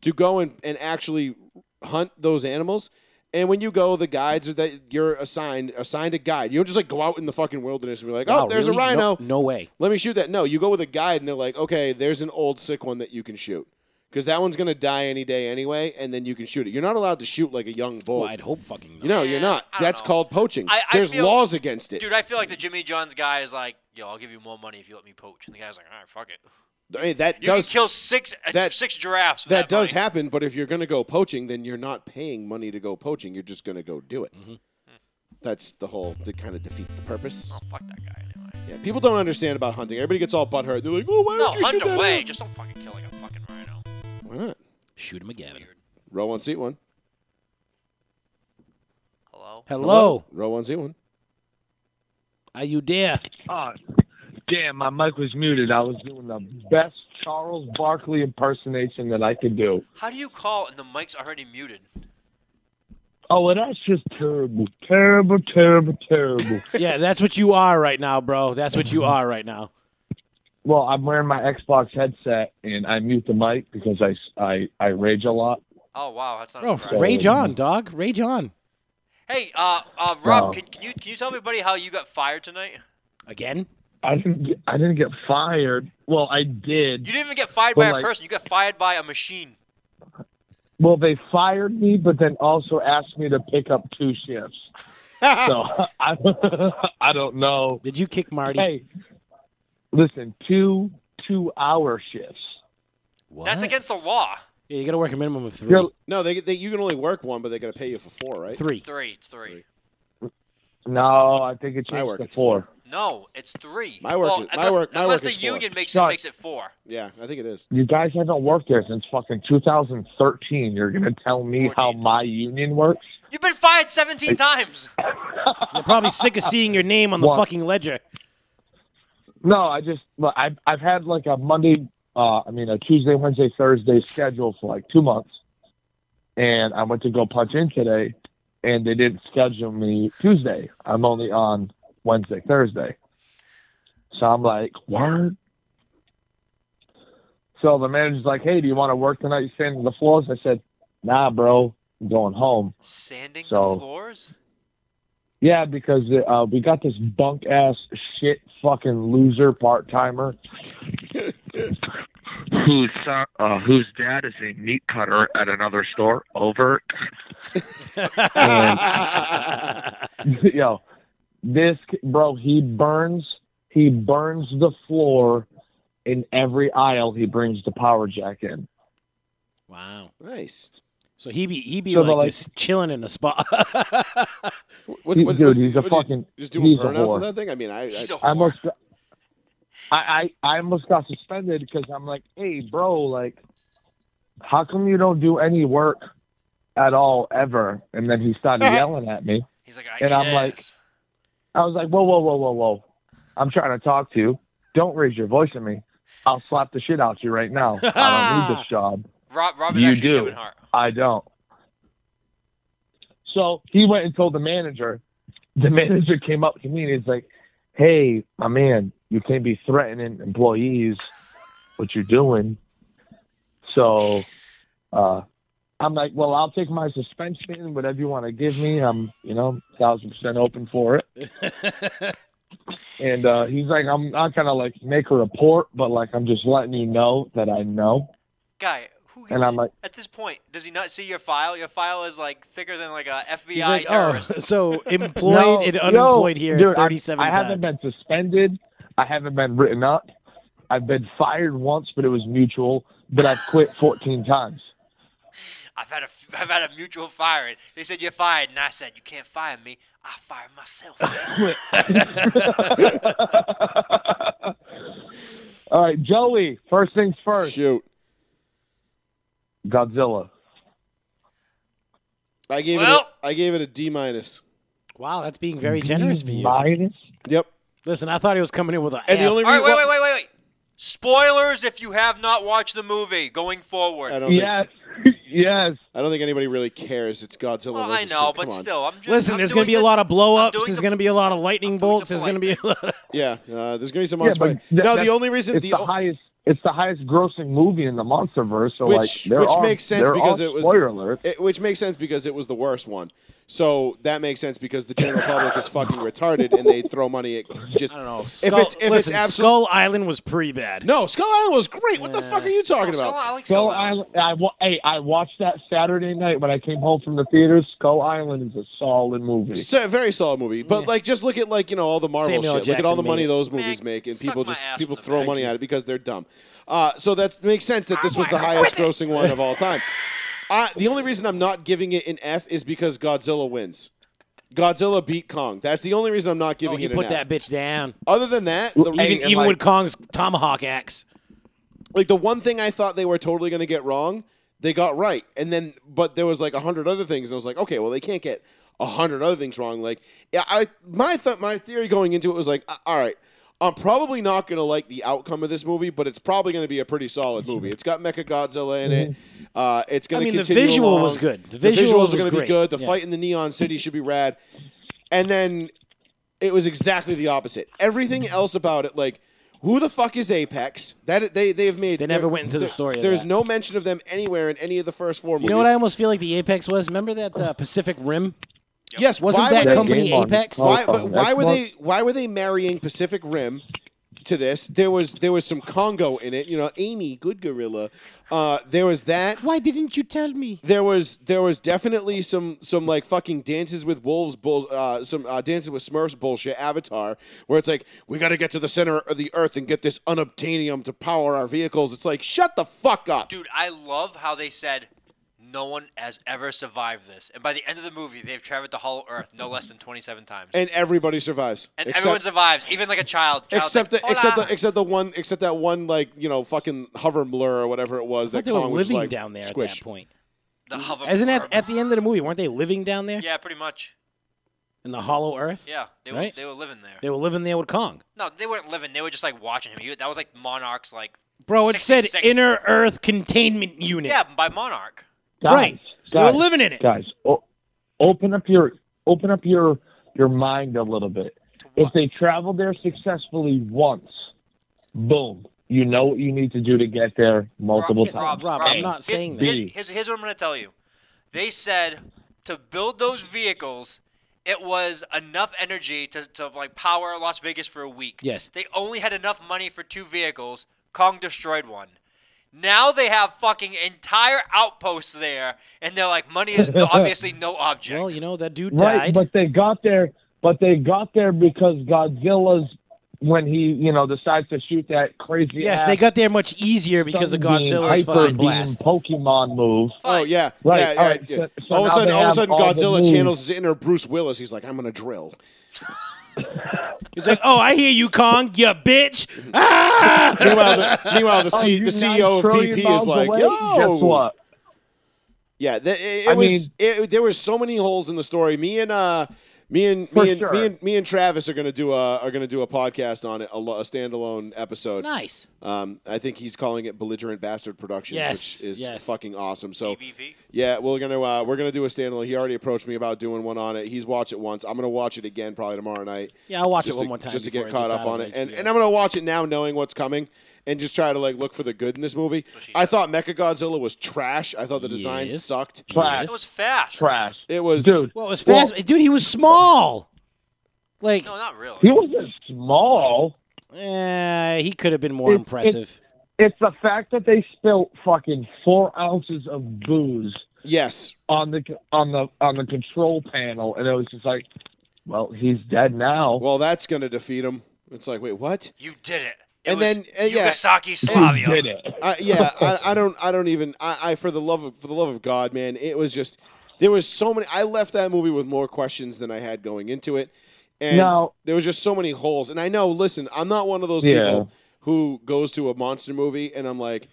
[SPEAKER 1] to go and, and actually hunt those animals. And when you go, the guides are that you're assigned assigned a guide. You don't just like go out in the fucking wilderness and be like, oh,
[SPEAKER 3] Wow,
[SPEAKER 1] there's
[SPEAKER 3] really?
[SPEAKER 1] a rhino.
[SPEAKER 3] No, no way.
[SPEAKER 1] Let me shoot that. No, you go with a guide, and they're like, okay, there's an old sick one that you can shoot because that one's gonna die any day anyway, and then you can shoot it. You're not allowed to shoot like a young bull.
[SPEAKER 3] Well, I'd hope fucking.
[SPEAKER 1] you know, you're
[SPEAKER 2] Eh,
[SPEAKER 1] not.
[SPEAKER 2] I don't
[SPEAKER 1] That's
[SPEAKER 2] know.
[SPEAKER 1] called poaching.
[SPEAKER 2] I- I
[SPEAKER 1] there's
[SPEAKER 2] feel-
[SPEAKER 1] laws against it.
[SPEAKER 2] Dude, I feel like the Jimmy John's guy is like, yo, I'll give you more money if you let me poach. And the guy's like, all right, fuck it.
[SPEAKER 1] I mean, that
[SPEAKER 2] You
[SPEAKER 1] does
[SPEAKER 2] can kill six uh,
[SPEAKER 1] that-
[SPEAKER 2] six giraffes. With
[SPEAKER 1] that
[SPEAKER 2] that,
[SPEAKER 1] does
[SPEAKER 2] money.
[SPEAKER 1] happen, but if you're going to go poaching, then you're not paying money to go poaching. You're just going to go do it.
[SPEAKER 2] Mm-hmm.
[SPEAKER 1] That's the whole. That kind of defeats the purpose.
[SPEAKER 2] Oh, fuck that guy anyway.
[SPEAKER 1] Yeah, people don't understand about hunting. Everybody gets all butthurt. They're like, "Oh, why
[SPEAKER 2] No,
[SPEAKER 1] don't you shoot
[SPEAKER 2] hunt
[SPEAKER 1] that?"
[SPEAKER 2] away.
[SPEAKER 1] animal?"
[SPEAKER 2] Just don't fucking kill like a fucking rhino.
[SPEAKER 1] Why not?
[SPEAKER 3] Shoot him again.
[SPEAKER 1] Row one, seat one.
[SPEAKER 2] Hello.
[SPEAKER 3] Hello,
[SPEAKER 1] Row one, seat one.
[SPEAKER 3] are you there?
[SPEAKER 6] Oh, damn, my mic was muted. I was doing the best Charles Barkley impersonation that I could do.
[SPEAKER 2] How do you call and the mic's already muted?
[SPEAKER 6] Oh, and that's just terrible, terrible, terrible, terrible.
[SPEAKER 3] yeah, that's what you are right now, bro. That's what you are right now.
[SPEAKER 6] well, I'm wearing my Xbox headset and I mute the mic because I, I, I rage a lot.
[SPEAKER 2] Oh wow, that's not.
[SPEAKER 3] Bro,
[SPEAKER 2] a surprise.
[SPEAKER 3] rage on, dog. Rage on
[SPEAKER 2] Hey, uh, uh, Rob,
[SPEAKER 6] Oh.
[SPEAKER 2] can, can you can you tell everybody how you got fired tonight?
[SPEAKER 3] again.
[SPEAKER 6] I didn't get, I didn't get fired. Well, I did.
[SPEAKER 2] You didn't even get fired
[SPEAKER 6] Well,
[SPEAKER 2] by
[SPEAKER 6] like-
[SPEAKER 2] a person. You got fired by a machine.
[SPEAKER 6] Well, they fired me, but then also asked me to pick up two shifts. so I, I don't know.
[SPEAKER 3] Did you kick Marty?
[SPEAKER 6] Hey, listen, two two-hour shifts.
[SPEAKER 3] what?
[SPEAKER 2] That's against the law.
[SPEAKER 3] Yeah, you got to work a minimum of 3
[SPEAKER 6] You're,
[SPEAKER 1] No, they, they you can only work one, but they got to pay you for four, right?
[SPEAKER 3] three.
[SPEAKER 2] Three. It's three.
[SPEAKER 6] no, I think it
[SPEAKER 1] My work,
[SPEAKER 6] changed to
[SPEAKER 1] it's
[SPEAKER 6] four.
[SPEAKER 2] No, it's three.
[SPEAKER 1] My work
[SPEAKER 2] Well,
[SPEAKER 1] is- my
[SPEAKER 2] unless,
[SPEAKER 1] work- my
[SPEAKER 2] unless
[SPEAKER 1] work is
[SPEAKER 2] the
[SPEAKER 1] four.
[SPEAKER 2] union makes it
[SPEAKER 6] Sorry.
[SPEAKER 2] makes it four.
[SPEAKER 1] Yeah, I think it is.
[SPEAKER 6] You guys haven't worked there since fucking 2013. You're gonna tell me how
[SPEAKER 2] 14.
[SPEAKER 6] my union works?
[SPEAKER 2] You've been fired 17 times.
[SPEAKER 3] You're probably sick of seeing your name on the
[SPEAKER 6] One.
[SPEAKER 3] fucking ledger.
[SPEAKER 6] No, I just look, I've I've had like a Monday, uh, I mean a Tuesday, Wednesday, Thursday schedule for like two months, and I went to go punch in today, and they didn't schedule me Tuesday. I'm only on Wednesday, Thursday. So I'm like, word. So the manager's like, hey, do you want to work tonight? You sanding the floors? I said, nah, bro, I'm going home.
[SPEAKER 2] Sanding
[SPEAKER 6] So-
[SPEAKER 2] the floors.
[SPEAKER 6] Yeah, because uh, we got this bunk ass shit fucking loser part timer whose son, uh, whose dad is a meat cutter at another store. Over, yo, this k- bro, he burns he burns the floor in every aisle. He brings the power jack in.
[SPEAKER 3] Wow.
[SPEAKER 1] nice.
[SPEAKER 3] So he be he be
[SPEAKER 6] So the,
[SPEAKER 3] like
[SPEAKER 6] like-
[SPEAKER 3] just chilling in the spot.
[SPEAKER 1] So what's,
[SPEAKER 6] He-
[SPEAKER 1] what's,
[SPEAKER 6] dude,
[SPEAKER 1] what-
[SPEAKER 6] he's a
[SPEAKER 1] what'd you-
[SPEAKER 6] fucking-
[SPEAKER 1] just doing
[SPEAKER 6] he's a
[SPEAKER 1] burnouts
[SPEAKER 6] whore.
[SPEAKER 1] of that thing. I mean, I,
[SPEAKER 2] He's
[SPEAKER 1] I
[SPEAKER 2] a
[SPEAKER 6] I almost, I, I, I almost got suspended because I'm like, hey, bro, like, how come you don't do any work at all ever? And then he started yelling at me.
[SPEAKER 2] He's like, I
[SPEAKER 6] And
[SPEAKER 2] need
[SPEAKER 6] I'm like-
[SPEAKER 2] ass.
[SPEAKER 6] I was like, whoa, whoa, whoa, whoa, whoa. I'm trying to talk to you. Don't raise your voice at me. I'll slap the shit out you right now. I don't need this job.
[SPEAKER 2] Rob, Robert
[SPEAKER 6] You
[SPEAKER 2] actually
[SPEAKER 6] do.
[SPEAKER 2] Kevin Hart.
[SPEAKER 6] I don't. So he went and told the manager. The manager came up to me and he's like, Hey, my man, you can't be threatening employees what you're doing. So uh, I'm like, well, I'll take my suspension, whatever you want to give me. I'm, you know, thousand percent open for it. And uh, he's like, I'm not gonna like make a report, but like I'm just letting you know that I know.
[SPEAKER 2] Guy, who gives
[SPEAKER 6] And I'm
[SPEAKER 2] a-
[SPEAKER 6] like-
[SPEAKER 2] at this point, does he not see your file? Your file is like thicker than like a FBI
[SPEAKER 3] He's like, oh,
[SPEAKER 2] terrorist.
[SPEAKER 3] so employed and
[SPEAKER 6] No,
[SPEAKER 3] unemployed
[SPEAKER 6] no,
[SPEAKER 3] here
[SPEAKER 6] dude, I-
[SPEAKER 3] 37
[SPEAKER 6] I,
[SPEAKER 3] times.
[SPEAKER 6] haven't been suspended. I haven't been written up. I've been fired once, but it was mutual. But I've quit 14 times. "Oh."
[SPEAKER 2] I've had a f- I've had a mutual firing. They said you're fired, and I said you can't fire me. I fired myself.
[SPEAKER 6] All right, Joey. First things first.
[SPEAKER 1] Shoot.
[SPEAKER 6] Godzilla.
[SPEAKER 1] I gave it.
[SPEAKER 2] Well-
[SPEAKER 1] A, I gave it a D minus.
[SPEAKER 3] wow, that's being very
[SPEAKER 6] Mm-hmm.
[SPEAKER 3] generous for you.
[SPEAKER 6] Minus.
[SPEAKER 1] Yep.
[SPEAKER 3] Listen, I thought he was coming in with a.
[SPEAKER 1] And the
[SPEAKER 3] F.
[SPEAKER 1] only
[SPEAKER 2] All right,
[SPEAKER 1] reason
[SPEAKER 2] wait, wait, wait, wait, wait. Spoilers if you have not watched the movie going forward.
[SPEAKER 1] I don't think
[SPEAKER 6] Yes. yes.
[SPEAKER 1] I don't think anybody really cares. It's Godzilla.
[SPEAKER 2] well, I
[SPEAKER 1] versus
[SPEAKER 2] know,
[SPEAKER 1] King-
[SPEAKER 2] but
[SPEAKER 1] come on.
[SPEAKER 2] still, I'm just.
[SPEAKER 3] Listen,
[SPEAKER 2] I'm
[SPEAKER 3] there's
[SPEAKER 2] doing
[SPEAKER 3] going to be a
[SPEAKER 2] the-
[SPEAKER 3] lot of blow ups.
[SPEAKER 2] doing
[SPEAKER 3] There's
[SPEAKER 2] the-
[SPEAKER 3] going to be a lot of lightning
[SPEAKER 2] I'm doing the
[SPEAKER 3] bolts. There's going to be. A lot of,
[SPEAKER 1] Yeah, uh, there's gonna be some
[SPEAKER 6] Yeah,
[SPEAKER 1] awesome
[SPEAKER 6] but
[SPEAKER 1] fight.
[SPEAKER 6] that-
[SPEAKER 1] no,
[SPEAKER 6] that's-
[SPEAKER 1] the only reason
[SPEAKER 6] It's the,
[SPEAKER 1] o-
[SPEAKER 6] highest. It's the highest grossing movie in the MonsterVerse. So
[SPEAKER 1] Which-
[SPEAKER 6] like, there
[SPEAKER 1] which
[SPEAKER 6] are-
[SPEAKER 1] makes sense
[SPEAKER 6] there
[SPEAKER 1] because
[SPEAKER 6] are
[SPEAKER 1] it was-
[SPEAKER 6] spoiler alert.
[SPEAKER 1] It, which makes sense because it was the worst one. So that makes sense because the general public is fucking retarded and they throw money at just.
[SPEAKER 3] I don't know.
[SPEAKER 1] If
[SPEAKER 3] Skull,
[SPEAKER 1] it's if
[SPEAKER 3] listen,
[SPEAKER 1] it's absolute.
[SPEAKER 3] Skull Island was pretty bad.
[SPEAKER 1] No, Skull Island was great. What the fuck are you talking
[SPEAKER 2] Skull
[SPEAKER 1] about?
[SPEAKER 2] Island,
[SPEAKER 6] Skull
[SPEAKER 2] Skull
[SPEAKER 6] Island. I, wa- hey, I watched that Saturday night when I came home from the theaters. Skull Island is a solid movie.
[SPEAKER 1] So, very solid movie, but like just look at like you know all the Marvel
[SPEAKER 3] Samuel
[SPEAKER 1] shit. look at all
[SPEAKER 3] Jackson
[SPEAKER 1] the money
[SPEAKER 3] made it.
[SPEAKER 1] those movies
[SPEAKER 2] Man,
[SPEAKER 1] make, and
[SPEAKER 2] suck
[SPEAKER 1] people
[SPEAKER 2] my
[SPEAKER 1] just
[SPEAKER 2] ass
[SPEAKER 1] people
[SPEAKER 2] with
[SPEAKER 1] throw
[SPEAKER 2] it.
[SPEAKER 1] money at it because they're dumb. Uh, so that makes sense that this was the highest grossing one of all time. Uh, the only reason I'm not giving it an F is because Godzilla wins. Godzilla beat Kong. That's the only reason I'm not
[SPEAKER 3] Oh,
[SPEAKER 1] giving
[SPEAKER 3] he
[SPEAKER 1] it an
[SPEAKER 3] put
[SPEAKER 1] F.
[SPEAKER 3] that bitch down.
[SPEAKER 1] Other than that, the
[SPEAKER 6] Hey,
[SPEAKER 3] even
[SPEAKER 6] and
[SPEAKER 3] even
[SPEAKER 6] like-
[SPEAKER 3] with Kong's tomahawk axe.
[SPEAKER 1] like the one thing I thought they were totally going to get wrong, they got right. And then, but there was like a hundred other things, and I was like, okay, well, they can't get a hundred other things wrong. Like, yeah, I my th- my theory going into it was like, a- all right. I'm probably not going to like the outcome of this movie, but it's probably going to be a pretty solid movie. It's got Mecha Godzilla in it. Uh, it's going
[SPEAKER 3] Mm-hmm. I
[SPEAKER 1] to
[SPEAKER 3] mean, the
[SPEAKER 1] continue.
[SPEAKER 3] visual
[SPEAKER 1] along.
[SPEAKER 3] was good. The
[SPEAKER 1] The
[SPEAKER 3] visual
[SPEAKER 1] visuals
[SPEAKER 3] was
[SPEAKER 1] are going to be
[SPEAKER 3] great.
[SPEAKER 1] good. The
[SPEAKER 3] Yeah.
[SPEAKER 1] fight in the Neon City should be rad. And then it was exactly the opposite. Everything else about it, like who the fuck is Apex? That they they have made.
[SPEAKER 3] They never
[SPEAKER 1] there-
[SPEAKER 3] went into the
[SPEAKER 1] there-
[SPEAKER 3] story of
[SPEAKER 1] There's
[SPEAKER 3] that.
[SPEAKER 1] no mention of them anywhere in any of the first four
[SPEAKER 3] You
[SPEAKER 1] movies.
[SPEAKER 3] know what I almost feel like the Apex was? Remember that uh, Pacific Rim?
[SPEAKER 1] yes,
[SPEAKER 3] Wasn't
[SPEAKER 1] why
[SPEAKER 3] that
[SPEAKER 1] were they,
[SPEAKER 3] company
[SPEAKER 6] Game on
[SPEAKER 3] Apex?
[SPEAKER 1] Why,
[SPEAKER 6] Oh,
[SPEAKER 1] but why
[SPEAKER 6] that's
[SPEAKER 1] were
[SPEAKER 6] not-
[SPEAKER 1] they? Why were they marrying Pacific Rim to this? There was there was some Congo in it. You know, Amy, good gorilla. Uh, there was that.
[SPEAKER 3] Why didn't you tell me?
[SPEAKER 1] There was there was definitely some some like fucking dances with wolves bull uh, some uh, dances with Smurfs bullshit Avatar where it's like we got to get to the center of the earth and get this unobtainium to power our vehicles. It's like shut the fuck up.
[SPEAKER 2] Dude, I love how they said no one has ever survived this, and by the end of the movie, they've traveled the whole Earth no less than 27 times, and,
[SPEAKER 1] And everybody survives.
[SPEAKER 2] everyone survives, even like a child. Child's
[SPEAKER 1] except
[SPEAKER 2] like,
[SPEAKER 1] the except
[SPEAKER 2] "Hola."
[SPEAKER 1] the except the one except that one like you know fucking hover blur or whatever it was
[SPEAKER 3] I
[SPEAKER 1] that
[SPEAKER 3] thought they were
[SPEAKER 1] Kong was
[SPEAKER 3] living
[SPEAKER 1] like
[SPEAKER 3] down there at
[SPEAKER 1] squish.
[SPEAKER 3] that point.
[SPEAKER 2] the hover.
[SPEAKER 3] Isn't that at the end of the movie? Weren't they living down there
[SPEAKER 2] yeah, pretty much.
[SPEAKER 3] in the Hollow Earth?
[SPEAKER 2] Yeah, they were
[SPEAKER 3] Right?
[SPEAKER 2] they were living there.
[SPEAKER 3] They were living there with Kong.
[SPEAKER 2] No, they weren't living. They were just like watching him. He, that was like Monarch's like.
[SPEAKER 3] Bro, it said
[SPEAKER 2] 66
[SPEAKER 3] Inner Earth Containment Unit.
[SPEAKER 2] Yeah, by Monarch.
[SPEAKER 6] Guys,
[SPEAKER 3] right. So they
[SPEAKER 6] guys,
[SPEAKER 3] were living in it.
[SPEAKER 6] guys. O- open up your open up your your mind a little bit. If they traveled there successfully once, boom, you know what you need to do to get there multiple
[SPEAKER 2] Rob,
[SPEAKER 6] times.
[SPEAKER 2] Rob,
[SPEAKER 3] Rob,
[SPEAKER 2] Rob,
[SPEAKER 3] I'm not
[SPEAKER 2] here's-
[SPEAKER 3] saying
[SPEAKER 2] here's,
[SPEAKER 6] that.
[SPEAKER 2] Here's, here's what I'm going to tell you. They said to build those vehicles, it was enough energy to, to like power Las Vegas for a week.
[SPEAKER 3] Yes.
[SPEAKER 2] They only had enough money for two vehicles. Kong destroyed one. Now they have fucking entire outposts there, and they're like, money is obviously no object.
[SPEAKER 3] Well, you know, that dude
[SPEAKER 6] Right,
[SPEAKER 3] died.
[SPEAKER 6] but they got there, but they got there because Godzilla's when he you know decides to shoot that crazy.
[SPEAKER 3] yes,
[SPEAKER 6] ass
[SPEAKER 3] they got there much easier because of
[SPEAKER 6] Sunbeam
[SPEAKER 3] Godzilla's
[SPEAKER 6] hyper
[SPEAKER 3] fucking
[SPEAKER 6] beam
[SPEAKER 3] blast.
[SPEAKER 6] Pokemon move.
[SPEAKER 1] Oh
[SPEAKER 2] Fine.
[SPEAKER 1] yeah,
[SPEAKER 6] Right,
[SPEAKER 1] yeah, yeah.
[SPEAKER 6] all right,
[SPEAKER 1] yeah.
[SPEAKER 6] so- so
[SPEAKER 1] all of a
[SPEAKER 6] now
[SPEAKER 1] sudden,
[SPEAKER 6] they
[SPEAKER 1] all of a
[SPEAKER 6] have
[SPEAKER 1] sudden,
[SPEAKER 6] all the
[SPEAKER 1] Godzilla
[SPEAKER 6] moves.
[SPEAKER 1] channels his inner Bruce Willis. He's like, I'm gonna drill.
[SPEAKER 3] He's like, oh, I hear you, Kong, you bitch. Ah!
[SPEAKER 1] meanwhile, the, meanwhile, the, C,
[SPEAKER 6] you
[SPEAKER 1] the
[SPEAKER 6] nine
[SPEAKER 1] CEO of
[SPEAKER 6] trillion
[SPEAKER 1] BP is
[SPEAKER 6] miles
[SPEAKER 1] like,
[SPEAKER 6] away?
[SPEAKER 1] yo,
[SPEAKER 6] guess what?
[SPEAKER 1] Yeah, th- it,
[SPEAKER 6] I
[SPEAKER 1] it was.
[SPEAKER 6] mean-
[SPEAKER 1] it, there were so many holes in the story. Me and uh, me and
[SPEAKER 6] For
[SPEAKER 1] me and
[SPEAKER 6] sure.
[SPEAKER 1] me and me and Travis are gonna do a are gonna do a podcast on it, a, lo- a standalone episode.
[SPEAKER 3] nice.
[SPEAKER 1] Um, I think he's calling it belligerent bastard productions,
[SPEAKER 3] Yes,
[SPEAKER 1] which is
[SPEAKER 3] yes.
[SPEAKER 1] fucking awesome. So
[SPEAKER 2] ABP.
[SPEAKER 1] yeah, we're gonna uh, we're gonna do a standalone. He already approached me about doing one on it. He's watched it once. I'm gonna watch it again probably tomorrow night.
[SPEAKER 3] Yeah, I'll watch
[SPEAKER 1] just
[SPEAKER 3] it one
[SPEAKER 1] to,
[SPEAKER 3] more time
[SPEAKER 1] just to
[SPEAKER 3] before
[SPEAKER 1] get caught
[SPEAKER 3] gets
[SPEAKER 1] up
[SPEAKER 3] out
[SPEAKER 1] on
[SPEAKER 3] of
[SPEAKER 1] it. And,
[SPEAKER 3] HBO.
[SPEAKER 1] and I'm gonna watch it now, knowing what's coming, and just try to like look for the good in this movie.
[SPEAKER 2] she
[SPEAKER 1] I thought Mecha Godzilla was trash. I thought the design
[SPEAKER 3] Yes.
[SPEAKER 1] sucked.
[SPEAKER 6] Trash.
[SPEAKER 2] That was fast.
[SPEAKER 6] Trash.
[SPEAKER 1] It was
[SPEAKER 6] Dude,
[SPEAKER 3] Well, it was
[SPEAKER 6] Well-
[SPEAKER 3] fast, dude. He was small. Like,
[SPEAKER 2] No, not really.
[SPEAKER 6] he wasn't small.
[SPEAKER 3] eh, he could have been more
[SPEAKER 6] It- it-
[SPEAKER 3] impressive.
[SPEAKER 6] It's the fact that they spilt fucking four ounces of booze
[SPEAKER 1] yes,
[SPEAKER 6] on the on the on the control panel, and it was just like, well, he's dead now.
[SPEAKER 1] Well, that's going to defeat him. It's like, wait, what?
[SPEAKER 2] You did it. it
[SPEAKER 1] And
[SPEAKER 2] was
[SPEAKER 1] then- uh, yeah.
[SPEAKER 2] Yugosaki
[SPEAKER 6] He
[SPEAKER 2] Slavia.
[SPEAKER 6] did it.
[SPEAKER 1] Uh, yeah, I, I don't, I don't even, I, I for the love of, for the love of God, man, it was just there was so many. I left that movie with more questions than I had going into it, and
[SPEAKER 6] Now-
[SPEAKER 1] there was just so many holes. And I know, listen, I'm not one of those
[SPEAKER 6] Yeah.
[SPEAKER 1] people who goes to a monster movie and I'm like.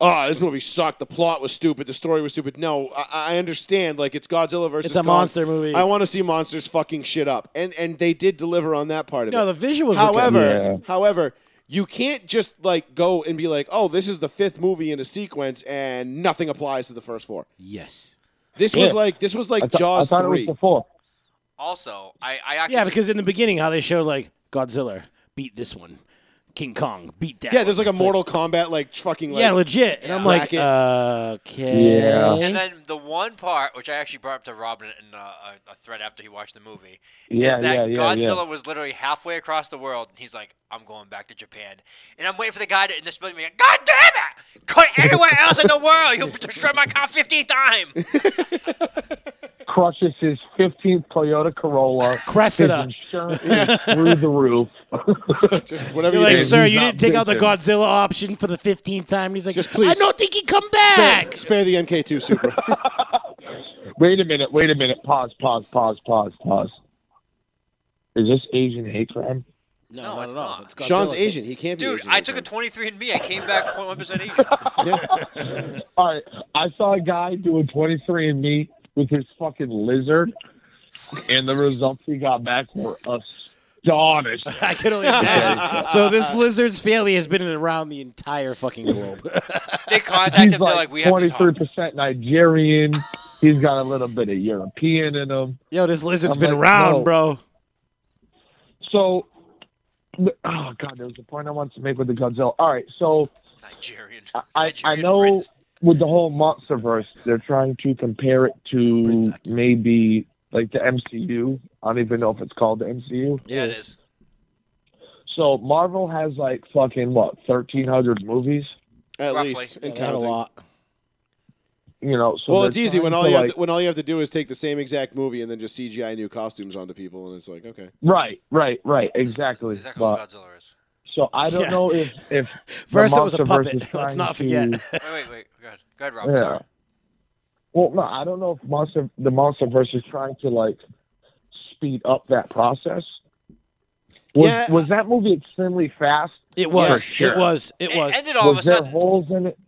[SPEAKER 1] Oh, this movie sucked. The plot was stupid. The story was stupid. No, I, I understand. Like it's Godzilla versus
[SPEAKER 3] It's a
[SPEAKER 1] Kong.
[SPEAKER 3] monster movie.
[SPEAKER 1] I want to see monsters fucking shit up, and and they did deliver on that part of it.
[SPEAKER 3] no, the visuals. were good.
[SPEAKER 1] However,
[SPEAKER 6] Yeah.
[SPEAKER 1] however, you can't just like go and be like, "Oh, this is the fifth movie in a sequence, and nothing applies to the first four.
[SPEAKER 3] yes.
[SPEAKER 1] This was
[SPEAKER 6] Yeah.
[SPEAKER 1] like this was like
[SPEAKER 6] I, thought-
[SPEAKER 1] Jaws
[SPEAKER 6] I thought
[SPEAKER 1] three.
[SPEAKER 6] it was before.
[SPEAKER 2] Also, I, I actually
[SPEAKER 3] Yeah, because in the beginning, how they showed like Godzilla beat this one, King Kong beat that.
[SPEAKER 1] yeah, there's
[SPEAKER 3] one.
[SPEAKER 1] like a
[SPEAKER 3] It's
[SPEAKER 1] Mortal Kombat like fucking like
[SPEAKER 3] yeah, legit. And
[SPEAKER 2] Yeah.
[SPEAKER 3] I'm like,
[SPEAKER 1] Bracket.
[SPEAKER 3] okay.
[SPEAKER 6] Yeah.
[SPEAKER 2] And then the one part, which I actually brought up to Robin in uh, a, a thread after he watched the movie,
[SPEAKER 6] Yeah,
[SPEAKER 2] is that
[SPEAKER 6] yeah, yeah,
[SPEAKER 2] Godzilla was literally halfway across the world, and he's like, "I'm going back to Japan," and I'm waiting for the guy to in this movie. Like, God damn it! Go anywhere else in the world, you destroyed my car 15 times.
[SPEAKER 6] yeah. Crushes his 15th Toyota Corolla.
[SPEAKER 3] Cressida.
[SPEAKER 6] His insurance is through the roof.
[SPEAKER 1] just whatever
[SPEAKER 3] You're
[SPEAKER 1] you
[SPEAKER 3] like,
[SPEAKER 1] do.
[SPEAKER 6] so-
[SPEAKER 3] sir,
[SPEAKER 6] he's
[SPEAKER 3] you
[SPEAKER 6] not
[SPEAKER 3] didn't take out the
[SPEAKER 6] big,
[SPEAKER 3] Godzilla option for the 15th time. And he's like,
[SPEAKER 1] Just please
[SPEAKER 3] I don't think he come
[SPEAKER 1] Spare,
[SPEAKER 3] back.
[SPEAKER 1] spare the MK2 Super.
[SPEAKER 6] wait a minute. Wait a minute. Pause. Pause. Pause. Pause. Pause. Is this Asian hate crime?
[SPEAKER 2] No, it's not.
[SPEAKER 3] Godzilla.
[SPEAKER 1] Sean's Asian. He can't be.
[SPEAKER 2] Dude,
[SPEAKER 1] Asian
[SPEAKER 2] I took a 23andMe. I came back 0.1% Asian.
[SPEAKER 1] Yeah.
[SPEAKER 6] All right. I saw a guy doing 23 and Me with his fucking lizard, and the results he got back were astonished.
[SPEAKER 3] I could only imagine. so this lizard's family has been around the entire fucking globe.
[SPEAKER 2] They contacted
[SPEAKER 6] He's
[SPEAKER 2] him. They're
[SPEAKER 6] like
[SPEAKER 2] like, "We have to talk."
[SPEAKER 6] 23% Nigerian. He's got a little bit of European in him.
[SPEAKER 3] Yo, this lizard's
[SPEAKER 6] I'm
[SPEAKER 3] been
[SPEAKER 6] like,
[SPEAKER 3] around,
[SPEAKER 6] no.
[SPEAKER 3] bro.
[SPEAKER 6] So, oh god, there was a point I wanted to make with the Godzilla. All right, so
[SPEAKER 2] Nigerian.
[SPEAKER 6] I, I
[SPEAKER 2] Nigerian
[SPEAKER 6] know
[SPEAKER 2] prince.
[SPEAKER 6] with the whole MonsterVerse, they're trying to compare it to
[SPEAKER 3] Prince.
[SPEAKER 6] maybe like the MCU. I don't even know if it's called the MCU.
[SPEAKER 2] Yeah, it is.
[SPEAKER 6] So Marvel has like fucking what thirteen hundred movies.
[SPEAKER 1] At
[SPEAKER 2] Roughly.
[SPEAKER 1] least
[SPEAKER 3] Yeah,
[SPEAKER 1] and
[SPEAKER 3] they had a
[SPEAKER 1] counting.
[SPEAKER 3] lot.
[SPEAKER 6] You know, so
[SPEAKER 1] Well,
[SPEAKER 6] they're
[SPEAKER 1] it's easy
[SPEAKER 6] trying
[SPEAKER 1] when
[SPEAKER 6] to,
[SPEAKER 1] all you have
[SPEAKER 6] like-
[SPEAKER 1] to, when all you have to do is take the same exact movie and then just CGI new costumes onto people, and it's like, okay,
[SPEAKER 6] right, right, right, exactly.
[SPEAKER 2] Is that
[SPEAKER 6] But-
[SPEAKER 2] what Godzilla is?
[SPEAKER 6] so I don't
[SPEAKER 3] Yeah.
[SPEAKER 6] know if if the
[SPEAKER 3] First, it was a
[SPEAKER 6] MonsterVerse
[SPEAKER 3] puppet.
[SPEAKER 6] is
[SPEAKER 3] Let's
[SPEAKER 6] trying
[SPEAKER 3] not
[SPEAKER 6] to-
[SPEAKER 3] forget.
[SPEAKER 2] Wait, wait, wait. Go ahead. Go ahead, Robin.
[SPEAKER 6] Yeah.
[SPEAKER 2] Sorry.
[SPEAKER 6] Well, no, I don't know if Monster the MonsterVerse is trying to like speed up that process. Was,
[SPEAKER 1] Yeah.
[SPEAKER 6] was that movie extremely fast?
[SPEAKER 3] It was.
[SPEAKER 1] For sure.
[SPEAKER 3] It was. It
[SPEAKER 2] It
[SPEAKER 3] was.
[SPEAKER 2] ended all of a
[SPEAKER 6] was there
[SPEAKER 2] sudden.
[SPEAKER 6] holes in it?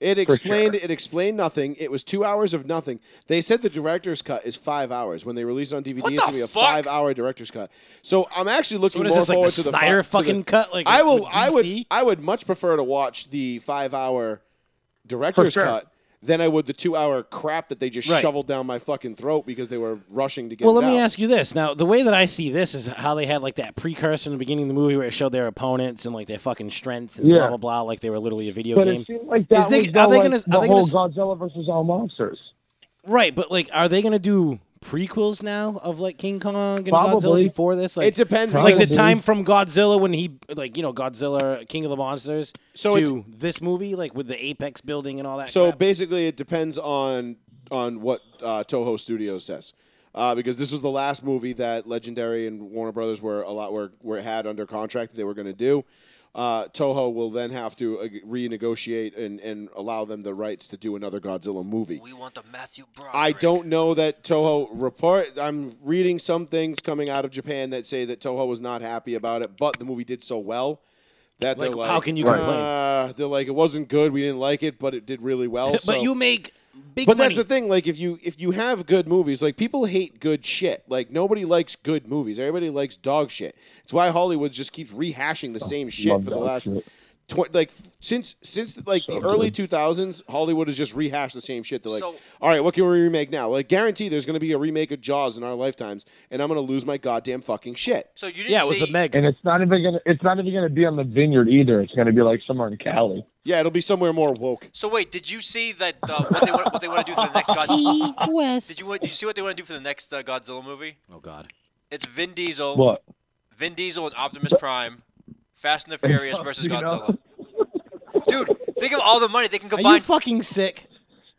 [SPEAKER 1] It
[SPEAKER 6] For
[SPEAKER 1] explained it explained nothing. It was two hours of nothing. They said the director's cut is five hours. When they release it on DVD,
[SPEAKER 2] What
[SPEAKER 1] it's
[SPEAKER 2] the
[SPEAKER 1] gonna be a
[SPEAKER 2] fuck?
[SPEAKER 1] five hour director's cut. So I'm actually looking
[SPEAKER 3] what is
[SPEAKER 1] more
[SPEAKER 3] this
[SPEAKER 1] forward
[SPEAKER 3] like the
[SPEAKER 1] to the
[SPEAKER 3] Snyder
[SPEAKER 1] fi- to the-
[SPEAKER 3] fucking cut? Like
[SPEAKER 1] I will.
[SPEAKER 3] with
[SPEAKER 1] I would.
[SPEAKER 3] DC?
[SPEAKER 1] I would much prefer to watch the five hour director's
[SPEAKER 6] sure.
[SPEAKER 1] cut than I would the two hour crap that they just
[SPEAKER 3] Right.
[SPEAKER 1] shoveled down my fucking throat because they were rushing to get.
[SPEAKER 3] Well,
[SPEAKER 1] it
[SPEAKER 3] let me
[SPEAKER 1] out.
[SPEAKER 3] ask you this. Now, the way that I see this is how they had like that precursor in the beginning of the movie where it showed their opponents and like their fucking strengths and
[SPEAKER 6] Yeah.
[SPEAKER 3] blah blah blah, like they were literally a video
[SPEAKER 6] But
[SPEAKER 3] game.
[SPEAKER 6] it seemed like that
[SPEAKER 3] Is they-
[SPEAKER 6] was
[SPEAKER 3] are
[SPEAKER 6] the,
[SPEAKER 3] they
[SPEAKER 6] like,
[SPEAKER 3] gonna- are
[SPEAKER 6] the
[SPEAKER 3] they
[SPEAKER 6] whole
[SPEAKER 3] gonna
[SPEAKER 6] Godzilla versus all monsters.
[SPEAKER 3] Right, but like, are they gonna do prequels now of like King Kong and
[SPEAKER 6] Probably.
[SPEAKER 3] Godzilla before this? Like,
[SPEAKER 1] it depends.
[SPEAKER 3] like the
[SPEAKER 1] because-
[SPEAKER 3] time from Godzilla when he like you know Godzilla King of the Monsters
[SPEAKER 1] So it-
[SPEAKER 3] to this movie, like with the Apex building and all that.
[SPEAKER 1] So
[SPEAKER 3] crap.
[SPEAKER 1] basically, it depends on on what uh, Toho Studios says, uh, because this was the last movie that Legendary and Warner Brothers were a lot were, were had under contract that they were going to do. Uh, Toho will then have to uh, renegotiate and, and allow them the rights to do another Godzilla movie.
[SPEAKER 2] We want the Matthew Broderick.
[SPEAKER 1] I don't know that Toho report. I'm reading some things coming out of Japan that say that Toho was not happy about it, but the movie did so well that they're
[SPEAKER 3] Like,
[SPEAKER 1] like,
[SPEAKER 3] how can you
[SPEAKER 1] uh,
[SPEAKER 3] complain?
[SPEAKER 1] They're like, it wasn't good. We didn't like it, but it did really well.
[SPEAKER 3] but
[SPEAKER 1] so-
[SPEAKER 3] you make big.
[SPEAKER 1] but
[SPEAKER 3] money.
[SPEAKER 1] that's the thing. Like, if you if you have good movies, like people hate good shit. Like nobody likes good movies. Everybody likes dog shit. It's why Hollywood just keeps rehashing the same shit
[SPEAKER 6] Oh, Love
[SPEAKER 1] for the
[SPEAKER 6] that
[SPEAKER 1] last
[SPEAKER 6] shit.
[SPEAKER 1] tw- like since since like the early 2000s, Hollywood has just rehashed the same shit. They're like,
[SPEAKER 2] So-
[SPEAKER 1] all right, what can we remake now? Like, guarantee there's going to be a remake of Jaws in our lifetimes, and I'm going to lose my goddamn fucking shit.
[SPEAKER 2] So you didn't
[SPEAKER 3] Yeah, it
[SPEAKER 2] see
[SPEAKER 3] was the Meg.
[SPEAKER 6] And it's not even gonna it's not even gonna be on the vineyard either. It's gonna be like somewhere in Cali.
[SPEAKER 1] Yeah, it'll be somewhere more woke.
[SPEAKER 2] So wait, did you see that uh, what they want, what they want to do for the next God?
[SPEAKER 3] Key West.
[SPEAKER 2] Did you wa- did you see what they want to do for the next uh, Godzilla movie?
[SPEAKER 3] Oh God.
[SPEAKER 2] It's Vin Diesel,
[SPEAKER 6] What?
[SPEAKER 2] Vin Diesel and Optimus Prime, Fast and the Furious versus
[SPEAKER 6] You know?
[SPEAKER 2] Godzilla. Dude, think of all the money they can
[SPEAKER 3] Are you
[SPEAKER 2] combine.
[SPEAKER 3] fucking sick?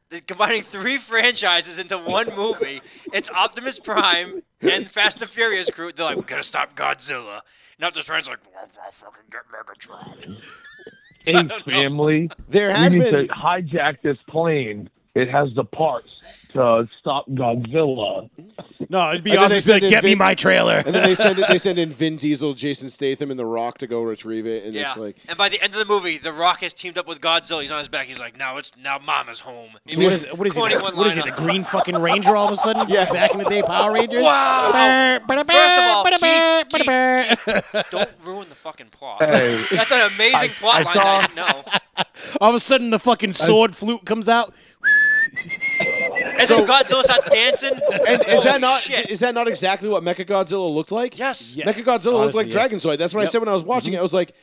[SPEAKER 2] they're combining three franchises into one movie. It's Optimus Prime and Fast and the Furious crew. They're like, we gotta stop Godzilla. And Optimus Prime's like, well, I'll fucking get Megatron.
[SPEAKER 6] Hey family.
[SPEAKER 1] There
[SPEAKER 6] We
[SPEAKER 1] has
[SPEAKER 6] need
[SPEAKER 1] been.
[SPEAKER 6] to hijack this plane. It has the parts to stop Godzilla.
[SPEAKER 3] No, it'd be
[SPEAKER 1] And then
[SPEAKER 3] obvious.
[SPEAKER 1] they
[SPEAKER 3] Like,
[SPEAKER 1] said
[SPEAKER 3] get
[SPEAKER 1] that
[SPEAKER 3] me
[SPEAKER 1] Vin-
[SPEAKER 3] my trailer.
[SPEAKER 1] And then they send it, they send in Vin Diesel, Jason Statham, and The Rock to go retrieve it, and
[SPEAKER 2] Yeah.
[SPEAKER 1] it's like
[SPEAKER 2] and by the end of the movie, The Rock has teamed up with Godzilla. He's on his back. He's like, now it's now Mama's home. He
[SPEAKER 3] What
[SPEAKER 2] leaves
[SPEAKER 3] is, what is he?
[SPEAKER 2] 21
[SPEAKER 3] What is he?
[SPEAKER 2] line
[SPEAKER 3] The
[SPEAKER 2] on-
[SPEAKER 3] green fucking ranger all of a sudden?
[SPEAKER 1] Yeah.
[SPEAKER 3] Back in the day, Power Rangers.
[SPEAKER 2] Wow.
[SPEAKER 3] First of
[SPEAKER 2] First of all, Keith, Keith, Keith, don't ruin the fucking plot.
[SPEAKER 6] Hey.
[SPEAKER 2] That's an amazing
[SPEAKER 6] I-
[SPEAKER 2] plot
[SPEAKER 6] I
[SPEAKER 2] line
[SPEAKER 6] saw-
[SPEAKER 2] that I didn't know.
[SPEAKER 3] all of a sudden, the fucking sword flute comes out.
[SPEAKER 2] And then Godzilla starts dancing.
[SPEAKER 1] And is
[SPEAKER 2] Holy
[SPEAKER 1] that not
[SPEAKER 2] shit.
[SPEAKER 1] is that not exactly what Mechagodzilla looked like?
[SPEAKER 2] Yes.
[SPEAKER 3] Yeah.
[SPEAKER 1] Mechagodzilla looked like
[SPEAKER 3] Honestly, yeah.
[SPEAKER 1] Dragonzoid. That's what I
[SPEAKER 3] Yep.
[SPEAKER 1] said when I was
[SPEAKER 6] Mm-hmm.
[SPEAKER 1] watching it. I was like,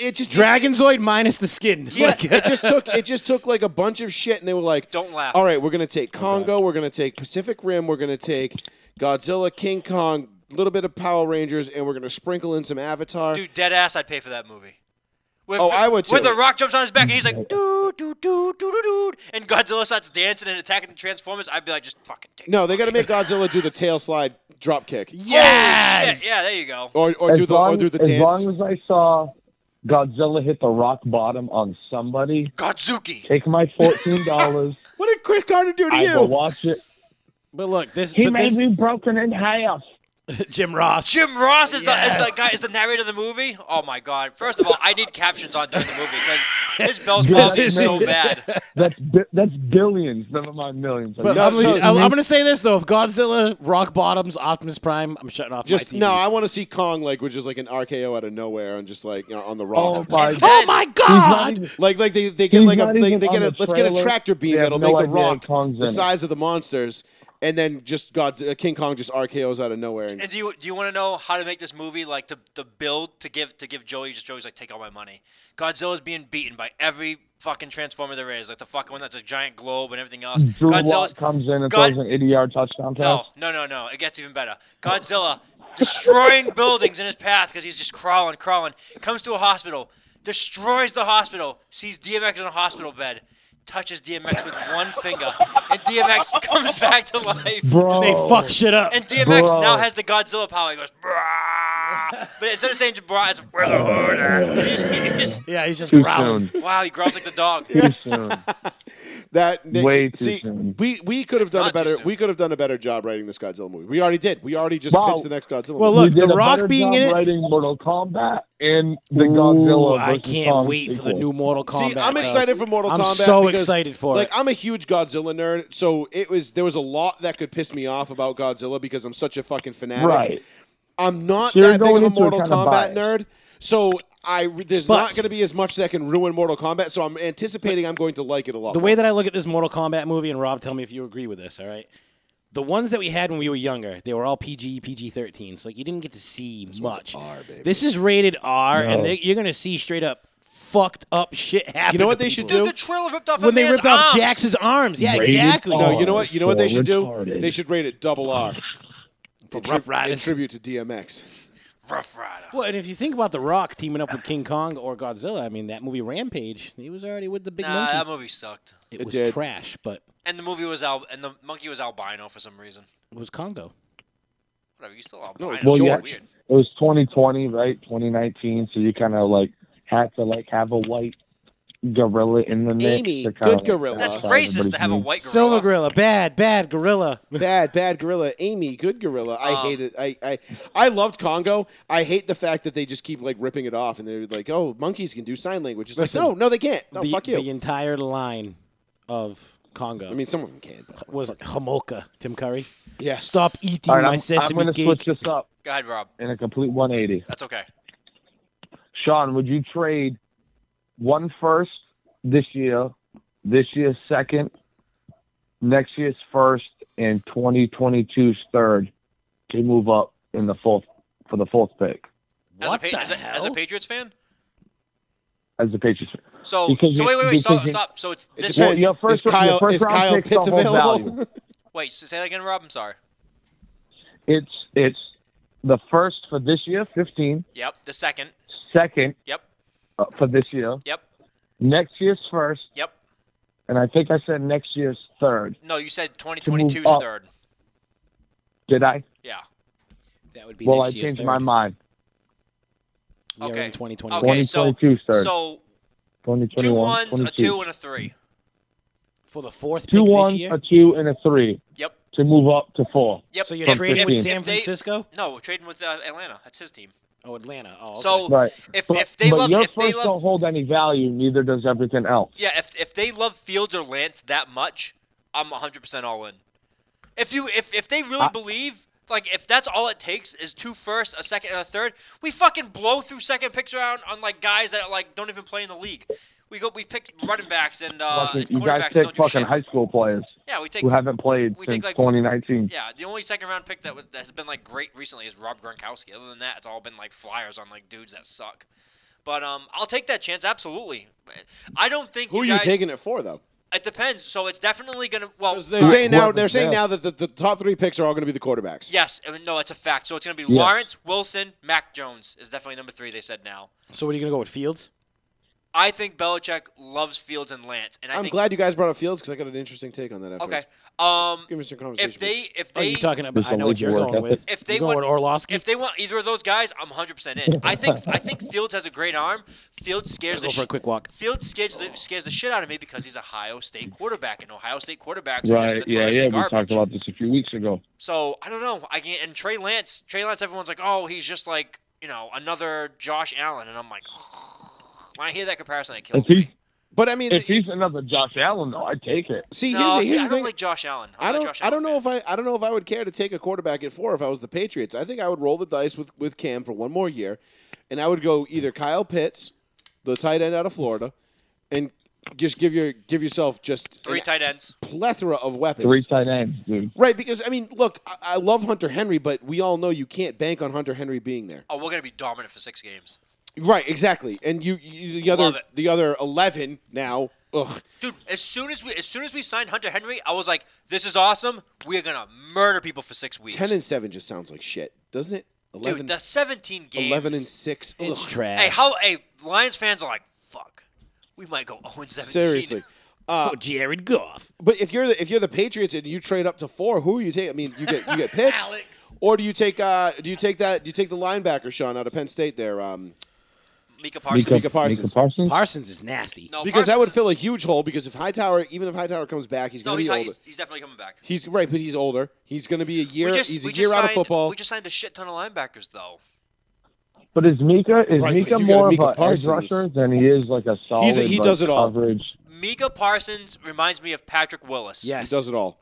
[SPEAKER 1] it just it-
[SPEAKER 3] Dragonzoid minus the skin.
[SPEAKER 1] yeah,
[SPEAKER 3] Like-
[SPEAKER 1] it just took it just took like a bunch of shit, and they were like,
[SPEAKER 2] Don't laugh.
[SPEAKER 1] All right, we're gonna take
[SPEAKER 6] Oh,
[SPEAKER 1] Congo, we're gonna take Pacific Rim, we're gonna take Godzilla, King Kong, a little bit of Power Rangers, and we're gonna sprinkle in some Avatar."
[SPEAKER 2] Dude, dead ass, I'd pay for that movie. Where,
[SPEAKER 1] Oh, I would
[SPEAKER 2] Where
[SPEAKER 1] too.
[SPEAKER 2] the Rock jumps on his back and he's like, doo doo doo doo doo doo, and Godzilla starts dancing and attacking the Transformers. I'd be like, just fucking take. it.
[SPEAKER 1] No, they got to make Godzilla do the tail slide drop kick,
[SPEAKER 2] Holy
[SPEAKER 3] yes.
[SPEAKER 2] shit! Yeah, there you go.
[SPEAKER 1] or or
[SPEAKER 6] As
[SPEAKER 1] do the
[SPEAKER 6] long,
[SPEAKER 1] or do the
[SPEAKER 6] as
[SPEAKER 1] dance.
[SPEAKER 6] long as I saw Godzilla hit the rock bottom on somebody,
[SPEAKER 2] Godzuki.
[SPEAKER 6] take my fourteen dollars.
[SPEAKER 1] what did Chris Carter do to
[SPEAKER 6] I will
[SPEAKER 1] you?
[SPEAKER 6] watch it.
[SPEAKER 3] But look, this.
[SPEAKER 6] He
[SPEAKER 3] but
[SPEAKER 6] may
[SPEAKER 3] this
[SPEAKER 6] be broken in half.
[SPEAKER 3] Jim Ross.
[SPEAKER 2] Jim Ross is the is
[SPEAKER 3] Yes.
[SPEAKER 2] the guy is the narrator of the movie. Oh my god! First of all, I need captions on during the movie because his Bell's
[SPEAKER 6] Yes,
[SPEAKER 2] palsy is so
[SPEAKER 6] man.
[SPEAKER 2] bad.
[SPEAKER 6] That's bi- that's billions. Never mind millions.
[SPEAKER 3] But
[SPEAKER 1] No,
[SPEAKER 3] I'm,
[SPEAKER 1] so-
[SPEAKER 3] gonna, I'm- I'm gonna say this though: if Godzilla, Rock Bottoms, Optimus Prime, I'm shutting off.
[SPEAKER 1] Just
[SPEAKER 3] my TV.
[SPEAKER 1] no, I want to see Kong like with just like an RKO out of nowhere and just like you know, on the rock.
[SPEAKER 6] oh my god!
[SPEAKER 3] Oh my God!
[SPEAKER 1] Like like they, they get
[SPEAKER 6] He's
[SPEAKER 1] like a
[SPEAKER 6] not
[SPEAKER 1] they,
[SPEAKER 6] even
[SPEAKER 1] they get
[SPEAKER 6] on
[SPEAKER 1] a
[SPEAKER 6] the
[SPEAKER 1] let's get a
[SPEAKER 6] trailer.
[SPEAKER 1] tractor beam
[SPEAKER 6] They have
[SPEAKER 1] that'll
[SPEAKER 6] no
[SPEAKER 1] make the
[SPEAKER 6] idea
[SPEAKER 1] rock
[SPEAKER 6] Kong's
[SPEAKER 1] the
[SPEAKER 6] in it.
[SPEAKER 1] size of the monsters, and then just God uh, King Kong just RKO's out of nowhere. And,
[SPEAKER 2] And do you do you want to know how to make this movie like to the build to give to give Joey just Joey's like take all my money. Godzilla's being beaten by every fucking transformer there is, like the fucking one that's a giant globe and everything else.
[SPEAKER 6] Drew Lock
[SPEAKER 2] Godzilla's
[SPEAKER 6] comes in and
[SPEAKER 2] God-
[SPEAKER 6] throws an 80 yard touchdown
[SPEAKER 2] no,
[SPEAKER 6] pass.
[SPEAKER 2] no, no, no. It gets even better. Godzilla destroying buildings in his path because he's just crawling, crawling. Comes to a hospital, destroys the hospital, sees DMX in a hospital bed, touches DMX with one finger, and DMX comes back to life.
[SPEAKER 6] Bro.
[SPEAKER 3] They fuck shit up.
[SPEAKER 2] And DMX
[SPEAKER 6] Bro.
[SPEAKER 2] now has the Godzilla power. He goes, "Brah." but instead of saying "brah," it's "where the hood at?" He just- he just-
[SPEAKER 3] yeah, he's just
[SPEAKER 6] Too
[SPEAKER 3] growling.
[SPEAKER 6] soon.
[SPEAKER 2] wow, he growls like the dog.
[SPEAKER 6] Too soon.
[SPEAKER 1] that they,
[SPEAKER 6] Way too
[SPEAKER 1] see
[SPEAKER 6] soon.
[SPEAKER 1] we we could have done a
[SPEAKER 2] Not too
[SPEAKER 1] better
[SPEAKER 2] soon.
[SPEAKER 1] we could have done a better job writing this Godzilla movie. We already did. We already just
[SPEAKER 6] Wow.
[SPEAKER 1] pitched the next Godzilla.
[SPEAKER 3] Well,
[SPEAKER 1] movie.
[SPEAKER 3] look,
[SPEAKER 6] You did
[SPEAKER 3] The
[SPEAKER 6] a
[SPEAKER 3] Rock
[SPEAKER 6] better
[SPEAKER 3] being in
[SPEAKER 6] job
[SPEAKER 3] it-
[SPEAKER 6] writing Mortal Kombat and the
[SPEAKER 3] Ooh,
[SPEAKER 6] Godzilla.
[SPEAKER 3] I
[SPEAKER 6] versus
[SPEAKER 3] can't
[SPEAKER 6] Kong
[SPEAKER 3] wait for the
[SPEAKER 6] sequel.
[SPEAKER 3] new Mortal Kombat.
[SPEAKER 1] See, I'm
[SPEAKER 3] though.
[SPEAKER 1] excited for Mortal
[SPEAKER 3] I'm
[SPEAKER 1] Kombat.
[SPEAKER 3] so
[SPEAKER 1] because,
[SPEAKER 3] excited for
[SPEAKER 1] like,
[SPEAKER 3] it.
[SPEAKER 1] I'm a huge Godzilla nerd, so it was there was a lot that could piss me off about Godzilla because I'm such a fucking fanatic.
[SPEAKER 6] Right.
[SPEAKER 1] I'm not
[SPEAKER 6] You're
[SPEAKER 1] that big
[SPEAKER 6] going
[SPEAKER 1] of a
[SPEAKER 6] into it
[SPEAKER 1] Mortal
[SPEAKER 6] kinda
[SPEAKER 1] Kombat
[SPEAKER 6] biased.
[SPEAKER 1] nerd, so I there's
[SPEAKER 3] But-
[SPEAKER 1] not going to be as much that can ruin Mortal Kombat. So I'm anticipating I'm going to like it a lot.
[SPEAKER 3] the way
[SPEAKER 1] more.
[SPEAKER 3] that I look at this Mortal Kombat movie, and Rob, tell me if you agree with this. All right, the ones that we had when we were younger, they were all PG, PG thirteen. So like, you didn't get to see much.
[SPEAKER 1] R, baby.
[SPEAKER 3] This is rated R,
[SPEAKER 6] No.
[SPEAKER 3] and they, you're gonna see straight up fucked up shit happen.
[SPEAKER 1] You know what
[SPEAKER 3] to
[SPEAKER 1] they should
[SPEAKER 3] people.
[SPEAKER 1] do?
[SPEAKER 2] Dude, the Triller ripped off a
[SPEAKER 3] When they
[SPEAKER 2] man's
[SPEAKER 3] ripped off
[SPEAKER 2] arms.
[SPEAKER 3] Jax's arms, yeah,
[SPEAKER 6] Rated
[SPEAKER 3] exactly.
[SPEAKER 1] no,
[SPEAKER 6] R.
[SPEAKER 1] you know what? You know what they should do?
[SPEAKER 6] Retarded.
[SPEAKER 1] They should rate it double R
[SPEAKER 3] For
[SPEAKER 1] in,
[SPEAKER 3] Rough
[SPEAKER 1] tri- in
[SPEAKER 3] Riders.
[SPEAKER 1] tribute to DMX.
[SPEAKER 2] Rough Rider.
[SPEAKER 3] Well, and if you think about The Rock teaming up with King Kong or Godzilla, I mean that movie Rampage, he was already with the big
[SPEAKER 2] Nah,
[SPEAKER 3] monkey.
[SPEAKER 2] that movie sucked.
[SPEAKER 3] it
[SPEAKER 1] it
[SPEAKER 3] was
[SPEAKER 1] did.
[SPEAKER 3] trash, but
[SPEAKER 2] And the movie was al and the monkey was albino for some reason.
[SPEAKER 3] it was Congo.
[SPEAKER 2] Whatever, you still
[SPEAKER 1] No,
[SPEAKER 2] albino.
[SPEAKER 1] it was
[SPEAKER 6] Well,
[SPEAKER 2] It's
[SPEAKER 6] yeah.
[SPEAKER 1] George.
[SPEAKER 2] weird.
[SPEAKER 6] It was 2020, right? 2019. So you kind of like had to like have a white gorilla in the mix.
[SPEAKER 1] Amy,
[SPEAKER 6] to kinda,
[SPEAKER 1] good
[SPEAKER 6] like,
[SPEAKER 1] gorilla.
[SPEAKER 2] That's
[SPEAKER 1] Uh,
[SPEAKER 6] satisfy
[SPEAKER 2] racist to
[SPEAKER 6] everybody's
[SPEAKER 2] have a
[SPEAKER 6] needs.
[SPEAKER 2] white gorilla.
[SPEAKER 3] Silver Gorilla, bad, bad gorilla.
[SPEAKER 1] Bad, bad gorilla. Amy, good gorilla. I
[SPEAKER 2] Um,
[SPEAKER 1] hate it. I, I, I loved Congo. I hate the fact that they just keep like ripping it off, and they're like, "Oh, monkeys can do sign language." It's
[SPEAKER 3] Listen,
[SPEAKER 1] like, no, no, they can't. No,
[SPEAKER 3] the,
[SPEAKER 1] fuck you.
[SPEAKER 3] the uh, entire line of Congo
[SPEAKER 1] I mean, some of them can. But
[SPEAKER 3] was Homolka, Tim Curry.
[SPEAKER 1] yeah,
[SPEAKER 3] Stop eating
[SPEAKER 6] All right,
[SPEAKER 3] my
[SPEAKER 6] I'm, I'm
[SPEAKER 3] sesame
[SPEAKER 6] going to
[SPEAKER 3] cake.
[SPEAKER 6] switch this up
[SPEAKER 2] Go ahead, Rob.
[SPEAKER 6] in a complete 180.
[SPEAKER 2] That's okay.
[SPEAKER 6] Sean, would you trade one first this year, this year's second, next year's first, and 2022's third to move up in the fourth for the fourth pick
[SPEAKER 2] As a,
[SPEAKER 3] What
[SPEAKER 2] pa-
[SPEAKER 3] the
[SPEAKER 2] as, a, as a
[SPEAKER 3] hell?
[SPEAKER 2] Patriots fan?
[SPEAKER 6] as the Patriots.
[SPEAKER 2] So,
[SPEAKER 6] Because
[SPEAKER 2] so
[SPEAKER 6] you-
[SPEAKER 2] wait, wait, wait,
[SPEAKER 6] because
[SPEAKER 2] stop,
[SPEAKER 6] you-
[SPEAKER 2] stop. So it's
[SPEAKER 1] It
[SPEAKER 2] this
[SPEAKER 6] Well,
[SPEAKER 1] depends.
[SPEAKER 2] one.
[SPEAKER 6] your first-
[SPEAKER 1] is Kyle,
[SPEAKER 6] your first
[SPEAKER 1] is
[SPEAKER 6] round
[SPEAKER 1] Kyle
[SPEAKER 6] picks
[SPEAKER 1] Pitts
[SPEAKER 6] don't hold
[SPEAKER 1] available?
[SPEAKER 2] Wait, s- say that again, Rob. I'm sorry.
[SPEAKER 6] It's it's the first for this year, 15,
[SPEAKER 2] Yep, the second.
[SPEAKER 6] second
[SPEAKER 2] Yep,
[SPEAKER 6] uh, for this year,
[SPEAKER 2] yep,
[SPEAKER 6] next year's first,
[SPEAKER 2] yep.
[SPEAKER 6] and I think I said next year's third.
[SPEAKER 2] No, you said
[SPEAKER 6] move
[SPEAKER 2] 2022's
[SPEAKER 6] up.
[SPEAKER 2] third.
[SPEAKER 6] Did I?
[SPEAKER 2] Yeah.
[SPEAKER 3] That would be
[SPEAKER 6] well, I
[SPEAKER 3] next year's
[SPEAKER 6] changed
[SPEAKER 3] third.
[SPEAKER 6] my mind.
[SPEAKER 3] We are in
[SPEAKER 2] Okay.
[SPEAKER 3] 2020.
[SPEAKER 2] Okay.
[SPEAKER 6] Twenty
[SPEAKER 2] so-
[SPEAKER 6] twenty-two third.
[SPEAKER 2] So two
[SPEAKER 6] 2021,
[SPEAKER 2] ones, a
[SPEAKER 6] 22.
[SPEAKER 2] two, and a three.
[SPEAKER 3] For the fourth
[SPEAKER 6] Two
[SPEAKER 3] pick
[SPEAKER 6] ones,
[SPEAKER 3] this year?
[SPEAKER 6] a two, and a three
[SPEAKER 2] Yep,
[SPEAKER 6] to move up to four.
[SPEAKER 2] yep.
[SPEAKER 3] So you're
[SPEAKER 6] From
[SPEAKER 3] trading with
[SPEAKER 6] 15.
[SPEAKER 3] San
[SPEAKER 2] If they-
[SPEAKER 3] Francisco?
[SPEAKER 2] no, we're trading with uh, Atlanta. That's his team.
[SPEAKER 3] Oh, Atlanta. Oh, okay.
[SPEAKER 2] So
[SPEAKER 6] Right.
[SPEAKER 2] if,
[SPEAKER 6] But,
[SPEAKER 2] if they
[SPEAKER 6] but
[SPEAKER 2] love
[SPEAKER 6] your
[SPEAKER 2] if
[SPEAKER 6] first
[SPEAKER 2] they love
[SPEAKER 6] don't hold any value, neither does everything else.
[SPEAKER 2] yeah if, if they love Fields or Lance that much, I'm 100 percent all in. If you if if they really
[SPEAKER 6] I-
[SPEAKER 2] believe like if that's all it takes is two first, a second, and a third, we fucking blow through second picks around on like guys that like don't even play in the league. We go we picked running backs and uh
[SPEAKER 6] Fucking-
[SPEAKER 2] and
[SPEAKER 6] you guys
[SPEAKER 2] quarterbacks that
[SPEAKER 6] pick
[SPEAKER 2] don't do
[SPEAKER 6] fucking
[SPEAKER 2] shit.
[SPEAKER 6] high school players
[SPEAKER 2] Yeah, we take
[SPEAKER 6] who haven't played
[SPEAKER 2] we
[SPEAKER 6] since
[SPEAKER 2] take, like-
[SPEAKER 6] 2019.
[SPEAKER 2] Yeah, the only second round pick that, was, that has been like great recently is Rob Gronkowski. Other than that, it's all been like flyers on like dudes that suck. But um, I'll take that chance absolutely. I don't think
[SPEAKER 1] Who are
[SPEAKER 2] you
[SPEAKER 1] you
[SPEAKER 2] guys-
[SPEAKER 1] taking it for though?
[SPEAKER 2] It depends. So it's definitely gonna well.
[SPEAKER 1] 'Cause they're saying now
[SPEAKER 6] Well,
[SPEAKER 1] they're saying
[SPEAKER 6] yeah.
[SPEAKER 1] now that the, the top three picks are all going to be the quarterbacks.
[SPEAKER 2] Yes, I mean, no, that's a fact. So it's gonna be
[SPEAKER 6] Yeah.
[SPEAKER 2] Lawrence, Wilson, Mac Jones is definitely number three. They said now.
[SPEAKER 3] so what are you going to go with Fields?
[SPEAKER 2] I think Belichick loves Fields and Lance, and I
[SPEAKER 1] I'm
[SPEAKER 2] think
[SPEAKER 1] glad you guys brought up Fields because I got an interesting take on that. After
[SPEAKER 2] okay. Um,
[SPEAKER 1] give me some conversation.
[SPEAKER 2] if they if
[SPEAKER 3] Are
[SPEAKER 2] they
[SPEAKER 3] you talking about?
[SPEAKER 6] With
[SPEAKER 3] I
[SPEAKER 6] the
[SPEAKER 3] know what
[SPEAKER 6] legal
[SPEAKER 3] Oh, you're
[SPEAKER 6] work
[SPEAKER 3] going
[SPEAKER 6] ethic.
[SPEAKER 3] with.
[SPEAKER 2] If they
[SPEAKER 3] You're going
[SPEAKER 2] want-
[SPEAKER 3] with Orlovsky?
[SPEAKER 2] if they want either of those guys, I'm 100% in. I think I think Fields has a great arm. Fields scares the
[SPEAKER 3] go for a
[SPEAKER 2] sh-
[SPEAKER 3] quick walk.
[SPEAKER 2] Fields scares the, scares the shit out of me because he's Ohio State quarterback, and Ohio State quarterbacks are just
[SPEAKER 6] Right. Yeah.
[SPEAKER 2] notoriously
[SPEAKER 6] Yeah. We
[SPEAKER 2] garbage.
[SPEAKER 6] talked about this a few weeks ago.
[SPEAKER 2] So I don't know. I can and Trey Lance. Trey Lance. Everyone's like, oh, he's just like you know another Josh Allen, and I'm like, when I hear that comparison, it
[SPEAKER 6] If
[SPEAKER 2] kills
[SPEAKER 6] he
[SPEAKER 2] me.
[SPEAKER 1] but I mean,
[SPEAKER 6] if he's another Josh Allen, though, I'd take it.
[SPEAKER 1] see, here's,
[SPEAKER 2] No,
[SPEAKER 1] the-
[SPEAKER 2] see,
[SPEAKER 1] here's
[SPEAKER 2] I
[SPEAKER 1] the
[SPEAKER 2] don't
[SPEAKER 1] thing.
[SPEAKER 2] like Josh Allen. I'm
[SPEAKER 1] I
[SPEAKER 2] not a
[SPEAKER 1] don't.
[SPEAKER 2] Josh
[SPEAKER 1] I don't
[SPEAKER 2] Allen
[SPEAKER 1] know
[SPEAKER 2] fan.
[SPEAKER 1] if I. I don't know if I would care to take a quarterback at four if I was the Patriots. I think I would roll the dice with with Cam for one more year, and I would go either Kyle Pitts, the tight end out of Florida, and just give your give yourself just
[SPEAKER 2] three
[SPEAKER 1] a
[SPEAKER 2] tight ends.
[SPEAKER 1] plethora of weapons.
[SPEAKER 6] Three tight ends, dude.
[SPEAKER 1] Right, because I mean, look, I, I love Hunter Henry, but we all know you can't bank on Hunter Henry being there.
[SPEAKER 2] Oh, we're gonna be dominant for six games,
[SPEAKER 1] Right, exactly. And you, you the
[SPEAKER 2] Love
[SPEAKER 1] other
[SPEAKER 2] it.
[SPEAKER 1] the other eleven now. Ugh.
[SPEAKER 2] dude. As soon as we as soon as we signed Hunter Henry, I was like, this is awesome. We are gonna murder people for six weeks.
[SPEAKER 1] Ten and seven just sounds like shit, doesn't it? Eleven,
[SPEAKER 2] dude, the 17 games.
[SPEAKER 1] 11 and six.
[SPEAKER 3] It's
[SPEAKER 1] Ugh.
[SPEAKER 3] trash.
[SPEAKER 2] Hey, how? Hey, Lions fans are like, fuck. We might go 0 and 17.
[SPEAKER 1] Seriously. Uh,
[SPEAKER 3] Oh, Jared Goff.
[SPEAKER 1] but if you're the if you're the Patriots and you trade up to four, who are you taking? I mean, you get you get Pitts, or do you take uh, do you take that do you take the linebacker Sean out of Penn State there? Um,
[SPEAKER 2] Mika Parsons.
[SPEAKER 1] Mika Parsons.
[SPEAKER 6] Mika Parsons.
[SPEAKER 3] Parsons is nasty.
[SPEAKER 2] No,
[SPEAKER 1] because that would
[SPEAKER 2] Parsons-
[SPEAKER 1] fill a huge hole. Because if Hightower, even if Hightower comes back, he's
[SPEAKER 2] No,
[SPEAKER 1] going to
[SPEAKER 2] he's,
[SPEAKER 1] be
[SPEAKER 2] not,
[SPEAKER 1] older.
[SPEAKER 2] he's, he's definitely coming back.
[SPEAKER 1] He's right, but he's older. He's going to be a year.
[SPEAKER 2] we just,
[SPEAKER 1] he's a
[SPEAKER 2] we
[SPEAKER 1] year
[SPEAKER 2] just
[SPEAKER 1] out
[SPEAKER 2] signed,
[SPEAKER 1] of football.
[SPEAKER 2] We just signed a shit ton of linebackers, though.
[SPEAKER 6] But is Mika is
[SPEAKER 1] Right, but
[SPEAKER 6] Mika
[SPEAKER 1] you got
[SPEAKER 6] more
[SPEAKER 1] Mika
[SPEAKER 6] of a edge
[SPEAKER 1] Parsons.
[SPEAKER 6] rusher than he is like a solid
[SPEAKER 1] He's a- he
[SPEAKER 6] like,
[SPEAKER 1] does it all.
[SPEAKER 6] coverage?
[SPEAKER 2] Mika Parsons reminds me of Patrick Willis.
[SPEAKER 1] he
[SPEAKER 3] Yes.
[SPEAKER 1] does it all.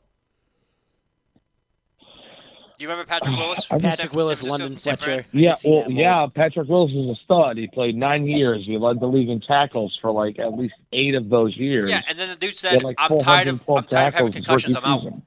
[SPEAKER 2] Do you remember Patrick Willis? from San
[SPEAKER 3] Patrick
[SPEAKER 2] Fran-
[SPEAKER 3] Willis,
[SPEAKER 2] San Francisco-
[SPEAKER 3] London
[SPEAKER 2] San Fran?
[SPEAKER 3] Fletcher. I
[SPEAKER 6] Yeah,
[SPEAKER 3] can see
[SPEAKER 6] well,
[SPEAKER 3] that mold.
[SPEAKER 6] yeah. Patrick Willis is a stud. He played nine years. He led the league in tackles for like at least eight of those years.
[SPEAKER 2] Yeah, and then the dude
[SPEAKER 6] He
[SPEAKER 2] said,
[SPEAKER 6] had, like,
[SPEAKER 2] "I'm tired of
[SPEAKER 6] 412
[SPEAKER 2] I'm tired of having
[SPEAKER 6] tackles his
[SPEAKER 2] concussions. I'm
[SPEAKER 6] rookie
[SPEAKER 2] out."
[SPEAKER 6] season.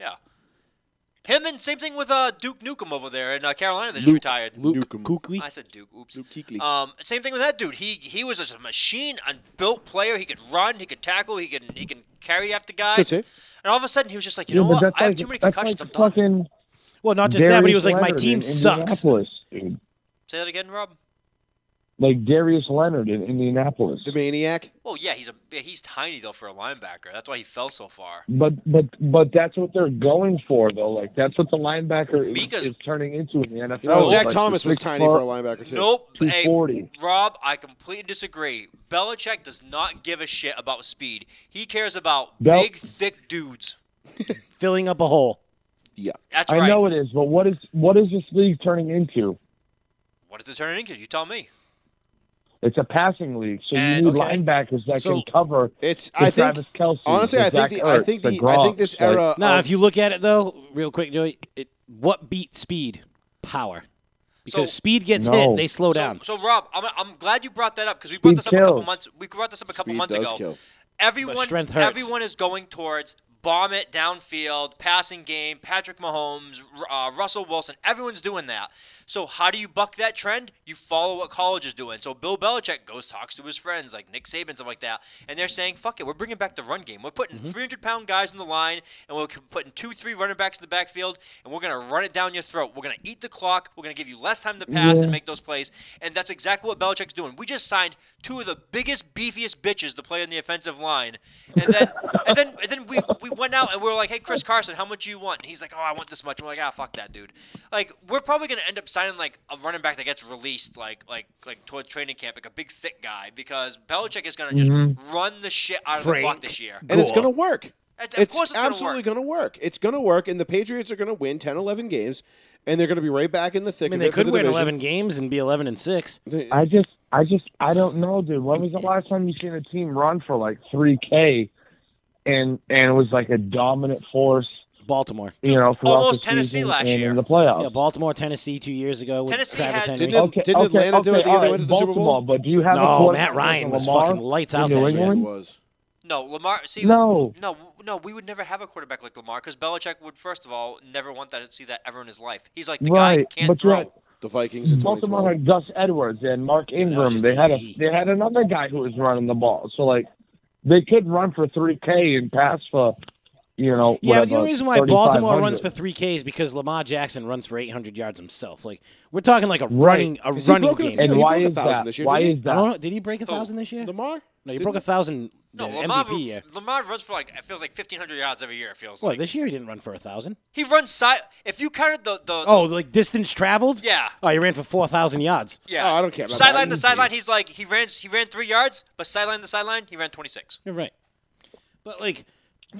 [SPEAKER 2] Yeah. Him and same thing with uh, Duke Nukem over there in uh, Carolina. They just
[SPEAKER 1] Luke-
[SPEAKER 2] retired.
[SPEAKER 3] Luke
[SPEAKER 1] Nukem.
[SPEAKER 3] Kuechly.
[SPEAKER 2] I said Duke. Oops.
[SPEAKER 1] Luke Kuechly.
[SPEAKER 2] Um, same thing with that dude. He he was just a machine, unbuilt player. He could run. He could tackle. He can he can carry after
[SPEAKER 1] Good
[SPEAKER 2] guys. And
[SPEAKER 1] save.
[SPEAKER 2] all of a sudden, he was just like, you
[SPEAKER 6] Yeah,
[SPEAKER 2] know
[SPEAKER 6] but
[SPEAKER 2] what?
[SPEAKER 6] that's
[SPEAKER 2] I have
[SPEAKER 6] like-
[SPEAKER 2] too many
[SPEAKER 6] that's
[SPEAKER 2] concussions.
[SPEAKER 6] Like
[SPEAKER 2] I'm done.
[SPEAKER 6] fucking
[SPEAKER 3] Well, not just that, but he was like, my
[SPEAKER 6] Darius
[SPEAKER 3] team
[SPEAKER 6] Leonard in
[SPEAKER 3] sucks.
[SPEAKER 6] Indianapolis, dude.
[SPEAKER 2] Say that again, Rob.
[SPEAKER 6] Like Darius Leonard in Indianapolis.
[SPEAKER 1] The maniac.
[SPEAKER 2] Well, yeah, he's a yeah, he's tiny though for a linebacker. That's why he fell so far.
[SPEAKER 6] But but but that's what they're going for though. Like that's what the linebacker
[SPEAKER 2] Mika's-
[SPEAKER 6] is, is turning into in the NFL.
[SPEAKER 1] You know, Zach
[SPEAKER 6] Like,
[SPEAKER 1] Thomas was
[SPEAKER 6] six
[SPEAKER 1] tiny for
[SPEAKER 6] foot,
[SPEAKER 1] a linebacker too.
[SPEAKER 2] Nope. Hey,
[SPEAKER 6] 240.
[SPEAKER 2] Rob, I completely disagree. Belichick does not give a shit about speed. He cares about
[SPEAKER 6] Bel-
[SPEAKER 2] big, thick dudes.
[SPEAKER 3] Filling up a hole.
[SPEAKER 1] Yeah.
[SPEAKER 2] That's
[SPEAKER 6] I
[SPEAKER 2] right.
[SPEAKER 6] know it is, but what is what is this league turning into?
[SPEAKER 2] What does it turn into? You tell me.
[SPEAKER 6] It's a passing league, so
[SPEAKER 2] And-
[SPEAKER 6] you need
[SPEAKER 3] okay.
[SPEAKER 6] linebackers that
[SPEAKER 3] So-
[SPEAKER 6] can cover.
[SPEAKER 1] It's.
[SPEAKER 6] The
[SPEAKER 1] I think.
[SPEAKER 6] Travis Kelsey,
[SPEAKER 1] honestly,
[SPEAKER 6] the
[SPEAKER 1] I think.
[SPEAKER 6] Zach
[SPEAKER 1] The, I
[SPEAKER 6] Ertz,
[SPEAKER 1] think
[SPEAKER 6] the
[SPEAKER 1] the. I think this
[SPEAKER 6] Gronks, like-
[SPEAKER 1] era.
[SPEAKER 2] Oh,
[SPEAKER 3] Nah,
[SPEAKER 1] of-
[SPEAKER 3] if you look at it though, real quick, Joey, it, what beat speed? Power. Because speed gets
[SPEAKER 6] No.
[SPEAKER 3] hit, they slow
[SPEAKER 2] so,
[SPEAKER 3] down.
[SPEAKER 2] So Rob, I'm, I'm glad you brought that up because we brought
[SPEAKER 6] Speed
[SPEAKER 2] this up a couple
[SPEAKER 6] kills.
[SPEAKER 2] months. We brought this up a couple
[SPEAKER 1] Speed
[SPEAKER 2] months
[SPEAKER 1] does
[SPEAKER 2] ago.
[SPEAKER 1] kill.
[SPEAKER 2] Everyone,
[SPEAKER 3] strength hurts.
[SPEAKER 2] everyone is going towards bomb it downfield, passing game. Patrick Mahomes, uh, Russell Wilson, everyone's doing that. So how do you buck that trend? You follow what college is doing. So Bill Belichick goes talks to his friends like Nick Saban stuff like that, and they're saying, "Fuck it, we're bringing back the run game. We're putting
[SPEAKER 3] Mm-hmm.
[SPEAKER 2] 300 pound guys in the line, and we're putting two, three running backs in the backfield, and we're gonna run it down your throat. We're gonna eat the clock. We're gonna give you less time to pass and make those plays. And that's exactly what Belichick's doing. We just signed two of the biggest, beefiest bitches to play on the offensive line, and then and then and then we, we went out and we were like, hey, Chris Carson, how much you want? And he's like, oh, I want this much. I'm like, ah, fuck that dude. Like we're probably gonna end up signing like a running back that gets released like like like toward training camp, like a big thick guy, because Belichick is gonna just
[SPEAKER 1] Mm-hmm.
[SPEAKER 2] run the shit out of the clock
[SPEAKER 3] Frank.
[SPEAKER 2] this year.
[SPEAKER 1] and it's going to work.
[SPEAKER 2] Of
[SPEAKER 1] it's
[SPEAKER 2] course it's gonna
[SPEAKER 1] absolutely going to work. It's going to work, and the Patriots are going to win 10, 11 games, and they're going to be right back in the
[SPEAKER 3] I
[SPEAKER 1] thick of
[SPEAKER 3] mean, they
[SPEAKER 1] it for
[SPEAKER 3] could
[SPEAKER 1] the
[SPEAKER 3] win
[SPEAKER 1] division.
[SPEAKER 3] 11 games and be 11 and six.
[SPEAKER 1] They-
[SPEAKER 6] I just, I just, I don't know, dude. When was the last time you seen a team run for like three k, and and it was like a dominant force,
[SPEAKER 3] Baltimore.
[SPEAKER 6] you know, throughout
[SPEAKER 2] almost
[SPEAKER 6] the
[SPEAKER 2] Tennessee
[SPEAKER 6] season
[SPEAKER 2] last
[SPEAKER 6] and
[SPEAKER 2] year.
[SPEAKER 6] in the playoffs.
[SPEAKER 3] Yeah, Baltimore, Tennessee, two years ago. With
[SPEAKER 2] Tennessee
[SPEAKER 3] Travis
[SPEAKER 2] had-
[SPEAKER 3] Henry.
[SPEAKER 1] Didn't it- didn't Atlanta do it the
[SPEAKER 6] all
[SPEAKER 1] other way to the Super
[SPEAKER 6] Baltimore,
[SPEAKER 1] Bowl?
[SPEAKER 6] But do you have a
[SPEAKER 3] No,
[SPEAKER 6] quarterback
[SPEAKER 3] Matt Ryan
[SPEAKER 6] like
[SPEAKER 3] was
[SPEAKER 6] Lamar
[SPEAKER 3] fucking lights
[SPEAKER 6] in
[SPEAKER 3] out
[SPEAKER 6] New
[SPEAKER 3] that
[SPEAKER 1] Yeah, it
[SPEAKER 6] England?
[SPEAKER 1] was.
[SPEAKER 2] No, Lamar. See,
[SPEAKER 6] No.
[SPEAKER 2] no, no. We would never have a quarterback like Lamar because Belichick would, first of all, never want that to see that ever in his life. He's like the guy
[SPEAKER 6] Right,
[SPEAKER 2] can't
[SPEAKER 6] but
[SPEAKER 2] throw.
[SPEAKER 6] yet-
[SPEAKER 1] The Vikings in
[SPEAKER 6] Baltimore
[SPEAKER 1] 2012.
[SPEAKER 6] had Gus Edwards and Mark Ingram.
[SPEAKER 3] just
[SPEAKER 6] They had a,
[SPEAKER 3] AP.
[SPEAKER 6] they had another guy who was running the ball. So like, they could run for three K and pass for, you know,
[SPEAKER 3] Yeah, but the
[SPEAKER 6] whatever,
[SPEAKER 3] only reason why Baltimore runs
[SPEAKER 6] 3,500.
[SPEAKER 3] for three Ks because Lamar Jackson runs for 800 yards himself. Like we're talking like a
[SPEAKER 6] Right.
[SPEAKER 3] running a
[SPEAKER 1] Has he
[SPEAKER 3] running
[SPEAKER 1] broken a
[SPEAKER 3] game.
[SPEAKER 1] Yeah,
[SPEAKER 6] And
[SPEAKER 1] he
[SPEAKER 6] why
[SPEAKER 1] broke a
[SPEAKER 6] is
[SPEAKER 1] thousand
[SPEAKER 6] that?
[SPEAKER 1] this year,
[SPEAKER 6] why
[SPEAKER 1] didn't
[SPEAKER 6] is
[SPEAKER 3] I don't
[SPEAKER 6] that?
[SPEAKER 3] know. Did he break a
[SPEAKER 2] Oh,
[SPEAKER 3] thousand this year?
[SPEAKER 1] Lamar?
[SPEAKER 3] No, he
[SPEAKER 1] Didn't-
[SPEAKER 3] broke a thousand.
[SPEAKER 2] No,
[SPEAKER 3] uh,
[SPEAKER 2] Lamar,
[SPEAKER 3] MVP year.
[SPEAKER 2] Lamar runs for like it feels like 1500 yards every year. It feels
[SPEAKER 3] Well,
[SPEAKER 2] like
[SPEAKER 3] this year he didn't run for a thousand.
[SPEAKER 2] he runs side. If you counted the the
[SPEAKER 3] Oh, like distance traveled?
[SPEAKER 2] Yeah.
[SPEAKER 3] Oh, he ran for four thousand yards.
[SPEAKER 2] yeah,
[SPEAKER 1] Oh, I don't care about that.
[SPEAKER 2] sideline to sideline. He's like he ran he ran three yards, but sideline to sideline he ran 26.
[SPEAKER 3] You're right. But like,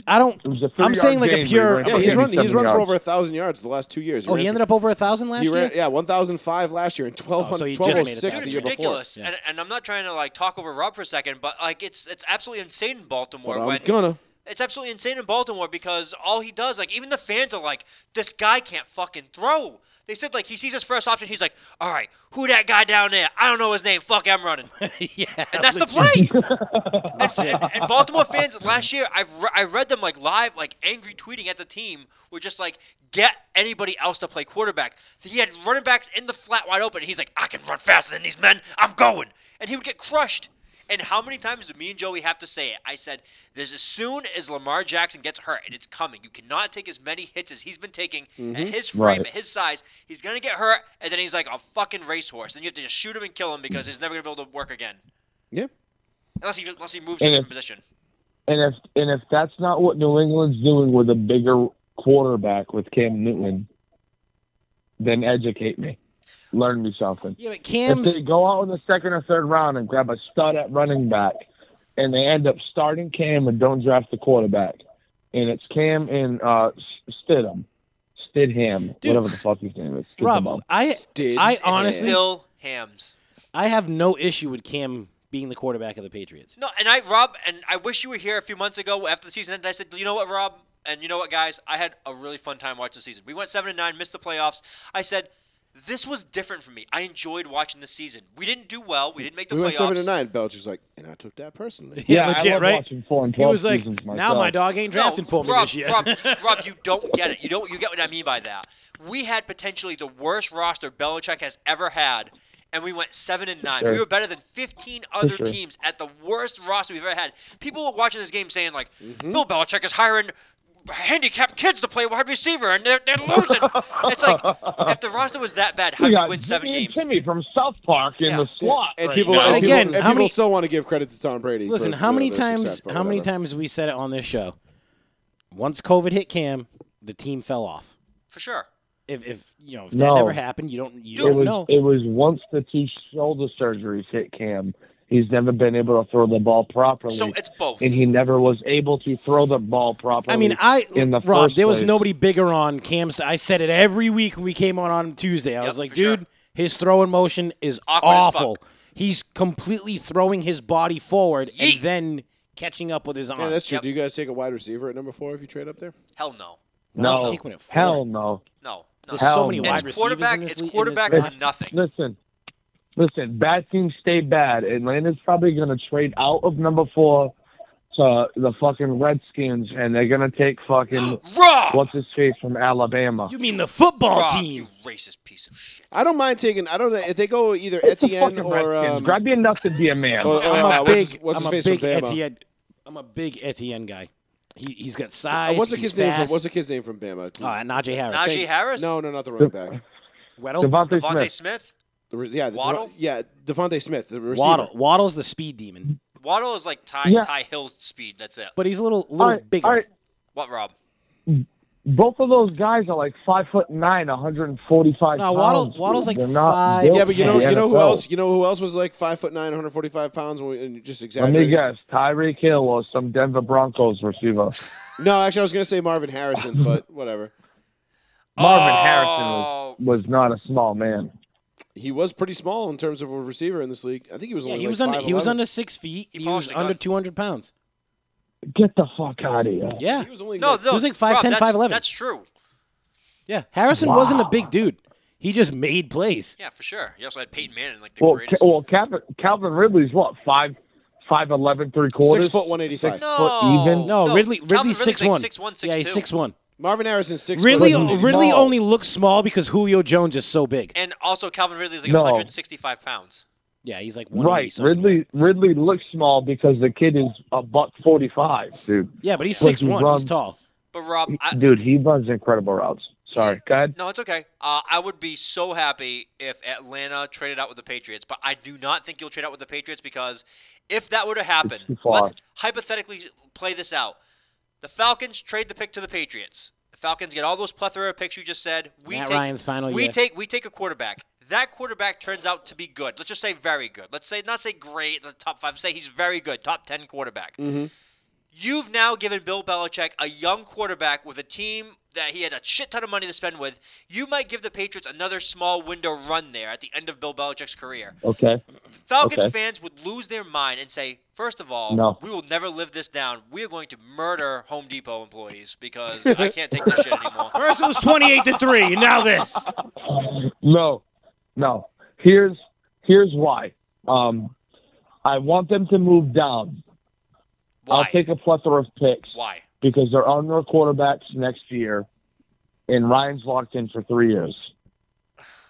[SPEAKER 3] I don't.
[SPEAKER 6] It was a
[SPEAKER 3] I'm saying
[SPEAKER 6] three-yard
[SPEAKER 3] like a
[SPEAKER 6] game,
[SPEAKER 3] pure.
[SPEAKER 6] Ray
[SPEAKER 1] Yeah, he's
[SPEAKER 6] Okay,
[SPEAKER 1] run. He's
[SPEAKER 6] 87
[SPEAKER 1] run for
[SPEAKER 6] yards.
[SPEAKER 1] over a thousand yards the last two years.
[SPEAKER 3] Oh, he ended up over a thousand last
[SPEAKER 1] He ran,
[SPEAKER 3] year.
[SPEAKER 1] yeah, 1,005 last year and
[SPEAKER 3] Oh, so he
[SPEAKER 1] 1,200
[SPEAKER 3] just made
[SPEAKER 1] 1,206
[SPEAKER 3] it that
[SPEAKER 1] the
[SPEAKER 2] Dude,
[SPEAKER 1] year
[SPEAKER 2] it's
[SPEAKER 1] before.
[SPEAKER 2] ridiculous,
[SPEAKER 3] Yeah.
[SPEAKER 2] and, and I'm not trying to like talk over Rob for a second, but like it's it's absolutely insane in Baltimore.
[SPEAKER 1] But I'm
[SPEAKER 2] when,
[SPEAKER 1] gonna.
[SPEAKER 2] It's absolutely insane in Baltimore because all he does, like even the fans are like, this guy can't fucking throw. They said like he sees his first option, he's like, all right, who that guy down there? I don't know his name. Fuck, I'm running.
[SPEAKER 3] yeah.
[SPEAKER 2] And that's the play. and, and, and Baltimore fans last year, I've re- I read them like live, like angry tweeting at the team, were just like, get anybody else to play quarterback. He had running backs in the flat wide open. He's like, I can run faster than these men. I'm going, and he would get crushed. And how many times did me and Joey have to say it? I said, "There's as soon as Lamar Jackson gets hurt, and it's coming. You cannot take as many hits as he's been taking at his frame,
[SPEAKER 6] Right.
[SPEAKER 2] at his size. He's gonna get hurt, and then he's like a fucking racehorse. Then you have to just shoot him and kill him because he's never gonna be able to work again."
[SPEAKER 1] Yeah.
[SPEAKER 2] Unless he unless he moves to a
[SPEAKER 6] And
[SPEAKER 2] different position.
[SPEAKER 6] And if and if that's not what New England's doing with a bigger quarterback with Cam Newton, then educate me, learn me something.
[SPEAKER 3] Yeah, but
[SPEAKER 6] If
[SPEAKER 3] Cam's
[SPEAKER 6] they go out in the second or third round and grab a stud at running back, and they end up starting Cam and don't draft the quarterback, and it's Cam and uh, S- Stidham, Stidham,
[SPEAKER 3] Dude.
[SPEAKER 6] whatever the fuck his name is,
[SPEAKER 3] Rob.
[SPEAKER 6] Stidham.
[SPEAKER 3] I
[SPEAKER 1] Stid-
[SPEAKER 3] I
[SPEAKER 1] It's
[SPEAKER 3] honestly
[SPEAKER 2] still hams.
[SPEAKER 3] I have no issue with Cam being the quarterback of the Patriots.
[SPEAKER 2] No, and I Rob, and I wish you were here a few months ago after the season ended. I said, you know what, Rob, and you know what, guys, I had a really fun time watching the season. We went seven and nine, missed the playoffs. I said. This was different for me. I enjoyed watching the season. We didn't do well. We didn't make the
[SPEAKER 1] We went
[SPEAKER 2] playoffs.
[SPEAKER 1] 7 to 9. Belichick's like, and I took that personally.
[SPEAKER 3] Yeah,
[SPEAKER 6] I
[SPEAKER 3] legit,
[SPEAKER 6] love
[SPEAKER 3] right?
[SPEAKER 6] watching four and
[SPEAKER 3] He
[SPEAKER 6] twelve
[SPEAKER 3] was like,
[SPEAKER 6] seasons
[SPEAKER 3] now my
[SPEAKER 6] myself.
[SPEAKER 3] dog ain't drafting
[SPEAKER 2] no,
[SPEAKER 3] for me
[SPEAKER 2] Rob,
[SPEAKER 3] this year.
[SPEAKER 2] Rob, Rob, you don't get it. You don't. You get what I mean by that. We had potentially the worst roster Belichick has ever had, and we went seven and nine. We
[SPEAKER 6] Sure.
[SPEAKER 2] were better than fifteen other
[SPEAKER 6] sure.
[SPEAKER 2] teams at the worst roster we've ever had. People were watching this game saying like,
[SPEAKER 6] Mm-hmm.
[SPEAKER 2] Bill Belichick is hiring handicapped kids to play wide receiver, and they're, they're losing. it's like if the roster was that bad, how
[SPEAKER 6] We
[SPEAKER 2] do you
[SPEAKER 6] got
[SPEAKER 2] win seven
[SPEAKER 6] Jimmy and
[SPEAKER 2] games?
[SPEAKER 6] Timmy from South Park in
[SPEAKER 2] Yeah.
[SPEAKER 6] the slot.
[SPEAKER 1] And
[SPEAKER 6] right
[SPEAKER 1] people,
[SPEAKER 6] now.
[SPEAKER 1] and
[SPEAKER 3] And
[SPEAKER 1] people,
[SPEAKER 3] again,
[SPEAKER 1] and
[SPEAKER 3] how
[SPEAKER 1] people
[SPEAKER 3] many-
[SPEAKER 1] still want to give credit to Tom Brady.
[SPEAKER 3] Listen,
[SPEAKER 1] for,
[SPEAKER 3] how many
[SPEAKER 1] you know, their
[SPEAKER 3] times?
[SPEAKER 1] success, but
[SPEAKER 3] how many
[SPEAKER 1] whatever.
[SPEAKER 3] times we said it on this show? Once COVID hit Cam, the team fell off.
[SPEAKER 2] For sure.
[SPEAKER 3] If, if you know if
[SPEAKER 6] No.
[SPEAKER 3] that never happened, you don't you
[SPEAKER 6] it
[SPEAKER 3] don't
[SPEAKER 6] was
[SPEAKER 3] know.
[SPEAKER 6] it was once the two shoulder surgeries hit Cam, he's never been able to throw the ball properly,
[SPEAKER 2] So it's both.
[SPEAKER 6] and he never was able to throw the ball properly.
[SPEAKER 3] I mean, I
[SPEAKER 6] in the
[SPEAKER 3] Rob,
[SPEAKER 6] first
[SPEAKER 3] there was
[SPEAKER 6] place.
[SPEAKER 3] nobody bigger on Cam's. I said it every week when we came on on Tuesday. I
[SPEAKER 2] Yep,
[SPEAKER 3] was like,
[SPEAKER 2] for sure.
[SPEAKER 3] dude, his throwing motion is
[SPEAKER 2] Awkward as
[SPEAKER 3] awful. He's completely throwing his body forward
[SPEAKER 2] Yeet.
[SPEAKER 3] and then catching up with his arm.
[SPEAKER 1] Yeah, that's true.
[SPEAKER 2] Yep.
[SPEAKER 1] Do you guys take a wide receiver at number four if you trade up there?
[SPEAKER 2] Hell no.
[SPEAKER 3] Why don't you
[SPEAKER 6] No.
[SPEAKER 3] take one at four?
[SPEAKER 6] hell no.
[SPEAKER 2] No. No,
[SPEAKER 3] There's so
[SPEAKER 6] Hell
[SPEAKER 3] many
[SPEAKER 6] no.
[SPEAKER 3] wide
[SPEAKER 2] it's
[SPEAKER 3] receivers
[SPEAKER 2] quarterback.
[SPEAKER 3] in this
[SPEAKER 2] It's
[SPEAKER 3] league- in this
[SPEAKER 2] quarterback
[SPEAKER 3] draft.
[SPEAKER 2] and nothing.
[SPEAKER 6] Listen, listen. Bad teams stay bad. Atlanta's probably going to trade out of number four to the fucking Redskins, and they're going to take fucking
[SPEAKER 2] Rob,
[SPEAKER 6] what's his face from Alabama.
[SPEAKER 3] You mean the football
[SPEAKER 2] Rob,
[SPEAKER 3] team?
[SPEAKER 2] you racist piece of shit.
[SPEAKER 1] I don't mind taking. I don't know if they go either
[SPEAKER 6] It's the
[SPEAKER 1] Etienne
[SPEAKER 6] fucking
[SPEAKER 1] or
[SPEAKER 6] Redskins.
[SPEAKER 1] um,
[SPEAKER 6] Grab your nuts and be a man.
[SPEAKER 1] or- or,
[SPEAKER 3] I'm
[SPEAKER 1] uh,
[SPEAKER 3] a
[SPEAKER 1] what's
[SPEAKER 3] big,
[SPEAKER 1] his, what's
[SPEAKER 3] I'm
[SPEAKER 1] his
[SPEAKER 3] a
[SPEAKER 1] face
[SPEAKER 3] big
[SPEAKER 1] from Bama?
[SPEAKER 3] Etienne. I'm a big Etienne guy. He he's got
[SPEAKER 1] Uh,
[SPEAKER 3] size.
[SPEAKER 1] what's the
[SPEAKER 3] he's
[SPEAKER 1] kid's name from
[SPEAKER 3] fast.
[SPEAKER 1] What's the kid's name from Bama?
[SPEAKER 3] uh, Najee Harris.
[SPEAKER 2] Najee Harris,
[SPEAKER 1] No, no, not the running back.
[SPEAKER 3] Weddle.
[SPEAKER 6] Devontae
[SPEAKER 2] Devontae Smith.
[SPEAKER 6] Smith.
[SPEAKER 1] The, re- yeah, the,
[SPEAKER 2] Waddle?
[SPEAKER 1] yeah, Devontae Smith, the receiver.
[SPEAKER 3] Waddle. Waddle's the speed demon,
[SPEAKER 2] Waddle is like Ty
[SPEAKER 6] Yeah.
[SPEAKER 2] Ty Hill speed. That's it.
[SPEAKER 3] but he's a little
[SPEAKER 6] All
[SPEAKER 3] little
[SPEAKER 6] right,
[SPEAKER 3] bigger.
[SPEAKER 6] all right.
[SPEAKER 2] What Rob?
[SPEAKER 6] Both of those guys are like five foot nine, 145
[SPEAKER 3] No,
[SPEAKER 6] pounds.
[SPEAKER 3] Waddle-
[SPEAKER 6] dude.
[SPEAKER 3] Waddle's like
[SPEAKER 6] They're not
[SPEAKER 3] five-
[SPEAKER 6] built
[SPEAKER 1] Yeah, but you know,
[SPEAKER 6] for the
[SPEAKER 1] you know who
[SPEAKER 6] NFL.
[SPEAKER 1] else? You know who else was like five foot nine, 145 pounds? When we, and just
[SPEAKER 6] Let me
[SPEAKER 1] exaggerating.
[SPEAKER 6] guess. Tyreek Hill or some Denver Broncos receiver.
[SPEAKER 1] No, actually, I was gonna say Marvin Harrison, but whatever.
[SPEAKER 6] Marvin
[SPEAKER 2] oh,
[SPEAKER 6] Harrison was not a small man.
[SPEAKER 1] He was pretty small in terms of a receiver in this league. I think he was
[SPEAKER 3] Yeah,
[SPEAKER 1] only
[SPEAKER 3] he
[SPEAKER 1] like
[SPEAKER 3] was under he was
[SPEAKER 1] 5'11".
[SPEAKER 3] under six feet.
[SPEAKER 2] He
[SPEAKER 3] He, was
[SPEAKER 2] polished a
[SPEAKER 3] under
[SPEAKER 2] gun.
[SPEAKER 3] two hundred pounds.
[SPEAKER 6] Get the fuck out of here.
[SPEAKER 3] Yeah,
[SPEAKER 1] He was only
[SPEAKER 2] No,
[SPEAKER 1] like-
[SPEAKER 2] no,
[SPEAKER 3] was like
[SPEAKER 2] Rob,
[SPEAKER 3] 5'10",
[SPEAKER 2] that's-
[SPEAKER 3] 5'11".
[SPEAKER 2] That's true.
[SPEAKER 3] yeah. Harrison wasn't a
[SPEAKER 6] Wow.
[SPEAKER 3] big dude. He just made plays.
[SPEAKER 2] Yeah, for sure. You also had Peyton Manning, like the
[SPEAKER 6] Well, Ca-
[SPEAKER 2] greatest.
[SPEAKER 6] well Calvin, Calvin Ridley's what five, five eleven, three quarters.
[SPEAKER 1] six foot one eighty five.
[SPEAKER 6] Six-
[SPEAKER 2] no,
[SPEAKER 6] even?
[SPEAKER 3] No, Ridley
[SPEAKER 2] Calvin
[SPEAKER 3] Ridley's
[SPEAKER 2] Ridley's
[SPEAKER 3] six
[SPEAKER 2] like
[SPEAKER 3] one.
[SPEAKER 2] 6'1",
[SPEAKER 3] yeah, he's
[SPEAKER 2] 6'2".
[SPEAKER 3] six one.
[SPEAKER 1] Marvin Harrison's six
[SPEAKER 3] Ridley
[SPEAKER 1] foot.
[SPEAKER 6] Ridley-
[SPEAKER 3] Ridley
[SPEAKER 6] No.
[SPEAKER 3] only looks small because Julio Jones is so big.
[SPEAKER 2] And also, Calvin Ridley's like
[SPEAKER 6] No.
[SPEAKER 2] 165 pounds.
[SPEAKER 3] Yeah, he's like one.
[SPEAKER 6] Right, Ridley. Ridley looks small because the kid is a buck forty-five, dude.
[SPEAKER 3] Yeah, but he's
[SPEAKER 6] Look,
[SPEAKER 3] six
[SPEAKER 6] he's
[SPEAKER 3] one.
[SPEAKER 6] run-
[SPEAKER 3] He's tall.
[SPEAKER 2] But Rob, I,
[SPEAKER 6] Dude, he runs incredible routes. Sorry, go ahead.
[SPEAKER 2] no, it's okay. Uh, I would be so happy if Atlanta traded out with the Patriots, but I do not think you'll trade out with the Patriots because if that were to
[SPEAKER 6] It's too
[SPEAKER 2] happen,
[SPEAKER 6] far.
[SPEAKER 2] let's hypothetically play this out. The Falcons trade the pick to the Patriots. The Falcons get all those plethora of picks you just said. We
[SPEAKER 3] Matt oh,
[SPEAKER 2] take
[SPEAKER 3] Ryan's final
[SPEAKER 2] we
[SPEAKER 3] year.
[SPEAKER 2] take we take a quarterback. That quarterback turns out to be good. Let's just say very good. Let's say not say great, the top five. Say he's very good, top ten quarterback.
[SPEAKER 1] Mm-hmm.
[SPEAKER 2] You've now given Bill Belichick a young quarterback with a team that he had a shit ton of money to spend with. You might give the Patriots another small window run there at the end of Bill Belichick's career.
[SPEAKER 6] Okay.
[SPEAKER 2] Falcons
[SPEAKER 6] Okay.
[SPEAKER 2] fans would lose their mind and say, first of all,
[SPEAKER 6] No.
[SPEAKER 2] we will never live this down. We are going to murder Home Depot employees because I can't take this shit anymore.
[SPEAKER 3] First it was twenty-eight to three, and now this.
[SPEAKER 6] No, no. Here's here's why. Um, I want them to move down. I'll
[SPEAKER 2] Why?
[SPEAKER 6] take a plethora of picks
[SPEAKER 2] Why?
[SPEAKER 6] because they're on their quarterbacks next year, and Ryan's locked in for three years.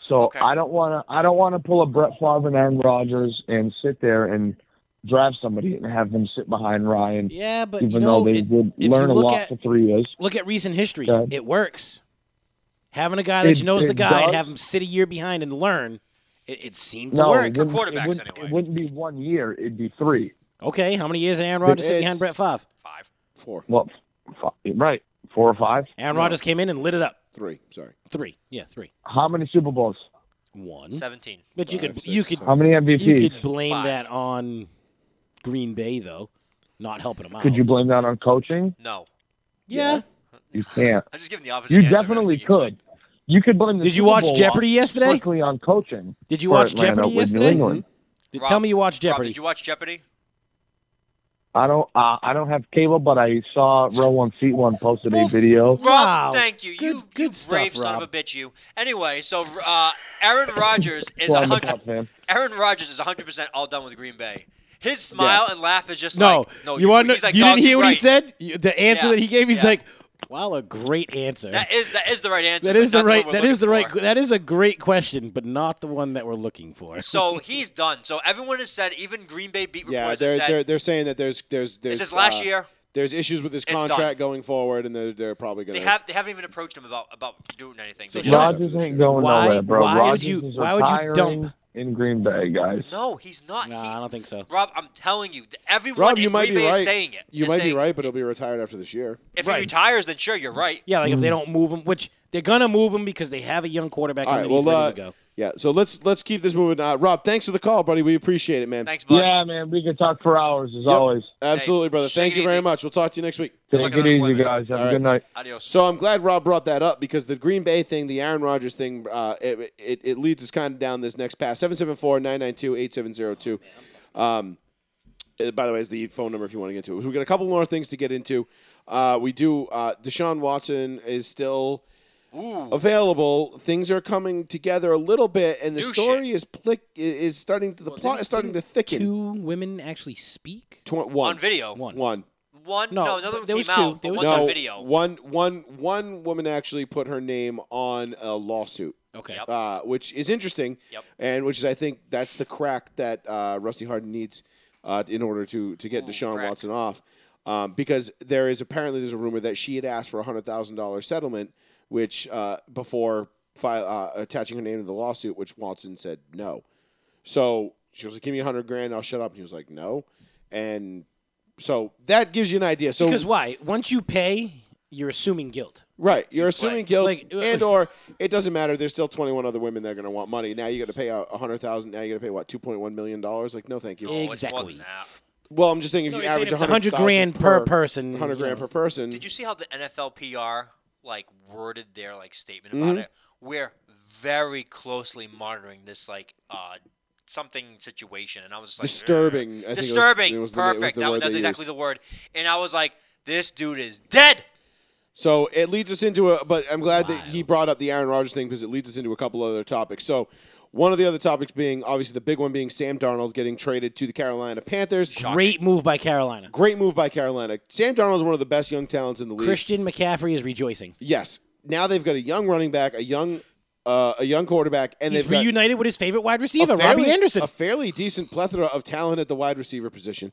[SPEAKER 6] So
[SPEAKER 2] Okay.
[SPEAKER 6] I don't want to. I don't want to pull a Brett Favre and Aaron Rodgers and sit there and draft somebody and have them sit behind Ryan,
[SPEAKER 3] Yeah, but
[SPEAKER 6] even
[SPEAKER 3] you know,
[SPEAKER 6] though they
[SPEAKER 3] it-
[SPEAKER 6] did
[SPEAKER 3] if you
[SPEAKER 6] learn a
[SPEAKER 3] look
[SPEAKER 6] lot
[SPEAKER 3] at-
[SPEAKER 6] for three years.
[SPEAKER 3] look at recent history.
[SPEAKER 6] Go ahead.
[SPEAKER 3] It works. Having a guy that
[SPEAKER 6] It-
[SPEAKER 3] you knows the
[SPEAKER 6] it
[SPEAKER 3] guy and
[SPEAKER 6] does.
[SPEAKER 3] have him sit a year behind and learn, it, it seemed to
[SPEAKER 6] No,
[SPEAKER 3] work.
[SPEAKER 6] it wouldn't,
[SPEAKER 2] For
[SPEAKER 6] it
[SPEAKER 2] quarterbacks,
[SPEAKER 6] wouldn't-
[SPEAKER 2] anyway.
[SPEAKER 6] it wouldn't be one year. It'd be three.
[SPEAKER 3] Okay, how many years did Aaron Rodgers sit behind
[SPEAKER 1] It's-
[SPEAKER 3] Brett Favre?
[SPEAKER 2] Five.
[SPEAKER 1] Four,
[SPEAKER 6] Well, f- right, four or five.
[SPEAKER 3] Aaron
[SPEAKER 1] No.
[SPEAKER 3] Rodgers came in and lit it up.
[SPEAKER 1] three. Sorry,
[SPEAKER 3] Three, yeah, three,
[SPEAKER 6] How many Super Bowls? Hmm?
[SPEAKER 3] one.
[SPEAKER 2] Seventeen.
[SPEAKER 3] But you
[SPEAKER 1] Five,
[SPEAKER 3] could
[SPEAKER 1] six,
[SPEAKER 3] you could
[SPEAKER 1] seven.
[SPEAKER 6] How many MVPs?
[SPEAKER 3] you could blame
[SPEAKER 2] Five.
[SPEAKER 3] that on Green Bay though, not helping him out.
[SPEAKER 6] Could you blame that on coaching?
[SPEAKER 2] No.
[SPEAKER 3] Yeah.
[SPEAKER 6] You can't.
[SPEAKER 2] I'm just giving the opposite.
[SPEAKER 6] You
[SPEAKER 2] answer of
[SPEAKER 6] definitely
[SPEAKER 2] everything you
[SPEAKER 6] could. You could blame the
[SPEAKER 3] Did you
[SPEAKER 6] Super
[SPEAKER 3] watch
[SPEAKER 6] Bowl
[SPEAKER 3] Jeopardy
[SPEAKER 6] on-
[SPEAKER 3] yesterday?
[SPEAKER 6] strictly on coaching.
[SPEAKER 3] Did you
[SPEAKER 6] for
[SPEAKER 3] watch
[SPEAKER 6] Atlanta
[SPEAKER 3] Jeopardy
[SPEAKER 6] with New
[SPEAKER 3] yesterday?
[SPEAKER 6] England.
[SPEAKER 3] Did-
[SPEAKER 2] Rob-
[SPEAKER 3] Tell me you watched
[SPEAKER 2] said. Rob,
[SPEAKER 3] Jeopardy.
[SPEAKER 2] did you watch Jeopardy?
[SPEAKER 6] I don't. Uh, I don't have cable, but I saw row one seat one posted a video.
[SPEAKER 2] Rob,
[SPEAKER 3] Wow.
[SPEAKER 2] thank you.
[SPEAKER 3] Good-
[SPEAKER 2] you you
[SPEAKER 3] good stuff,
[SPEAKER 2] brave son of a
[SPEAKER 3] Rob.
[SPEAKER 2] bitch, you. Anyway, so uh, Aaron Rodgers is
[SPEAKER 6] Well,
[SPEAKER 2] a
[SPEAKER 6] I'm a
[SPEAKER 2] hundred.
[SPEAKER 6] Cubs fan.
[SPEAKER 2] Aaron Rodgers is hundred percent all done with Green Bay. His smile and laugh is just
[SPEAKER 3] no,
[SPEAKER 2] like no.
[SPEAKER 3] you want
[SPEAKER 2] he's like,
[SPEAKER 3] you
[SPEAKER 2] "Dog,
[SPEAKER 3] didn't hear
[SPEAKER 2] you're
[SPEAKER 3] what he
[SPEAKER 2] right."
[SPEAKER 3] said. You- The answer
[SPEAKER 2] Yeah.
[SPEAKER 3] that he gave, he's
[SPEAKER 2] Yeah.
[SPEAKER 3] like, "Wow, a great answer."
[SPEAKER 2] That is that is the right answer.
[SPEAKER 3] That
[SPEAKER 2] but
[SPEAKER 3] is the
[SPEAKER 2] not
[SPEAKER 3] right.
[SPEAKER 2] one we're
[SPEAKER 3] That is the
[SPEAKER 2] looking
[SPEAKER 3] right.
[SPEAKER 2] for.
[SPEAKER 3] That is a great question, but not the one that we're looking for.
[SPEAKER 2] So he's done. So everyone has said, even Green Bay beat
[SPEAKER 1] yeah,
[SPEAKER 2] reporters
[SPEAKER 1] they're,
[SPEAKER 2] have
[SPEAKER 1] they're
[SPEAKER 2] said,
[SPEAKER 1] they're saying that there's there's there's
[SPEAKER 2] "Is this last
[SPEAKER 1] uh,
[SPEAKER 2] year?"
[SPEAKER 1] There's issues with his
[SPEAKER 2] It's done.
[SPEAKER 1] contract going forward, and they're they're probably gonna.
[SPEAKER 2] They have they haven't even approached him about about doing anything. They
[SPEAKER 3] So
[SPEAKER 2] just
[SPEAKER 3] Rob-
[SPEAKER 2] said,
[SPEAKER 6] Rodgers ain't going
[SPEAKER 3] Why-
[SPEAKER 6] nowhere, bro.
[SPEAKER 3] why would
[SPEAKER 6] Rodgers
[SPEAKER 3] you-
[SPEAKER 6] is
[SPEAKER 3] why would you
[SPEAKER 6] retiring
[SPEAKER 3] dump-
[SPEAKER 6] in Green Bay, guys?
[SPEAKER 2] no, he's not.
[SPEAKER 3] no,
[SPEAKER 2] He-
[SPEAKER 3] I don't think so.
[SPEAKER 2] Rob, I'm telling you, th- everyone
[SPEAKER 1] Rob,
[SPEAKER 2] in
[SPEAKER 1] you might
[SPEAKER 2] Green
[SPEAKER 1] be
[SPEAKER 2] Bay
[SPEAKER 1] right.
[SPEAKER 2] is saying it.
[SPEAKER 1] You
[SPEAKER 2] They're
[SPEAKER 1] might be
[SPEAKER 2] saying,
[SPEAKER 1] right, but he'll be retired after this year.
[SPEAKER 2] If
[SPEAKER 3] Right.
[SPEAKER 2] he retires, then sure, you're right.
[SPEAKER 3] Yeah, like if
[SPEAKER 6] Hmm.
[SPEAKER 3] they don't move him, which they're gonna move him because they have a young quarterback
[SPEAKER 1] All
[SPEAKER 3] and
[SPEAKER 1] right,
[SPEAKER 3] he's
[SPEAKER 1] well, uh,
[SPEAKER 3] ready to go.
[SPEAKER 1] yeah. So let's let's keep this moving. Uh, Rob, thanks for the call, buddy. We appreciate it, man.
[SPEAKER 2] Thanks, bud.
[SPEAKER 6] Yeah, man, we could talk for hours as
[SPEAKER 1] Yep.
[SPEAKER 6] always.
[SPEAKER 1] Absolutely,
[SPEAKER 2] Hey,
[SPEAKER 1] brother.
[SPEAKER 2] take
[SPEAKER 1] Thank
[SPEAKER 2] it
[SPEAKER 1] you very
[SPEAKER 2] easy.
[SPEAKER 1] much. We'll talk to you next week.
[SPEAKER 2] luck
[SPEAKER 6] Take
[SPEAKER 2] on
[SPEAKER 6] it easy,
[SPEAKER 2] unemployment.
[SPEAKER 6] guys. Have
[SPEAKER 1] All
[SPEAKER 6] a
[SPEAKER 1] right.
[SPEAKER 6] good night.
[SPEAKER 2] Adios.
[SPEAKER 1] So I'm glad Rob brought that up because the Green Bay thing, the Aaron Rodgers thing, uh, it, it, it leads us kind of down this next path. 774-992-8702. Um, uh, by the way, is the phone number if you want to get to it. We've got a couple more things to get into. Uh, we do. Uh, Deshaun Watson is still
[SPEAKER 2] Ooh.
[SPEAKER 1] available. Things are coming together a little bit, and the
[SPEAKER 2] New
[SPEAKER 1] story is plick is starting to the
[SPEAKER 3] Well,
[SPEAKER 1] plot
[SPEAKER 3] didn't-
[SPEAKER 1] is starting to
[SPEAKER 3] didn't
[SPEAKER 1] thicken.
[SPEAKER 3] Two women actually speak.
[SPEAKER 1] Tw- one.
[SPEAKER 2] on video.
[SPEAKER 3] One.
[SPEAKER 1] One.
[SPEAKER 2] One-
[SPEAKER 3] No,
[SPEAKER 2] No, another one
[SPEAKER 3] there
[SPEAKER 2] came
[SPEAKER 3] was two.
[SPEAKER 2] out. but
[SPEAKER 3] There was
[SPEAKER 2] one's
[SPEAKER 1] no,
[SPEAKER 2] on video.
[SPEAKER 1] One, one, one woman actually put her name on a lawsuit,
[SPEAKER 3] Okay.
[SPEAKER 2] Yep.
[SPEAKER 1] uh, which is interesting,
[SPEAKER 2] Yep.
[SPEAKER 1] and which is I think that's the crack that uh, Rusty Harden needs uh, in order to to get
[SPEAKER 2] Ooh,
[SPEAKER 1] Deshaun
[SPEAKER 2] crack.
[SPEAKER 1] Watson off, um, because there is apparently there's a rumor that she had asked for a hundred thousand dollar settlement, which uh, before file, uh, attaching her name to the lawsuit, which Watson said no. So she was like, "Give me a hundred grand, I'll shut up," and he was like, "No," and so that gives you an idea. So
[SPEAKER 3] because why? Once you pay, you're assuming guilt.
[SPEAKER 1] Right, you're assuming
[SPEAKER 2] Right.
[SPEAKER 1] guilt,
[SPEAKER 3] Like, uh,
[SPEAKER 1] and or it doesn't matter. There's still 21 other women that are going to want money. Now you got to pay out 100 thousand. Now you got to pay what 2.1 million dollars. Like, no, thank you.
[SPEAKER 2] Oh, it's more
[SPEAKER 3] exactly.
[SPEAKER 2] than that.
[SPEAKER 1] Mm. Well, I'm just saying if
[SPEAKER 3] No,
[SPEAKER 1] you
[SPEAKER 3] it's-
[SPEAKER 1] average
[SPEAKER 3] it's
[SPEAKER 1] 100
[SPEAKER 3] grand per, person.
[SPEAKER 1] 100
[SPEAKER 3] you know.
[SPEAKER 1] grand per person.
[SPEAKER 2] Did you see how the NFL PR like worded their like statement about
[SPEAKER 1] Mm-hmm.
[SPEAKER 2] it? We're very closely monitoring this like uh something situation, and I was just like
[SPEAKER 1] Disturbing, I think it
[SPEAKER 2] "Ugh."
[SPEAKER 1] was-
[SPEAKER 2] disturbing,
[SPEAKER 1] it was the- it was
[SPEAKER 2] perfect.
[SPEAKER 1] the
[SPEAKER 2] That-
[SPEAKER 1] word
[SPEAKER 2] that's
[SPEAKER 1] they
[SPEAKER 2] exactly
[SPEAKER 1] used.
[SPEAKER 2] the word, and I was like, this dude is dead.
[SPEAKER 1] So it leads us into a. But I'm glad that
[SPEAKER 3] Wild.
[SPEAKER 1] he brought up the Aaron Rodgers thing because it leads us into a couple other topics. So. One of the other topics being obviously the big one being Sam Darnold getting traded to the Carolina Panthers.
[SPEAKER 3] Great move by Carolina.
[SPEAKER 1] Great move by Carolina. Sam Darnold is one of the best young talents in the league.
[SPEAKER 3] Christian McCaffrey is rejoicing.
[SPEAKER 1] Yes. Now they've got a young running back, a young, uh, a young quarterback, and
[SPEAKER 3] He's
[SPEAKER 1] they've got
[SPEAKER 3] reunited with his favorite wide receiver,
[SPEAKER 1] a fairly,
[SPEAKER 3] Robbie Anderson.
[SPEAKER 1] a fairly decent plethora of talent at the wide receiver position.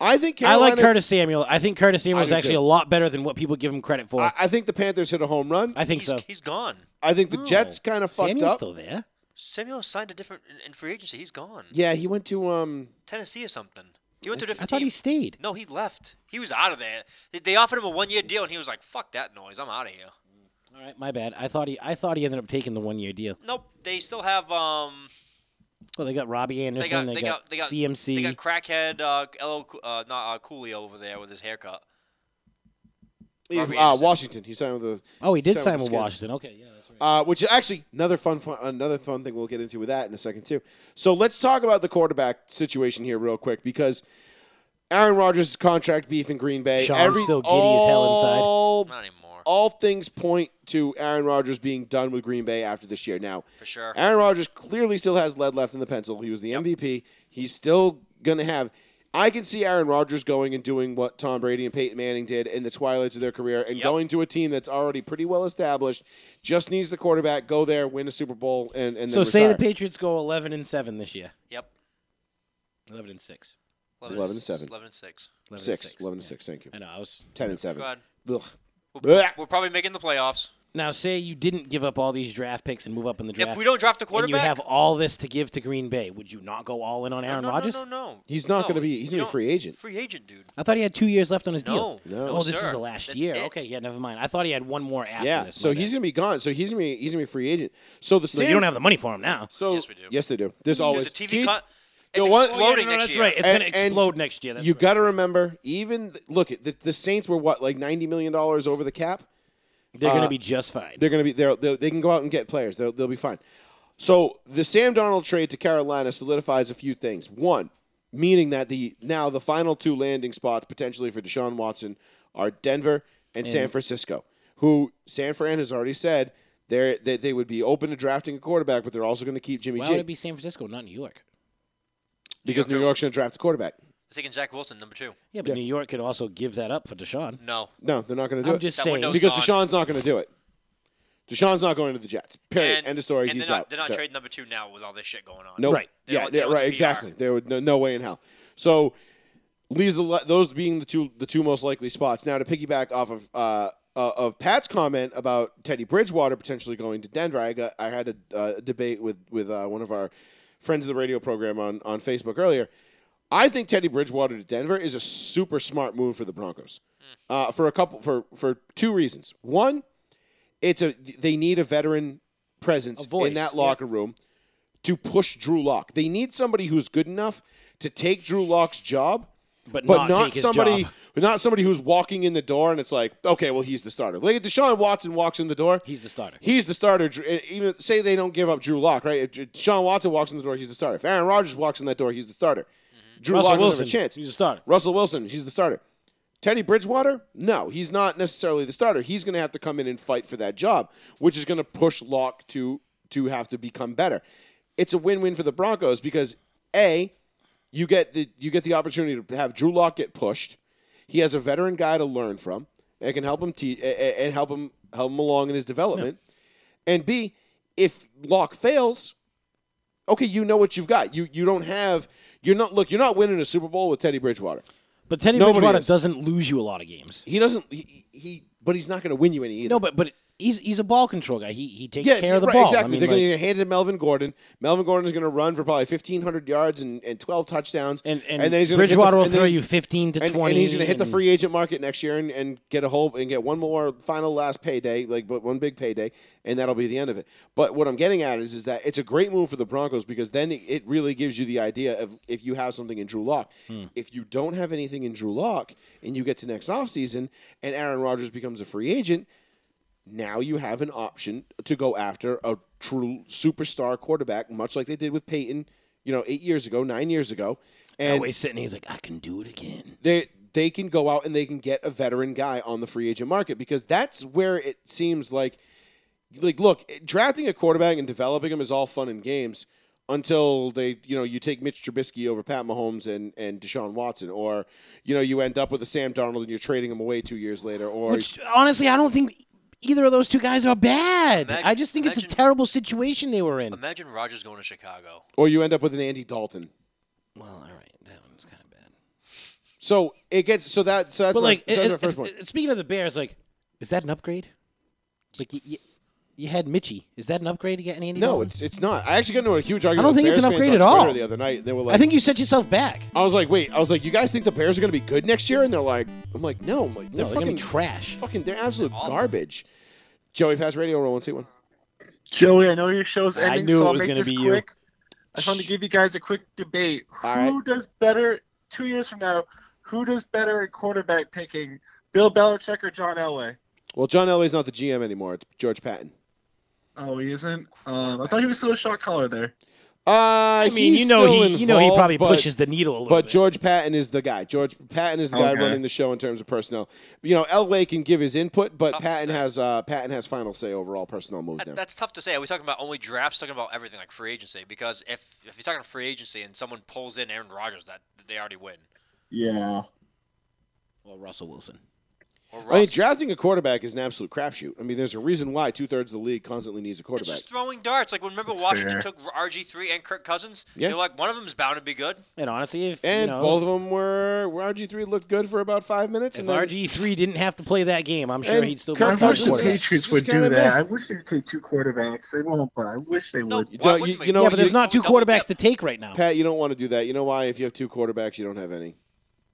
[SPEAKER 1] I think
[SPEAKER 3] Oh. I
[SPEAKER 1] Carolina,
[SPEAKER 3] like Curtis Samuel. I think Curtis Samuel
[SPEAKER 1] I
[SPEAKER 3] is
[SPEAKER 1] do
[SPEAKER 3] actually
[SPEAKER 1] too.
[SPEAKER 3] a lot better than what people give him credit for.
[SPEAKER 1] I,
[SPEAKER 3] I,
[SPEAKER 1] I think the Panthers hit a home run. I,
[SPEAKER 3] think
[SPEAKER 2] he's,
[SPEAKER 3] so.
[SPEAKER 2] He's gone.
[SPEAKER 1] think the
[SPEAKER 3] No.
[SPEAKER 1] Jets kind of fucked
[SPEAKER 3] Samuel's
[SPEAKER 1] up.
[SPEAKER 3] still there.
[SPEAKER 2] Samuel signed a different in, in free agency. He's gone.
[SPEAKER 1] Yeah, he went to um.
[SPEAKER 2] Tennessee or something. He went to a
[SPEAKER 3] I
[SPEAKER 2] different
[SPEAKER 3] thought
[SPEAKER 2] team.
[SPEAKER 3] he stayed.
[SPEAKER 2] no, he left. He was out of there. They- They offered him a one-year deal, and he was like, "Fuck that noise. I'm out of here."
[SPEAKER 3] All right, my bad. I thought he. I thought he ended up taking the one year deal.
[SPEAKER 2] Nope. They still have um.
[SPEAKER 3] Well, they got Robbie
[SPEAKER 2] They
[SPEAKER 3] Anderson.
[SPEAKER 2] got,
[SPEAKER 3] They,
[SPEAKER 2] they, got, they got
[SPEAKER 3] CMC.
[SPEAKER 2] They got crackhead uh, LL, Cool- uh, not uh, Coolio over there with his haircut. Robbie
[SPEAKER 1] uh,
[SPEAKER 2] Anderson.
[SPEAKER 1] Washington. He signed with the,
[SPEAKER 3] oh, he did
[SPEAKER 1] Sam
[SPEAKER 3] sign
[SPEAKER 1] with
[SPEAKER 3] with
[SPEAKER 1] the Skins.
[SPEAKER 3] Washington. Okay, yeah, that's right.
[SPEAKER 1] uh, which is actually another fun, fun, another fun thing we'll get into with that in a second too. So let's talk about the quarterback situation here real quick because Aaron Rodgers' contract beef in Green Bay.
[SPEAKER 3] Sean's still giddy as hell inside.
[SPEAKER 1] all
[SPEAKER 2] Not anymore,
[SPEAKER 3] Oh.
[SPEAKER 1] all things point to Aaron Rodgers being done with Green Bay after this year. Now,
[SPEAKER 2] for sure.
[SPEAKER 1] Aaron Rodgers clearly still has lead left in the pencil. He was the MVP. He's still going to have. I can see Aaron Rodgers going and doing what Tom Brady and Peyton Manning did in the twilights of their career and
[SPEAKER 2] Yep.
[SPEAKER 1] going to a team that's already pretty well established, just needs the quarterback, go there, win a Super Bowl, and, and then
[SPEAKER 3] So say the
[SPEAKER 1] retire.
[SPEAKER 3] Patriots go eleven and seven this year.
[SPEAKER 2] Yep.
[SPEAKER 3] Eleven and six.
[SPEAKER 1] 11 and seven.
[SPEAKER 2] 11 and six.
[SPEAKER 3] 11
[SPEAKER 1] six,
[SPEAKER 3] And six.
[SPEAKER 1] 11 to 6, thank you.
[SPEAKER 3] I know. I was
[SPEAKER 1] 10 and 7.
[SPEAKER 2] Go ahead.
[SPEAKER 1] Ugh.
[SPEAKER 2] We're,
[SPEAKER 1] Blah.
[SPEAKER 2] we're probably making the playoffs.
[SPEAKER 3] now. Say you didn't give up all these draft picks and move up in the draft.
[SPEAKER 2] If we don't draft the
[SPEAKER 3] and you
[SPEAKER 2] quarterback,
[SPEAKER 3] have all this to give to Green Bay, would you not go all in on
[SPEAKER 2] No,
[SPEAKER 3] Aaron
[SPEAKER 2] no,
[SPEAKER 3] Rodgers?
[SPEAKER 2] No, no, no.
[SPEAKER 1] He's not
[SPEAKER 2] No,
[SPEAKER 1] going to be. He's going to be
[SPEAKER 2] you don't-
[SPEAKER 1] free agent.
[SPEAKER 2] Free agent, dude.
[SPEAKER 3] I thought he had two years left on his
[SPEAKER 2] No.
[SPEAKER 3] deal.
[SPEAKER 1] No.
[SPEAKER 2] no
[SPEAKER 3] oh, this is
[SPEAKER 2] sir.
[SPEAKER 3] the last
[SPEAKER 2] That's
[SPEAKER 3] year.
[SPEAKER 2] it.
[SPEAKER 3] Okay, yeah, never mind. I thought he had one more after
[SPEAKER 1] Yeah.
[SPEAKER 3] this.
[SPEAKER 1] So
[SPEAKER 3] my
[SPEAKER 1] he's
[SPEAKER 3] bad.
[SPEAKER 1] going to be gone. So he's going to be he's going to be free agent. So the
[SPEAKER 3] So
[SPEAKER 1] Sam
[SPEAKER 3] you don't have the money for him now.
[SPEAKER 1] So
[SPEAKER 2] Yes, we do.
[SPEAKER 1] Yes, they do. There's
[SPEAKER 2] Dude,
[SPEAKER 1] always
[SPEAKER 2] the TV
[SPEAKER 1] Keith,
[SPEAKER 2] cut.
[SPEAKER 1] you
[SPEAKER 2] It's
[SPEAKER 1] know what?
[SPEAKER 3] Oh, yeah,
[SPEAKER 2] exploding
[SPEAKER 3] no, no,
[SPEAKER 2] next
[SPEAKER 3] that's
[SPEAKER 2] year.
[SPEAKER 3] right. It's
[SPEAKER 1] And-
[SPEAKER 3] going
[SPEAKER 1] and
[SPEAKER 3] to explode next year. That's
[SPEAKER 1] you
[SPEAKER 3] right.
[SPEAKER 1] got to remember, even th- look, the, the Saints were what like ninety million dollars over the cap.
[SPEAKER 3] They're going
[SPEAKER 1] uh,
[SPEAKER 3] to be just fine.
[SPEAKER 1] They're going to be they're, they they can go out and get players. They'll, they'll be fine. So the Sam Donald trade to Carolina solidifies a few things. One, meaning that the now the final two landing spots potentially for Deshaun Watson are Denver and, San Francisco, who San Fran has already said they're, they they would be open to drafting a quarterback, but they're also going to keep Jimmy
[SPEAKER 3] Why
[SPEAKER 1] G
[SPEAKER 3] would it be San Francisco, not New York?
[SPEAKER 1] because New
[SPEAKER 2] Yorker-
[SPEAKER 1] York's going to draft a quarterback.
[SPEAKER 2] They're taking Zach Wilson, number two.
[SPEAKER 3] Yeah, but New York could also give that up for Deshaun.
[SPEAKER 2] No.
[SPEAKER 1] No, they're not going to do
[SPEAKER 3] I'm
[SPEAKER 1] it.
[SPEAKER 3] just
[SPEAKER 2] That
[SPEAKER 3] saying.
[SPEAKER 2] window's
[SPEAKER 1] because
[SPEAKER 2] gone.
[SPEAKER 1] Deshaun's not going to do it. Deshaun's not going to the Jets. Period.
[SPEAKER 2] And,
[SPEAKER 1] End of story.
[SPEAKER 2] and
[SPEAKER 1] He's
[SPEAKER 2] they're not,
[SPEAKER 1] out.
[SPEAKER 2] They're not
[SPEAKER 1] No.
[SPEAKER 2] trading number two now with all this shit going on.
[SPEAKER 1] Nope.
[SPEAKER 3] Right.
[SPEAKER 2] They
[SPEAKER 1] Yeah.
[SPEAKER 2] don't- they
[SPEAKER 1] yeah
[SPEAKER 2] don't
[SPEAKER 1] right.
[SPEAKER 2] do PR.
[SPEAKER 1] Exactly. There would no, no way in hell. So leaves the le- those being the two the two most likely spots. Now to piggyback off of uh, uh, of Pat's comment about Teddy Bridgewater potentially going to Denver, I got I had a uh, debate with with uh, one of our friends of the radio program on on Facebook earlier. I think Teddy Bridgewater to Denver is a super smart move for the Broncos. Uh, for a couple for for two reasons. One, it's a they need a veteran presence
[SPEAKER 3] A voice,
[SPEAKER 1] in that locker room to push Drew Lock. They need somebody who's good enough to take Drew Lock's job,
[SPEAKER 3] But,
[SPEAKER 1] but
[SPEAKER 3] not,
[SPEAKER 1] not,
[SPEAKER 3] take his
[SPEAKER 1] somebody
[SPEAKER 3] job.
[SPEAKER 1] not somebody who's walking in the door and it's like, okay, well he's the starter. Like if Deshaun Watson walks in the door,
[SPEAKER 3] He's the starter.
[SPEAKER 1] he's the starter. Drew- and Even say they don't give up Drew Lock, right? If Deshaun Watson walks in the door, he's the starter. If Aaron Rodgers walks in that door, he's the starter. Drew
[SPEAKER 3] Mm-hmm. Russell
[SPEAKER 1] Lock doesn't
[SPEAKER 3] Wilson.
[SPEAKER 1] have a chance.
[SPEAKER 3] He's the starter.
[SPEAKER 1] Russell Wilson, he's the starter. Teddy Bridgewater? No, he's not necessarily the starter. He's going to have to come in and fight for that job, which is going to push Locke to to have to become better. It's a win-win for the Broncos because a you get the you get the opportunity to have Drew Lock get pushed. He has a veteran guy to learn from that can help him te- a- a- and help him help him along in his development. And B, if Locke fails, okay, you know what you've got. You you don't have you're not look you're not winning a Super Bowl with Teddy Bridgewater.
[SPEAKER 3] But Teddy
[SPEAKER 1] Nobody
[SPEAKER 3] Bridgewater
[SPEAKER 1] is.
[SPEAKER 3] doesn't lose you a lot of games.
[SPEAKER 1] He doesn't he, he but he's not going to win you any either.
[SPEAKER 3] No, but but he's he's a ball control guy. He he takes care of the
[SPEAKER 1] right,
[SPEAKER 3] ball.
[SPEAKER 1] Exactly.
[SPEAKER 3] I mean,
[SPEAKER 1] They're
[SPEAKER 3] like-
[SPEAKER 1] going to hand it to Melvin Gordon. Melvin Gordon is going to run for probably 1,500 yards and, and 12 touchdowns.
[SPEAKER 3] and and,
[SPEAKER 1] then he's gonna get the-
[SPEAKER 3] Bridgewater will
[SPEAKER 1] and
[SPEAKER 3] throw
[SPEAKER 1] then-
[SPEAKER 3] you fifteen to
[SPEAKER 1] and,
[SPEAKER 3] twenty.
[SPEAKER 1] and he's going to hit the
[SPEAKER 3] and-
[SPEAKER 1] free agent market next year and, and get a whole and get one more final last payday, like but one big payday, and that'll be the end of it. But what I'm getting at is, is that it's a great move for the Broncos because then it, it really gives you the idea of if you have something in Drew Lock.
[SPEAKER 3] Hmm.
[SPEAKER 1] If you don't have anything in Drew Lock, and you get to next offseason and Aaron Rodgers becomes a free agent, now you have an option to go after a true superstar quarterback, much like they did with Peyton, you know, eight years ago, nine years ago. And
[SPEAKER 3] Elway's sitting. there, He's like, I can do it again.
[SPEAKER 1] they they can go out and they can get a veteran guy on the free agent market because that's where it seems like like look drafting a quarterback and developing him is all fun and games until they you know you take Mitch Trubisky over Pat Mahomes and and Deshaun Watson or you know you end up with a Sam Darnold and you're trading him away two years later or
[SPEAKER 3] Which honestly, I don't think either of those two guys are bad.
[SPEAKER 2] Imagine-
[SPEAKER 3] I just think it's
[SPEAKER 2] imagine-
[SPEAKER 3] a terrible situation they were in.
[SPEAKER 2] Imagine Rogers going to Chicago.
[SPEAKER 1] or you end up with an Andy Dalton.
[SPEAKER 3] Well, all right, that one's kind of bad.
[SPEAKER 1] So it gets so that so that's
[SPEAKER 3] but
[SPEAKER 1] my,
[SPEAKER 3] like,
[SPEAKER 1] so that's
[SPEAKER 3] it-
[SPEAKER 1] my first
[SPEAKER 3] it's-
[SPEAKER 1] point.
[SPEAKER 3] it- speaking of the Bears, like, is that an upgrade? Like, you, you, you had Mitchie. Is that an upgrade to get any?
[SPEAKER 1] No, it's it's not. I actually got into a huge argument.
[SPEAKER 3] I don't
[SPEAKER 1] with
[SPEAKER 3] think it's
[SPEAKER 1] Bears
[SPEAKER 3] an
[SPEAKER 1] fans
[SPEAKER 3] upgrade
[SPEAKER 1] on
[SPEAKER 3] at
[SPEAKER 1] Twitter
[SPEAKER 3] all.
[SPEAKER 1] The other night they were like,
[SPEAKER 3] I think you set yourself back.
[SPEAKER 1] I was like, wait, I was like, you guys think the Bears are going to be good next year? And they're like, I'm like, no, I'm like,
[SPEAKER 3] No,
[SPEAKER 1] they're
[SPEAKER 3] they're gonna
[SPEAKER 1] fucking
[SPEAKER 3] be trash.
[SPEAKER 1] fucking, they're absolute
[SPEAKER 2] awful.
[SPEAKER 1] garbage. Joey Fast Radio, roll one, see one.
[SPEAKER 7] Joey, I know your show's
[SPEAKER 3] I
[SPEAKER 7] ending,
[SPEAKER 3] knew
[SPEAKER 7] so
[SPEAKER 3] it
[SPEAKER 7] I'll
[SPEAKER 3] was
[SPEAKER 7] make
[SPEAKER 3] gonna
[SPEAKER 7] this
[SPEAKER 3] be you.
[SPEAKER 7] quick. I just wanted to give you guys a quick debate. Who
[SPEAKER 1] All right.
[SPEAKER 7] does better two years from now? Who does better at quarterback picking, Bill Belichick or John Elway?
[SPEAKER 1] Well, John Elway's not the GM anymore. It's George Patton.
[SPEAKER 7] Oh, he isn't. Um, I thought he was still a shot caller there.
[SPEAKER 1] Uh,
[SPEAKER 3] I mean,
[SPEAKER 1] he's
[SPEAKER 3] you know,
[SPEAKER 1] still
[SPEAKER 3] he, you know, he
[SPEAKER 1] involved,
[SPEAKER 3] probably
[SPEAKER 1] but,
[SPEAKER 3] pushes the needle a little
[SPEAKER 1] But
[SPEAKER 3] bit.
[SPEAKER 1] George Patton is the guy. George Patton is the guy
[SPEAKER 7] Okay.
[SPEAKER 1] running the show in terms of personnel. You know, Elway can give his input, but
[SPEAKER 2] Tough to
[SPEAKER 1] Patton
[SPEAKER 2] say.
[SPEAKER 1] has uh, Patton has final say over all personnel moves now.
[SPEAKER 2] That, that's tough to say. Are we talking about only drafts? Talking about everything like free agency? Because if if you're talking free agency and someone pulls in Aaron Rodgers, that they already win.
[SPEAKER 7] Yeah.
[SPEAKER 3] or Russell Wilson.
[SPEAKER 2] Or Russ.
[SPEAKER 1] I mean, drafting a quarterback is an absolute crapshoot. I mean, there's a reason why two thirds of the league constantly needs a
[SPEAKER 2] It's
[SPEAKER 1] quarterback.
[SPEAKER 2] just throwing darts. Like remember
[SPEAKER 7] That's
[SPEAKER 2] Washington
[SPEAKER 7] fair.
[SPEAKER 2] took RG three and Kirk Cousins.
[SPEAKER 1] Yeah.
[SPEAKER 2] They're like one of them's bound to be good.
[SPEAKER 3] And honestly, if
[SPEAKER 1] And
[SPEAKER 3] you know,
[SPEAKER 1] both of them were, RG three looked good for about five minutes,
[SPEAKER 3] if
[SPEAKER 1] and then
[SPEAKER 3] RG three didn't have to play that game, I'm sure
[SPEAKER 1] And
[SPEAKER 3] he'd still
[SPEAKER 1] Kirk
[SPEAKER 7] I
[SPEAKER 3] be
[SPEAKER 1] Cousins
[SPEAKER 7] wish
[SPEAKER 3] first
[SPEAKER 7] the
[SPEAKER 1] was- Just
[SPEAKER 3] quarterback.
[SPEAKER 7] Patriots would
[SPEAKER 1] kinda
[SPEAKER 7] do
[SPEAKER 1] meh.
[SPEAKER 7] that. I wish they would take two quarterbacks. They won't, but I wish they
[SPEAKER 2] No,
[SPEAKER 7] would.
[SPEAKER 1] You
[SPEAKER 2] why
[SPEAKER 1] don't-
[SPEAKER 2] wouldn't
[SPEAKER 1] you-
[SPEAKER 2] we?
[SPEAKER 1] you know
[SPEAKER 3] Yeah,
[SPEAKER 1] what,
[SPEAKER 3] but there's not two
[SPEAKER 2] Double
[SPEAKER 3] quarterbacks
[SPEAKER 2] dip.
[SPEAKER 3] to take right now.
[SPEAKER 1] Pat, you don't want to do that. You know why? If you have two quarterbacks, you don't have any.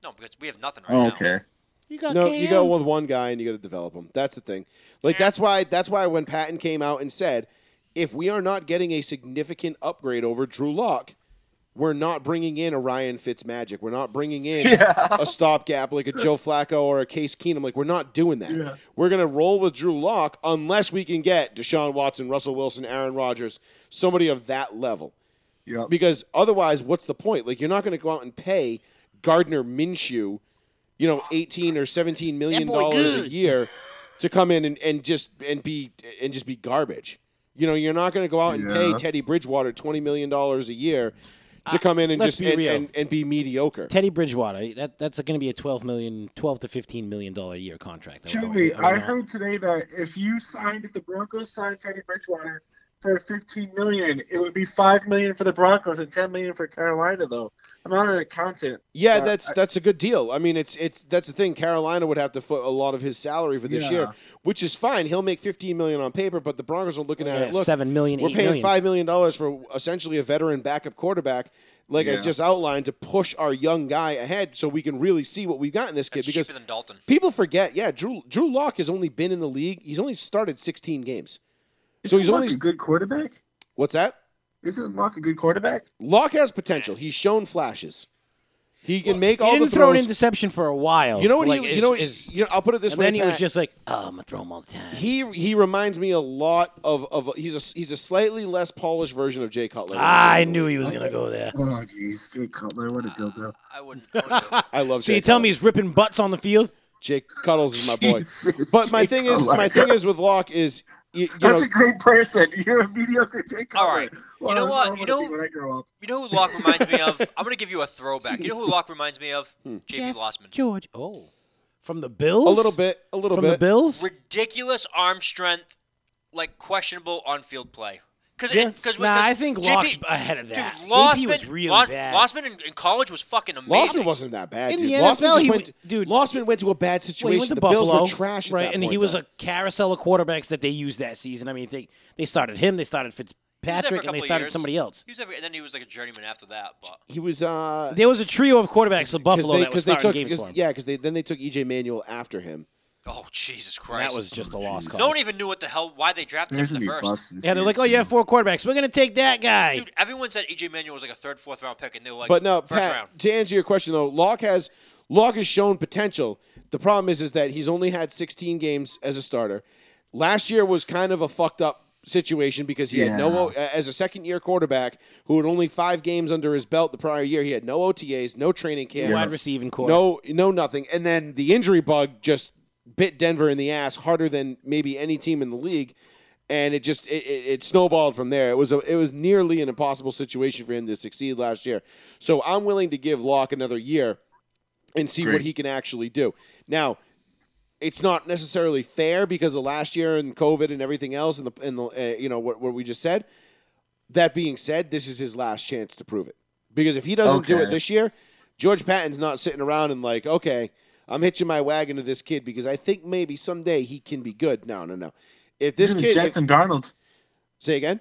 [SPEAKER 2] No, because we have nothing right
[SPEAKER 7] Oh,
[SPEAKER 2] now.
[SPEAKER 7] okay.
[SPEAKER 3] You got
[SPEAKER 1] No, you
[SPEAKER 3] KM.
[SPEAKER 1] go with one guy and you got to develop him. That's the thing. Like that's why that's why when Patton came out and said, if we are not getting a significant upgrade over Drew Lock, we're not bringing in a Ryan Fitzmagic. We're not bringing in
[SPEAKER 7] Yeah.
[SPEAKER 1] a stopgap like a Joe Flacco or a Case Keenum. Like we're not doing that.
[SPEAKER 7] Yeah.
[SPEAKER 1] We're gonna roll with Drew Lock unless we can get Deshaun Watson, Russell Wilson, Aaron Rodgers, somebody of that level.
[SPEAKER 7] Yep.
[SPEAKER 1] because otherwise, what's the point? Like, you're not going to go out and pay Gardner Minshew, you know, eighteen or seventeen million
[SPEAKER 3] That boy
[SPEAKER 1] dollars a
[SPEAKER 3] good.
[SPEAKER 1] year to come in and, and just and be and just be garbage. You know, you're not going to go out and pay
[SPEAKER 7] Yeah.
[SPEAKER 1] Teddy Bridgewater twenty million dollars a year to come in and
[SPEAKER 3] Uh, let's
[SPEAKER 1] just
[SPEAKER 3] be
[SPEAKER 1] and,
[SPEAKER 3] real.
[SPEAKER 1] and, and be mediocre.
[SPEAKER 3] Teddy Bridgewater. That that's going to be a 12 million, 12 to 15 million dollar a year contract. I would-
[SPEAKER 7] Joey,
[SPEAKER 3] I would
[SPEAKER 7] I
[SPEAKER 3] not-
[SPEAKER 7] heard today that if you signed, if the Broncos signed Teddy Bridgewater for 15 million, it would be 5 million for the Broncos and 10 million for Carolina. Though I'm not an accountant.
[SPEAKER 1] Yeah,
[SPEAKER 7] Uh,
[SPEAKER 1] that's that's a good deal. I mean, it's it's that's the thing. Carolina would have to foot a lot of his salary for this
[SPEAKER 7] Yeah.
[SPEAKER 1] year, which is fine. He'll make fifteen million on paper, but the Broncos are looking at
[SPEAKER 3] Yeah,
[SPEAKER 1] it. Look,
[SPEAKER 3] seven million,
[SPEAKER 1] We're
[SPEAKER 3] eight
[SPEAKER 1] paying
[SPEAKER 3] million.
[SPEAKER 1] five million dollars for essentially a veteran backup quarterback, like I
[SPEAKER 7] Yeah.
[SPEAKER 1] just outlined, to push our young guy ahead, so we can really see what we've got in this kid.
[SPEAKER 2] That's
[SPEAKER 1] Because
[SPEAKER 2] cheaper than Dalton.
[SPEAKER 1] people forget, yeah, Drew Drew Lock has only been in the league. He's only started sixteen games. So
[SPEAKER 7] Isn't
[SPEAKER 1] he's
[SPEAKER 7] Luck
[SPEAKER 1] only-
[SPEAKER 7] a good quarterback.
[SPEAKER 1] What's that?
[SPEAKER 7] Isn't Locke a good quarterback?
[SPEAKER 1] Lock has potential. He's shown flashes. He can make
[SPEAKER 3] He
[SPEAKER 1] all the
[SPEAKER 3] didn't throw an
[SPEAKER 1] throws.
[SPEAKER 3] interception for a while.
[SPEAKER 1] you know what?
[SPEAKER 3] Like,
[SPEAKER 1] he,
[SPEAKER 3] it's-
[SPEAKER 1] you know. what-
[SPEAKER 3] it's-
[SPEAKER 1] you know. I'll put it this
[SPEAKER 3] and
[SPEAKER 1] way.
[SPEAKER 3] then he was
[SPEAKER 1] Pat.
[SPEAKER 3] just like, "Oh, I'm gonna throw him all the time."
[SPEAKER 1] he he reminds me a lot of of he's a he's a slightly less polished version of Jay Cutler.
[SPEAKER 3] I knew he was gonna go there.
[SPEAKER 7] Oh, jeez, Jay Cutler, what a dildo.
[SPEAKER 2] I wouldn't. I wouldn't do it.
[SPEAKER 1] I love.
[SPEAKER 3] So
[SPEAKER 1] Jay
[SPEAKER 3] you tell
[SPEAKER 1] Cutler.
[SPEAKER 3] me he's ripping butts on the field?
[SPEAKER 1] Jake Cuddles is my boy.
[SPEAKER 7] Jesus,
[SPEAKER 1] But my
[SPEAKER 7] Jake
[SPEAKER 1] thing is,
[SPEAKER 7] Cutler.
[SPEAKER 1] my thing is with Locke is, you, you
[SPEAKER 7] That's
[SPEAKER 1] know,
[SPEAKER 7] a great person. You're a mediocre Jake.
[SPEAKER 2] All
[SPEAKER 7] Cutler.
[SPEAKER 2] right.
[SPEAKER 7] Well,
[SPEAKER 2] know
[SPEAKER 7] that's
[SPEAKER 2] what?
[SPEAKER 7] I
[SPEAKER 2] You
[SPEAKER 7] wanna
[SPEAKER 2] know-
[SPEAKER 7] be when I grow up.
[SPEAKER 2] You know who Locke reminds me of? I'm gonna give you a throwback. You know who Locke reminds me of?
[SPEAKER 1] Hmm.
[SPEAKER 2] JP
[SPEAKER 3] Jeff
[SPEAKER 2] Lossman.
[SPEAKER 3] George. Oh, from the Bills.
[SPEAKER 1] a little bit, a little
[SPEAKER 3] From the
[SPEAKER 1] bit.
[SPEAKER 3] Bills.
[SPEAKER 2] Ridiculous arm strength, like questionable on-field play. Because
[SPEAKER 1] Yeah.
[SPEAKER 2] because
[SPEAKER 3] Nah, I think Locke's ahead of
[SPEAKER 2] Dude,
[SPEAKER 3] that. JP
[SPEAKER 2] Lossman
[SPEAKER 3] was really
[SPEAKER 2] Loss-
[SPEAKER 3] bad.
[SPEAKER 2] Lossman in, in college was fucking amazing.
[SPEAKER 1] Lawson wasn't that bad,
[SPEAKER 3] In
[SPEAKER 1] dude.
[SPEAKER 3] the
[SPEAKER 1] Lawson
[SPEAKER 3] NFL,
[SPEAKER 1] just
[SPEAKER 3] he
[SPEAKER 1] went,
[SPEAKER 3] went- dude.
[SPEAKER 1] Lawson went to a bad
[SPEAKER 3] Well,
[SPEAKER 1] situation.
[SPEAKER 3] he went to
[SPEAKER 1] the
[SPEAKER 3] Buffalo,
[SPEAKER 1] Bills were trash, at
[SPEAKER 3] right?
[SPEAKER 1] that
[SPEAKER 3] and he
[SPEAKER 1] point,
[SPEAKER 3] was
[SPEAKER 1] though.
[SPEAKER 3] a carousel of quarterbacks that they used that season. I mean, they they started him, they started Fitzpatrick, and
[SPEAKER 2] couple
[SPEAKER 3] they
[SPEAKER 2] of
[SPEAKER 3] started
[SPEAKER 2] years.
[SPEAKER 3] somebody else.
[SPEAKER 2] He was every, and then he was like a journeyman after that. But
[SPEAKER 1] he was uh,
[SPEAKER 3] There was a trio of quarterbacks of Buffalo
[SPEAKER 1] they,
[SPEAKER 3] that was
[SPEAKER 1] they
[SPEAKER 3] starting
[SPEAKER 1] took
[SPEAKER 3] games
[SPEAKER 1] because-
[SPEAKER 3] for him.
[SPEAKER 1] yeah, because they then they took EJ Manuel after him.
[SPEAKER 2] oh Jesus
[SPEAKER 3] And
[SPEAKER 2] Christ!
[SPEAKER 3] that was just a lost cause.
[SPEAKER 2] no one even knew what the hell why they drafted him
[SPEAKER 7] There's
[SPEAKER 2] in the
[SPEAKER 7] gonna be
[SPEAKER 2] first.
[SPEAKER 7] busts this
[SPEAKER 3] yeah, they're
[SPEAKER 7] year,
[SPEAKER 3] like, oh, you
[SPEAKER 7] too.
[SPEAKER 3] have four quarterbacks. We're gonna take that guy.
[SPEAKER 2] Dude, everyone said EJ Manuel was like a third, fourth round pick, and they were like,
[SPEAKER 1] But no,
[SPEAKER 2] first
[SPEAKER 1] Pat.
[SPEAKER 2] round.
[SPEAKER 1] To answer your question though, Locke has Locke has shown potential. The problem is, is that he's only had 16 games as a starter. Last year was kind of a fucked up situation because he had no O- as a second year quarterback who had only five games under his belt the prior year. He had no OTAs, no training camp,
[SPEAKER 3] Wide receiving core.
[SPEAKER 1] No, no, nothing. And then the injury bug just bit Denver in the ass harder than maybe any team in the league, and it just it, it, it snowballed from there. It was a, it was nearly an impossible situation for him to succeed last year. So I'm willing to give Locke another year and see what
[SPEAKER 7] Agreed.
[SPEAKER 1] he can actually do. Now. It's not necessarily fair because of last year and COVID and everything else, and the and the uh, you know what, what we just said. That being said, this is his last chance to prove it. Because if he doesn't do it
[SPEAKER 7] Okay.
[SPEAKER 1] this year, George Patton's not sitting around and like, okay, I'm hitching my wagon to this kid because I think maybe someday he can be good. No, no, no. If this
[SPEAKER 7] Look at
[SPEAKER 1] kid
[SPEAKER 7] Jets and Darnold.
[SPEAKER 1] say again,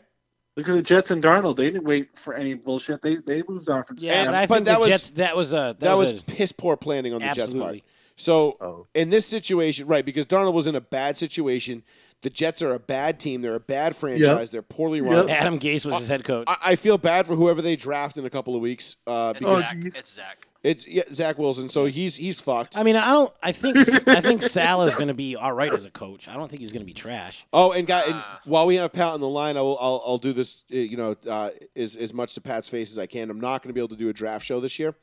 [SPEAKER 7] Look at the Jets and Darnold. They didn't wait for any bullshit. They they moved on from.
[SPEAKER 3] Yeah,
[SPEAKER 1] And-
[SPEAKER 3] but
[SPEAKER 7] Sam.
[SPEAKER 3] I
[SPEAKER 1] but
[SPEAKER 3] think
[SPEAKER 1] that
[SPEAKER 3] the
[SPEAKER 1] was-
[SPEAKER 3] Jets. That was a that,
[SPEAKER 1] that, was,
[SPEAKER 3] a,
[SPEAKER 1] piss poor planning on the Jets' part.
[SPEAKER 3] absolutely.
[SPEAKER 1] So
[SPEAKER 7] Oh.
[SPEAKER 1] in this situation, right, because Darnold was in a bad situation. The Jets are a bad team. They're a bad franchise. They're poorly run.
[SPEAKER 7] Yep.
[SPEAKER 3] Adam Gase was his head coach.
[SPEAKER 1] I, I feel bad for whoever they draft in a couple of weeks uh,
[SPEAKER 2] It's
[SPEAKER 1] because
[SPEAKER 7] Oh,
[SPEAKER 2] Zach.
[SPEAKER 7] geez.
[SPEAKER 2] It's Zach.
[SPEAKER 1] it's yeah, Zach Wilson. So he's he's fucked.
[SPEAKER 3] I mean, I don't. I think I think Salah's going to be all right as a coach. I don't think he's going to be trash.
[SPEAKER 1] Oh, and, guy, and
[SPEAKER 2] Ah.
[SPEAKER 1] while we have Pat on the line, I will, I'll, I'll do this, uh, you know, uh, as, as much to Pat's face as I can. I'm not going to be able to do a draft show this year.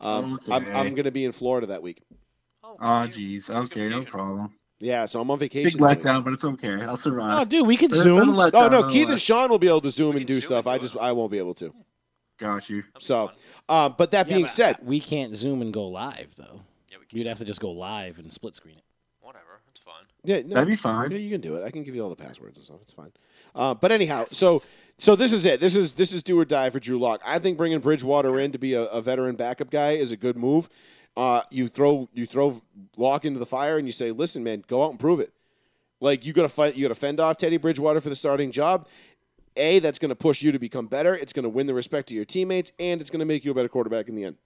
[SPEAKER 1] Um, I'm,
[SPEAKER 7] Okay.
[SPEAKER 1] I'm going to be in Florida that week.
[SPEAKER 2] Oh,
[SPEAKER 7] Oh
[SPEAKER 2] confused.
[SPEAKER 7] jeez. Okay, no
[SPEAKER 2] Confusion.
[SPEAKER 7] problem.
[SPEAKER 1] Yeah, so I'm on
[SPEAKER 7] Big
[SPEAKER 1] vacation. that week.
[SPEAKER 7] letdown, but it's okay. I'll
[SPEAKER 3] Oh,
[SPEAKER 7] survive.
[SPEAKER 3] dude, we could
[SPEAKER 7] Bit of
[SPEAKER 3] zoom.
[SPEAKER 7] letdown,
[SPEAKER 1] Oh, no,
[SPEAKER 7] nonetheless.
[SPEAKER 1] Keith and Sean will be able to Zoom and
[SPEAKER 2] We can
[SPEAKER 1] do
[SPEAKER 2] Zoom
[SPEAKER 1] stuff.
[SPEAKER 2] and
[SPEAKER 1] I
[SPEAKER 2] do
[SPEAKER 1] just,
[SPEAKER 2] it.
[SPEAKER 1] I won't be able to.
[SPEAKER 7] Got you.
[SPEAKER 2] That'd be
[SPEAKER 1] So,
[SPEAKER 2] fun.
[SPEAKER 1] um, but that
[SPEAKER 3] Yeah,
[SPEAKER 1] being
[SPEAKER 3] but
[SPEAKER 1] said,
[SPEAKER 3] we can't zoom and go live though.
[SPEAKER 2] yeah, we can,
[SPEAKER 3] You'd have to just go live and split screen it.
[SPEAKER 2] whatever. It's fine.
[SPEAKER 1] yeah, no,
[SPEAKER 7] That'd be fine.
[SPEAKER 1] Yeah, you can do it. I can give you all the passwords and stuff. It's fine. Uh, but anyhow, so so this is it. This is this is do or die for Drew Lock. I think bringing Bridgewater in to be a, a veteran backup guy is a good move. Uh, you throw you throw Lock into the fire and you say, listen, man, go out and prove it. Like you got to fight, you got to fend off Teddy Bridgewater for the starting job. A, that's going to push you to become better. It's going to win the respect of your teammates, and it's going to make you a better quarterback in the end.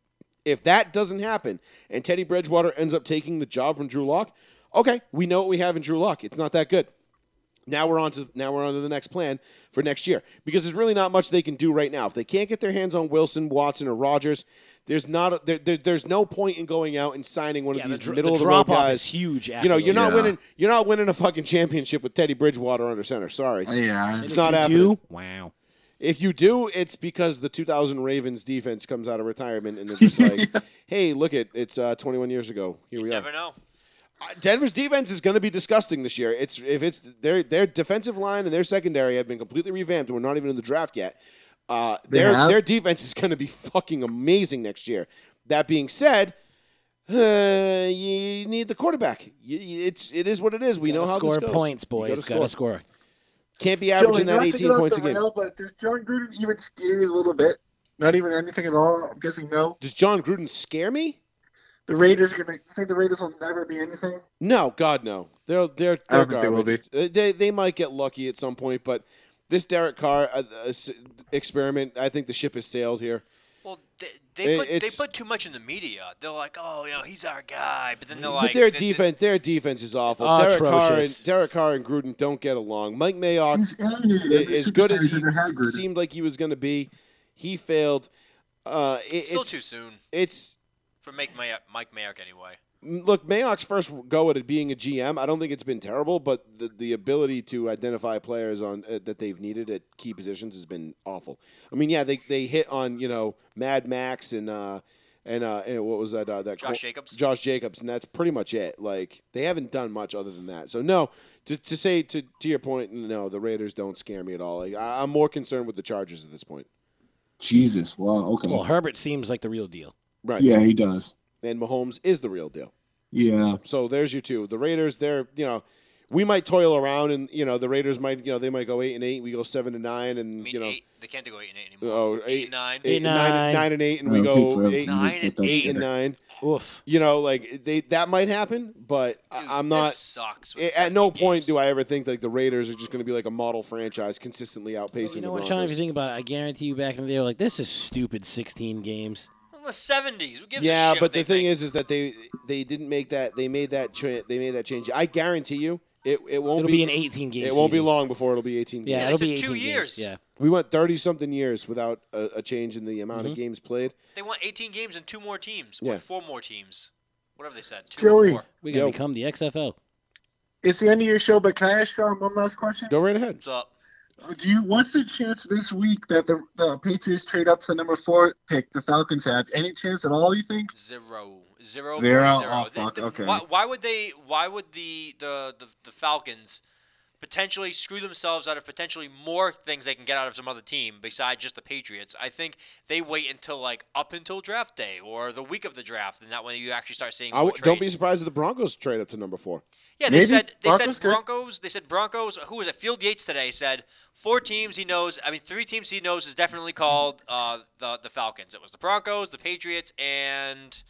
[SPEAKER 1] If that doesn't happen and Teddy Bridgewater ends up taking the job from Drew Lock, okay, we know what we have in Drew Lock. It's not that good. Now we're on to now we're on to the next plan for next year because there's really not much they can do right now. If they can't get their hands on Wilson, Watson, or Rogers, there's not a, there, there, there's no point in going out and signing one of
[SPEAKER 3] Yeah, the,
[SPEAKER 1] these
[SPEAKER 3] dr-
[SPEAKER 1] middle
[SPEAKER 3] the
[SPEAKER 1] of the road
[SPEAKER 3] drop off is
[SPEAKER 1] guys.
[SPEAKER 3] huge.
[SPEAKER 1] You know,
[SPEAKER 3] after
[SPEAKER 1] you're
[SPEAKER 3] those.
[SPEAKER 1] not
[SPEAKER 7] Yeah.
[SPEAKER 1] winning you're not winning a fucking championship with Teddy Bridgewater under center. Sorry.
[SPEAKER 7] Yeah.
[SPEAKER 3] And
[SPEAKER 1] It's
[SPEAKER 3] if
[SPEAKER 1] not
[SPEAKER 3] you
[SPEAKER 1] happening.
[SPEAKER 3] do, Wow.
[SPEAKER 1] If you do, it's because the 2000 Ravens defense comes out of retirement and they're just like, "Hey, look at it's uh, 21 years ago. Here we are."
[SPEAKER 2] Never know.
[SPEAKER 1] Uh, Denver's defense is going to be disgusting this year. It's if it's their their defensive line and their secondary have been completely revamped. and We're not even in the draft yet. Uh,
[SPEAKER 7] They
[SPEAKER 1] their
[SPEAKER 7] have?
[SPEAKER 1] their defense is going to be fucking amazing next year. That being said, uh, you need the quarterback. You, you- it's it is what it is. We know
[SPEAKER 3] Gotta
[SPEAKER 1] how
[SPEAKER 3] score
[SPEAKER 1] this goes.
[SPEAKER 3] points,
[SPEAKER 1] You
[SPEAKER 3] boys.
[SPEAKER 1] gotta
[SPEAKER 3] Gotta
[SPEAKER 1] score.
[SPEAKER 3] score.
[SPEAKER 1] Can't be averaging
[SPEAKER 7] Joey,
[SPEAKER 1] that
[SPEAKER 7] not to
[SPEAKER 1] 18
[SPEAKER 7] get off
[SPEAKER 1] points a
[SPEAKER 7] the
[SPEAKER 1] game.
[SPEAKER 7] rail, but does John Gruden even scare you a little bit? Not even anything at all. I'm guessing no.
[SPEAKER 1] Does John Gruden scare me?
[SPEAKER 7] The Raiders are gonna. I think the Raiders will never be anything.
[SPEAKER 1] No, God, no. They're they're, they're
[SPEAKER 7] I don't think they will
[SPEAKER 1] garbage. They, they might get lucky at some point, but this Derek Carr uh, uh, s- experiment, I think the ship has sailed here.
[SPEAKER 2] Well, they, they,
[SPEAKER 1] It-
[SPEAKER 2] put, they
[SPEAKER 1] it's-
[SPEAKER 2] put too much in the media. They're like, oh, you know, he's our guy. But then they're
[SPEAKER 1] But
[SPEAKER 2] like,
[SPEAKER 1] their
[SPEAKER 2] they- they-
[SPEAKER 1] defense, their defense is awful.
[SPEAKER 7] Ah,
[SPEAKER 3] Oh,
[SPEAKER 1] Derek Carr
[SPEAKER 3] atrocious.
[SPEAKER 1] and Derek Carr and Gruden don't get along. Mike Mayock,
[SPEAKER 7] He's alienated.
[SPEAKER 1] i-
[SPEAKER 7] every
[SPEAKER 1] Uh, as good
[SPEAKER 7] superstar
[SPEAKER 1] as
[SPEAKER 7] he's
[SPEAKER 1] he
[SPEAKER 7] ever had, Gruden.
[SPEAKER 1] seemed like he was going to be, he failed. Uh, it-
[SPEAKER 2] It's still
[SPEAKER 1] it's
[SPEAKER 2] too soon
[SPEAKER 1] it's
[SPEAKER 2] for Mike Mayock, Mike Mayock anyway.
[SPEAKER 1] look Mayock's first go at it being a GM. I don't think it's been terrible, but the, the ability to identify players on uh, that they've needed at key positions has been awful. I mean, yeah, they, they hit on you know Mad Max and uh, and uh, and what was that? Uh, that
[SPEAKER 2] Josh
[SPEAKER 1] Cor-
[SPEAKER 2] Jacobs.
[SPEAKER 1] Josh Jacobs, and that's pretty much it. Like they haven't done much other than that. So no, to, to say to, to your point, no, the Raiders don't scare me at all. Like I, I'm more concerned with the Chargers at this point.
[SPEAKER 8] Jesus. Wow. Okay.
[SPEAKER 3] Well, Herbert seems like the real deal.
[SPEAKER 1] Right.
[SPEAKER 8] yeah, he does.
[SPEAKER 1] And Mahomes is the real deal.
[SPEAKER 8] Yeah.
[SPEAKER 1] So there's your two. The Raiders, they're you know, we might toil around, and you know the Raiders might you know they might go eight and eight. We go seven and nine, and
[SPEAKER 2] I mean,
[SPEAKER 1] you know
[SPEAKER 2] eight. They can't go eight and eight anymore.
[SPEAKER 1] oh,
[SPEAKER 2] eight,
[SPEAKER 1] eight-
[SPEAKER 2] and nine.
[SPEAKER 1] eight,
[SPEAKER 3] Eight,
[SPEAKER 1] nine,
[SPEAKER 3] nine.
[SPEAKER 1] nine and eight, and we
[SPEAKER 8] That'll take
[SPEAKER 1] go
[SPEAKER 8] forever
[SPEAKER 1] eight,
[SPEAKER 8] to
[SPEAKER 2] Nine
[SPEAKER 8] get
[SPEAKER 2] and
[SPEAKER 8] that
[SPEAKER 2] eight
[SPEAKER 1] eight
[SPEAKER 8] shit.
[SPEAKER 1] and nine.
[SPEAKER 3] Oof.
[SPEAKER 1] You know, like they that might happen, but
[SPEAKER 2] Dude,
[SPEAKER 1] I, I'm
[SPEAKER 2] this
[SPEAKER 1] not.
[SPEAKER 2] Sucks.
[SPEAKER 1] It, at no point do I ever think like the Raiders are just going to be like a model franchise consistently outpacing
[SPEAKER 3] You know
[SPEAKER 1] the
[SPEAKER 3] what,
[SPEAKER 1] Broncos.
[SPEAKER 3] Sean? If you think about it, I guarantee you back in the day, were like this is stupid. 16 games.
[SPEAKER 2] In the seventies, who gives a
[SPEAKER 1] yeah,
[SPEAKER 2] shit
[SPEAKER 1] but
[SPEAKER 2] what they
[SPEAKER 1] the thing
[SPEAKER 2] think?
[SPEAKER 1] is, is that they they didn't make that. They made that. Tra- they made that change. I guarantee you, it it won't
[SPEAKER 3] It'll be, an 18 game.
[SPEAKER 1] It won't be
[SPEAKER 3] season.
[SPEAKER 1] long before it'll be 18
[SPEAKER 3] Yeah,
[SPEAKER 1] games.
[SPEAKER 2] They
[SPEAKER 3] it'll
[SPEAKER 2] said
[SPEAKER 3] be
[SPEAKER 2] two
[SPEAKER 3] 18 games.
[SPEAKER 2] years.
[SPEAKER 3] Yeah.
[SPEAKER 1] We went 30 something years without a, a change in the amount
[SPEAKER 8] Mm-hmm.
[SPEAKER 1] of games played.
[SPEAKER 2] they want eighteen games and two more teams,
[SPEAKER 1] Yeah.
[SPEAKER 2] or four more teams, whatever they said. Two
[SPEAKER 7] Joey.
[SPEAKER 2] or four.
[SPEAKER 3] We gotta
[SPEAKER 1] Yo.
[SPEAKER 3] become the XFL.
[SPEAKER 7] It's the end of your show, but can I ask Sean one last question?
[SPEAKER 1] Go right ahead.
[SPEAKER 2] What's up?
[SPEAKER 7] Do you? What's the chance this week that the, the Patriots trade up to the number four pick the Falcons have? Any chance at all? You think?
[SPEAKER 2] Zero. Zero.
[SPEAKER 7] Zero?
[SPEAKER 2] point
[SPEAKER 7] Oh,
[SPEAKER 2] The-
[SPEAKER 7] fuck,
[SPEAKER 2] the-
[SPEAKER 7] okay.
[SPEAKER 2] Why, why would they? Why would the, the the the Falcons potentially screw themselves out of potentially more things they can get out of some other team besides just the Patriots? I think they wait until like up until draft day or the week of the draft, and that way you actually start seeing.
[SPEAKER 1] I
[SPEAKER 2] more
[SPEAKER 1] w- don't be
[SPEAKER 2] trades.
[SPEAKER 1] surprised if the Broncos trade up to number four.
[SPEAKER 2] Yeah, they
[SPEAKER 7] Maybe.
[SPEAKER 2] said they
[SPEAKER 7] Broncos
[SPEAKER 2] said
[SPEAKER 7] could.
[SPEAKER 2] Broncos. They said Broncos. Who was it? Field Yates today said four teams he knows. I mean, three teams he knows is definitely called uh, the the Falcons. It was the Broncos, the Patriots, and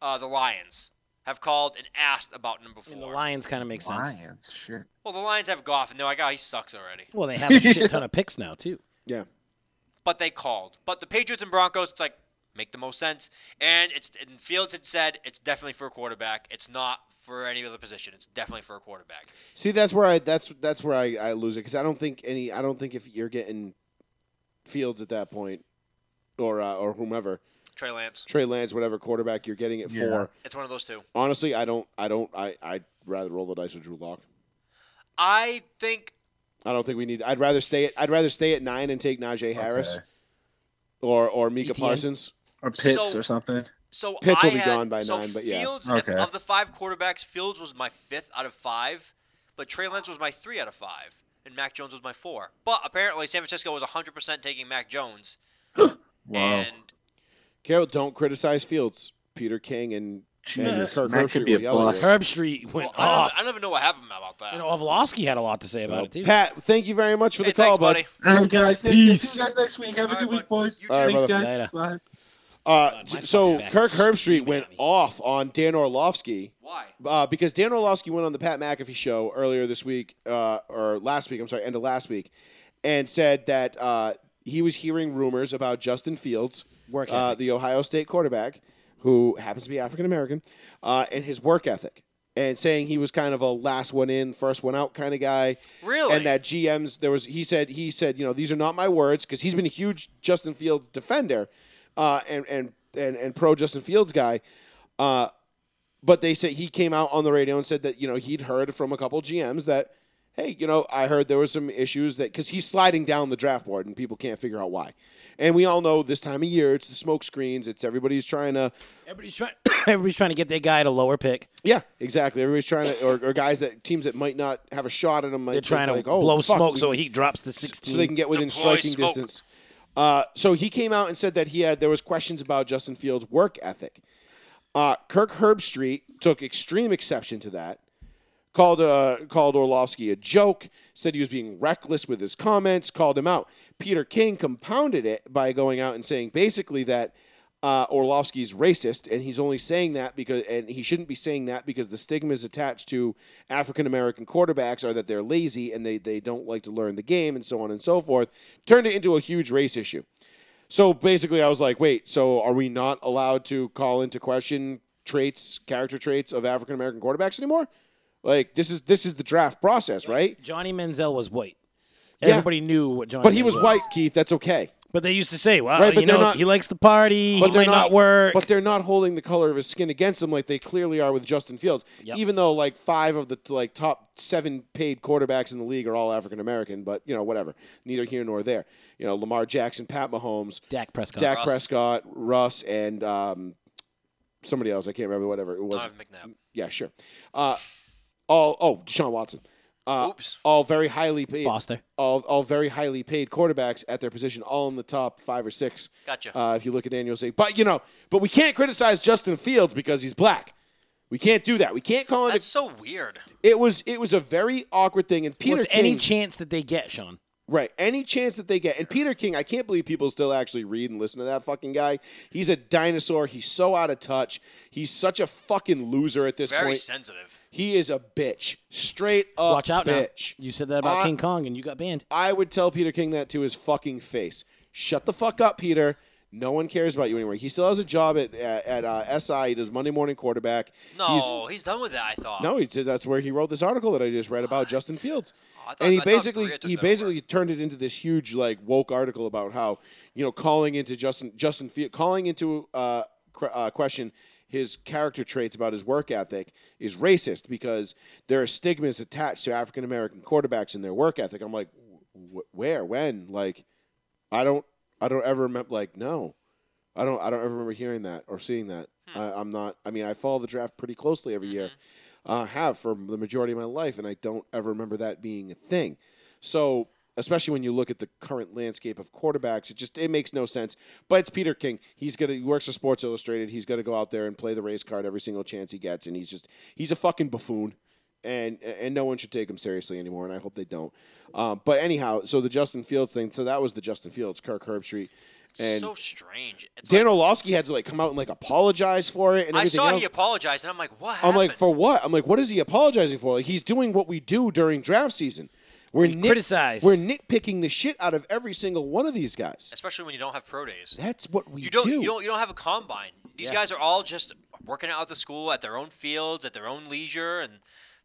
[SPEAKER 2] uh, the Lions have called and asked about number
[SPEAKER 3] I mean, the
[SPEAKER 2] four.
[SPEAKER 3] Lions kind of make sense.
[SPEAKER 8] Lions. Shit.
[SPEAKER 2] well, the Lions have Goff, and they're like, oh, he sucks already.
[SPEAKER 3] Well, they have a shit ton of picks now too.
[SPEAKER 1] Yeah.
[SPEAKER 2] But they called. But the Patriots and Broncos, it's like make the most sense. And it's and Fields had said it's definitely for a quarterback. It's not for any other position. It's definitely for a quarterback.
[SPEAKER 1] See, that's where I that's that's where I, I lose it because I don't think any I don't think if you're getting Fields at that point or uh, or whomever
[SPEAKER 2] Trey Lance.
[SPEAKER 1] Trey Lance whatever quarterback you're getting it
[SPEAKER 8] Yeah.
[SPEAKER 1] for.
[SPEAKER 2] It's one of those two.
[SPEAKER 1] Honestly, I don't I don't I I'd rather roll the dice with Drew Lock.
[SPEAKER 2] I think
[SPEAKER 1] I don't think we need. I'd rather stay at I'd rather stay at nine and take Najee Harris
[SPEAKER 8] Okay.
[SPEAKER 1] or or Mika
[SPEAKER 3] ETN.
[SPEAKER 1] Parsons.
[SPEAKER 7] Or Pitts
[SPEAKER 2] So-
[SPEAKER 7] or something?
[SPEAKER 2] So
[SPEAKER 1] Pitts
[SPEAKER 2] I
[SPEAKER 1] will be
[SPEAKER 2] had-
[SPEAKER 1] gone by
[SPEAKER 2] so
[SPEAKER 1] nine, but yeah.
[SPEAKER 2] Fields, if-
[SPEAKER 8] Okay.
[SPEAKER 2] of the five quarterbacks, Fields was my fifth out of five, but Trey Lance was my three out of five, and Mac Jones was my four. But apparently, San Francisco was 100% taking Mac Jones.
[SPEAKER 8] Wow.
[SPEAKER 2] And
[SPEAKER 1] Carol, don't criticize Fields. Peter King and
[SPEAKER 7] Jesus,
[SPEAKER 1] Kirk
[SPEAKER 8] Mac
[SPEAKER 1] Herbstreit
[SPEAKER 8] could be a
[SPEAKER 1] were yelling at
[SPEAKER 8] bust.
[SPEAKER 1] us.
[SPEAKER 3] Herb Street
[SPEAKER 2] well,
[SPEAKER 3] went
[SPEAKER 2] I, don't,
[SPEAKER 3] off.
[SPEAKER 2] I don't even know what happened about that.
[SPEAKER 3] You know, Ovlowski had a lot to say about it too.
[SPEAKER 1] Pat, thank you very much for
[SPEAKER 2] hey,
[SPEAKER 1] the call,
[SPEAKER 2] thanks,
[SPEAKER 1] bud.
[SPEAKER 2] buddy.
[SPEAKER 7] All right, guys. Thank you. See
[SPEAKER 3] Peace.
[SPEAKER 7] you guys next week. Have a
[SPEAKER 2] All
[SPEAKER 7] good
[SPEAKER 2] right,
[SPEAKER 7] week,
[SPEAKER 2] bud.
[SPEAKER 7] boys.
[SPEAKER 2] You
[SPEAKER 1] All right,
[SPEAKER 7] Thanks,
[SPEAKER 1] brother.
[SPEAKER 7] guys.
[SPEAKER 3] Later.
[SPEAKER 7] Bye.
[SPEAKER 1] Uh,
[SPEAKER 3] God,
[SPEAKER 1] t-
[SPEAKER 3] my
[SPEAKER 1] so
[SPEAKER 3] fucking back
[SPEAKER 1] Kirk
[SPEAKER 3] is
[SPEAKER 1] Herbstreit
[SPEAKER 3] screaming
[SPEAKER 1] went
[SPEAKER 3] at me.
[SPEAKER 1] off on Dan Orlovsky
[SPEAKER 2] Why?
[SPEAKER 1] uh, because Dan Orlovsky went on the Pat McAfee show earlier this week uh, or last week. I'm sorry, end of last week, and said that uh, he was hearing rumors about Justin Fields,
[SPEAKER 3] Work
[SPEAKER 1] uh,
[SPEAKER 3] ethic.
[SPEAKER 1] the Ohio State quarterback, who happens to be African American, uh, and his work ethic, and saying he was kind of a last one in, first one out kind of guy.
[SPEAKER 2] Really?
[SPEAKER 1] and that GMs there was he said he said you know these are not my words because he's been a huge Justin Fields defender, uh, and and and and pro Justin Fields guy, uh, but they said he came out on the radio and said that you know he'd heard from a couple GMs that hey you know I heard there was some issues that because he's sliding down the draft board and people can't figure out why, and we all know this time of year it's the smoke screens it's everybody's trying to
[SPEAKER 3] Everybody's trying. everybody's trying to get their guy at a lower pick.
[SPEAKER 1] yeah exactly everybody's trying to or, or guys that teams that might not have a shot at them might
[SPEAKER 3] They're trying to
[SPEAKER 1] think like, oh,
[SPEAKER 3] blow
[SPEAKER 1] fuck,
[SPEAKER 3] smoke
[SPEAKER 1] we-
[SPEAKER 3] so he drops to
[SPEAKER 1] so they can
[SPEAKER 3] 16.
[SPEAKER 1] get within
[SPEAKER 2] Deploy
[SPEAKER 1] striking
[SPEAKER 2] smoke.
[SPEAKER 1] distance. Uh, so he came out and said that he had there was questions about Justin Fields' work ethic. Uh, Kirk Herbstreit took extreme exception to that, called uh, called Orlovsky a joke, said he was being reckless with his comments, called him out. Peter King compounded it by going out and saying basically that uh, Orlovsky's racist, and he's only saying that because, and he shouldn't be saying that because the stigma is attached to African American quarterbacks are that they're lazy and they they don't like to learn the game and so on and so forth. Turned it into a huge race issue. So basically, I was like, wait, so are we not allowed to call into question traits, character traits of African American quarterbacks anymore? Like this is this is the draft process, right?
[SPEAKER 3] Johnny Manziel was white.
[SPEAKER 1] Yeah.
[SPEAKER 3] Everybody knew what Johnny.
[SPEAKER 1] But he was
[SPEAKER 3] Manziel
[SPEAKER 1] white, Keith. That's okay.
[SPEAKER 3] But they used to say, "Well,
[SPEAKER 1] Right, but
[SPEAKER 3] you
[SPEAKER 1] they're
[SPEAKER 3] know,
[SPEAKER 1] not-
[SPEAKER 3] he likes to party.
[SPEAKER 1] But
[SPEAKER 3] he
[SPEAKER 1] they're
[SPEAKER 3] might not, work."
[SPEAKER 1] But they're not holding the color of his skin against him like they clearly are with Justin Fields.
[SPEAKER 3] Yep.
[SPEAKER 1] Even though like five of the like top seven paid quarterbacks in the league are all African American, but you know whatever, neither here nor there. You know Lamar Jackson, Pat Mahomes,
[SPEAKER 3] Dak Prescott.
[SPEAKER 1] Dak
[SPEAKER 2] Russ.
[SPEAKER 1] Prescott, Russ, and um, somebody else. I can't remember whatever it was.
[SPEAKER 2] Donovan McNabb.
[SPEAKER 1] yeah, sure. Uh, all oh Deshaun Watson. Uh,
[SPEAKER 2] Oops.
[SPEAKER 1] all very highly paid.
[SPEAKER 3] Foster.
[SPEAKER 1] All all very highly paid quarterbacks at their position, all in the top five or six.
[SPEAKER 2] Gotcha.
[SPEAKER 1] Uh, if you look at annual say, but you know, but we can't criticize Justin Fields because he's black. We can't do that. We can't call it.
[SPEAKER 2] That's so weird.
[SPEAKER 1] it was it was a very awkward thing. And Peter
[SPEAKER 3] What's
[SPEAKER 1] King,
[SPEAKER 3] any chance that they get, Sean?
[SPEAKER 1] Right. Any chance that they get. And Peter King, I can't believe people still actually read and listen to that fucking guy. He's a dinosaur. He's so out of touch. He's such a fucking loser at this
[SPEAKER 2] Very
[SPEAKER 1] point.
[SPEAKER 2] sensitive.
[SPEAKER 1] He is a bitch. Straight up
[SPEAKER 3] Watch out
[SPEAKER 1] bitch.
[SPEAKER 3] now. You said that about
[SPEAKER 1] I-
[SPEAKER 3] King Kong and you got banned.
[SPEAKER 1] I would tell Peter King that to his fucking face. Shut the fuck up, Peter. No one cares about you anymore. He still has a job at at, at, uh, SI. He does Monday morning quarterback.
[SPEAKER 2] No, he's, done with that. I thought.
[SPEAKER 1] No, he did. That's where he wrote this article that I just read about Justin Fields,
[SPEAKER 2] Oh, I thought-
[SPEAKER 1] and he
[SPEAKER 2] I thought
[SPEAKER 1] basically
[SPEAKER 2] Brea took
[SPEAKER 1] he
[SPEAKER 2] that
[SPEAKER 1] basically turned it into this huge like woke article about how you know calling into Justin Justin Fields calling into uh, cre- uh, question his character traits about his work ethic is racist because there are stigmas attached to African American quarterbacks and their work ethic. I'm like, wh- where, when, like, I don't I don't ever remember like no. I don't. I don't ever remember hearing that or seeing that. I, I'm not. I mean, I follow the draft pretty closely every year, uh, have for the majority of my life, and I don't ever remember that being a thing. So, especially when you look at the current landscape of quarterbacks, it just it makes no sense. But it's Peter King. He's gonna he works for Sports Illustrated. He's gonna go out there and play the race card every single chance he gets, and he's just he's a fucking buffoon. And, and no one should take him seriously anymore, and I hope they don't. Um, but anyhow, so the Justin Fields thing, so that was the Justin Fields, Kirk Herbstreit,
[SPEAKER 2] It's
[SPEAKER 1] and
[SPEAKER 2] so strange. It's
[SPEAKER 1] Dan
[SPEAKER 2] like,
[SPEAKER 1] Orlovsky had to like come out and like apologize for it and
[SPEAKER 2] I
[SPEAKER 1] everything
[SPEAKER 2] saw
[SPEAKER 1] else.
[SPEAKER 2] he apologized, and I'm like, what?
[SPEAKER 1] I'm like,
[SPEAKER 2] happened?
[SPEAKER 1] for what? I'm like, what is he apologizing for? Like, he's doing what we do during draft season. We're
[SPEAKER 3] We
[SPEAKER 1] nit-
[SPEAKER 3] criticize.
[SPEAKER 1] We're nitpicking the shit out of every single one of these guys.
[SPEAKER 2] especially when you don't have pro days.
[SPEAKER 1] That's what we
[SPEAKER 2] You don't.
[SPEAKER 1] do.
[SPEAKER 2] You don't. You don't have a combine. These guys are all just working out at the school at their own fields at their own leisure, and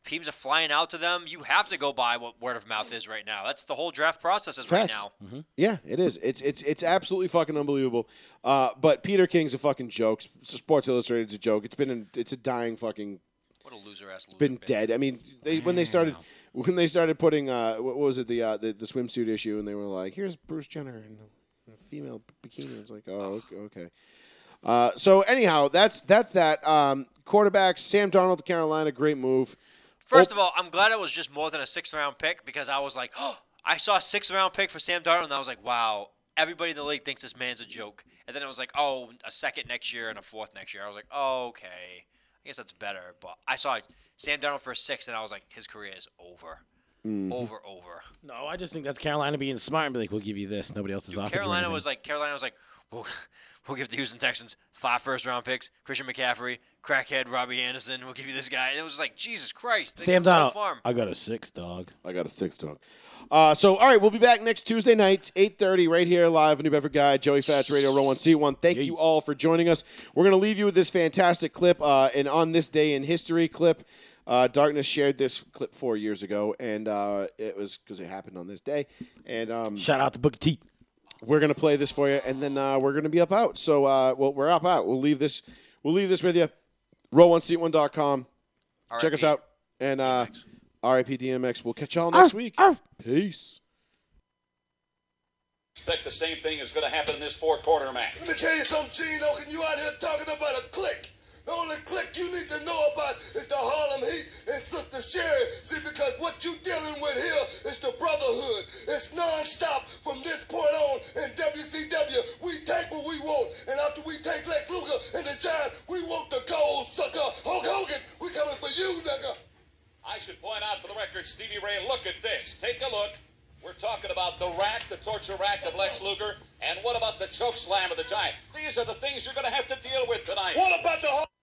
[SPEAKER 2] teams are flying out to them. You have to go by what word of mouth is right now. That's the whole draft process is right
[SPEAKER 1] Facts.
[SPEAKER 2] now.
[SPEAKER 1] Yeah, it is. It's it's it's absolutely fucking unbelievable. Uh, but Peter King's a fucking joke. S- Sports Illustrated's a joke. It's been an, it's a dying fucking
[SPEAKER 2] What a loser ass loser.
[SPEAKER 1] been
[SPEAKER 2] bitch.
[SPEAKER 1] dead. I mean, they when they started when they started putting uh, what was it the, uh, the the swimsuit issue, and they were like, "Here's Bruce Jenner in a female bikini." It's like, oh, okay. okay. Uh, so anyhow, that's that's that. Um, quarterbacks, Sam Donald, to Carolina, great move.
[SPEAKER 2] First
[SPEAKER 1] Oh.
[SPEAKER 2] of all, I'm glad it was just more than a sixth round pick because I was like, oh, I saw a sixth round pick for Sam Darnold, and I was like, wow, everybody in the league thinks this man's a joke. And then it was like, oh, a second next year and a fourth next year. I was like, oh, okay, I guess that's better. But I saw Sam Darnold for a sixth, and I was like, his career is over.
[SPEAKER 1] Mm-hmm.
[SPEAKER 2] Over, over.
[SPEAKER 3] No, I just think that's Carolina being smart and be like, we'll give you this. Nobody else is offering. you
[SPEAKER 2] Carolina
[SPEAKER 3] anything."
[SPEAKER 2] was like, Carolina was like, we'll, we'll give the Houston Texans five first round picks, Christian McCaffrey, crackhead Robbie Anderson. We'll give you this guy, and it was like, Jesus Christ, they
[SPEAKER 3] Sam
[SPEAKER 2] got no
[SPEAKER 3] Donald.
[SPEAKER 2] farm.
[SPEAKER 1] Uh,
[SPEAKER 3] I got a six dog.
[SPEAKER 1] I got a six dog. Uh, so all right, we'll be back next Tuesday night, eight thirty, right here live, on New Bedford Guy, Joey Fats Radio Row One C One. Thank you all for joining us. We're gonna leave you with this fantastic clip, uh, and on this day in history clip. Uh, Darkness shared this clip four years ago, and uh, it was because it happened on this day. And um,
[SPEAKER 3] Shout out to Booker T.
[SPEAKER 1] we're gonna play this for you, and then uh, we're gonna be up out. So uh, well, we're up out. We'll leave this. We'll leave this with you. Row1seat1.com. Check us
[SPEAKER 2] RIP.
[SPEAKER 1] out. And uh, RIP DMX. We'll catch y'all next week. Peace.
[SPEAKER 9] expect the same thing is going to happen in this fourth quarter match.
[SPEAKER 10] Let me tell you something, Gene Oaken. You out here talking about a clique. The only clique you need to know about is the Harlem Heat and Sister Sherry. See, because what you dealing with here is the brotherhood. It's nonstop from this point on in WCW. We take what we want, and after we take Lex Luger and the Giant, we want the gold sucker. Hulk Hogan, we coming for you, nigga.
[SPEAKER 9] I should point out for the record, Stevie Ray, look at this. Take a look. We're talking about the rack, the torture rack of Lex Luger, and what about the choke slam of the Giant? These are the things you're going to have to deal with tonight.
[SPEAKER 10] What about the Harlem?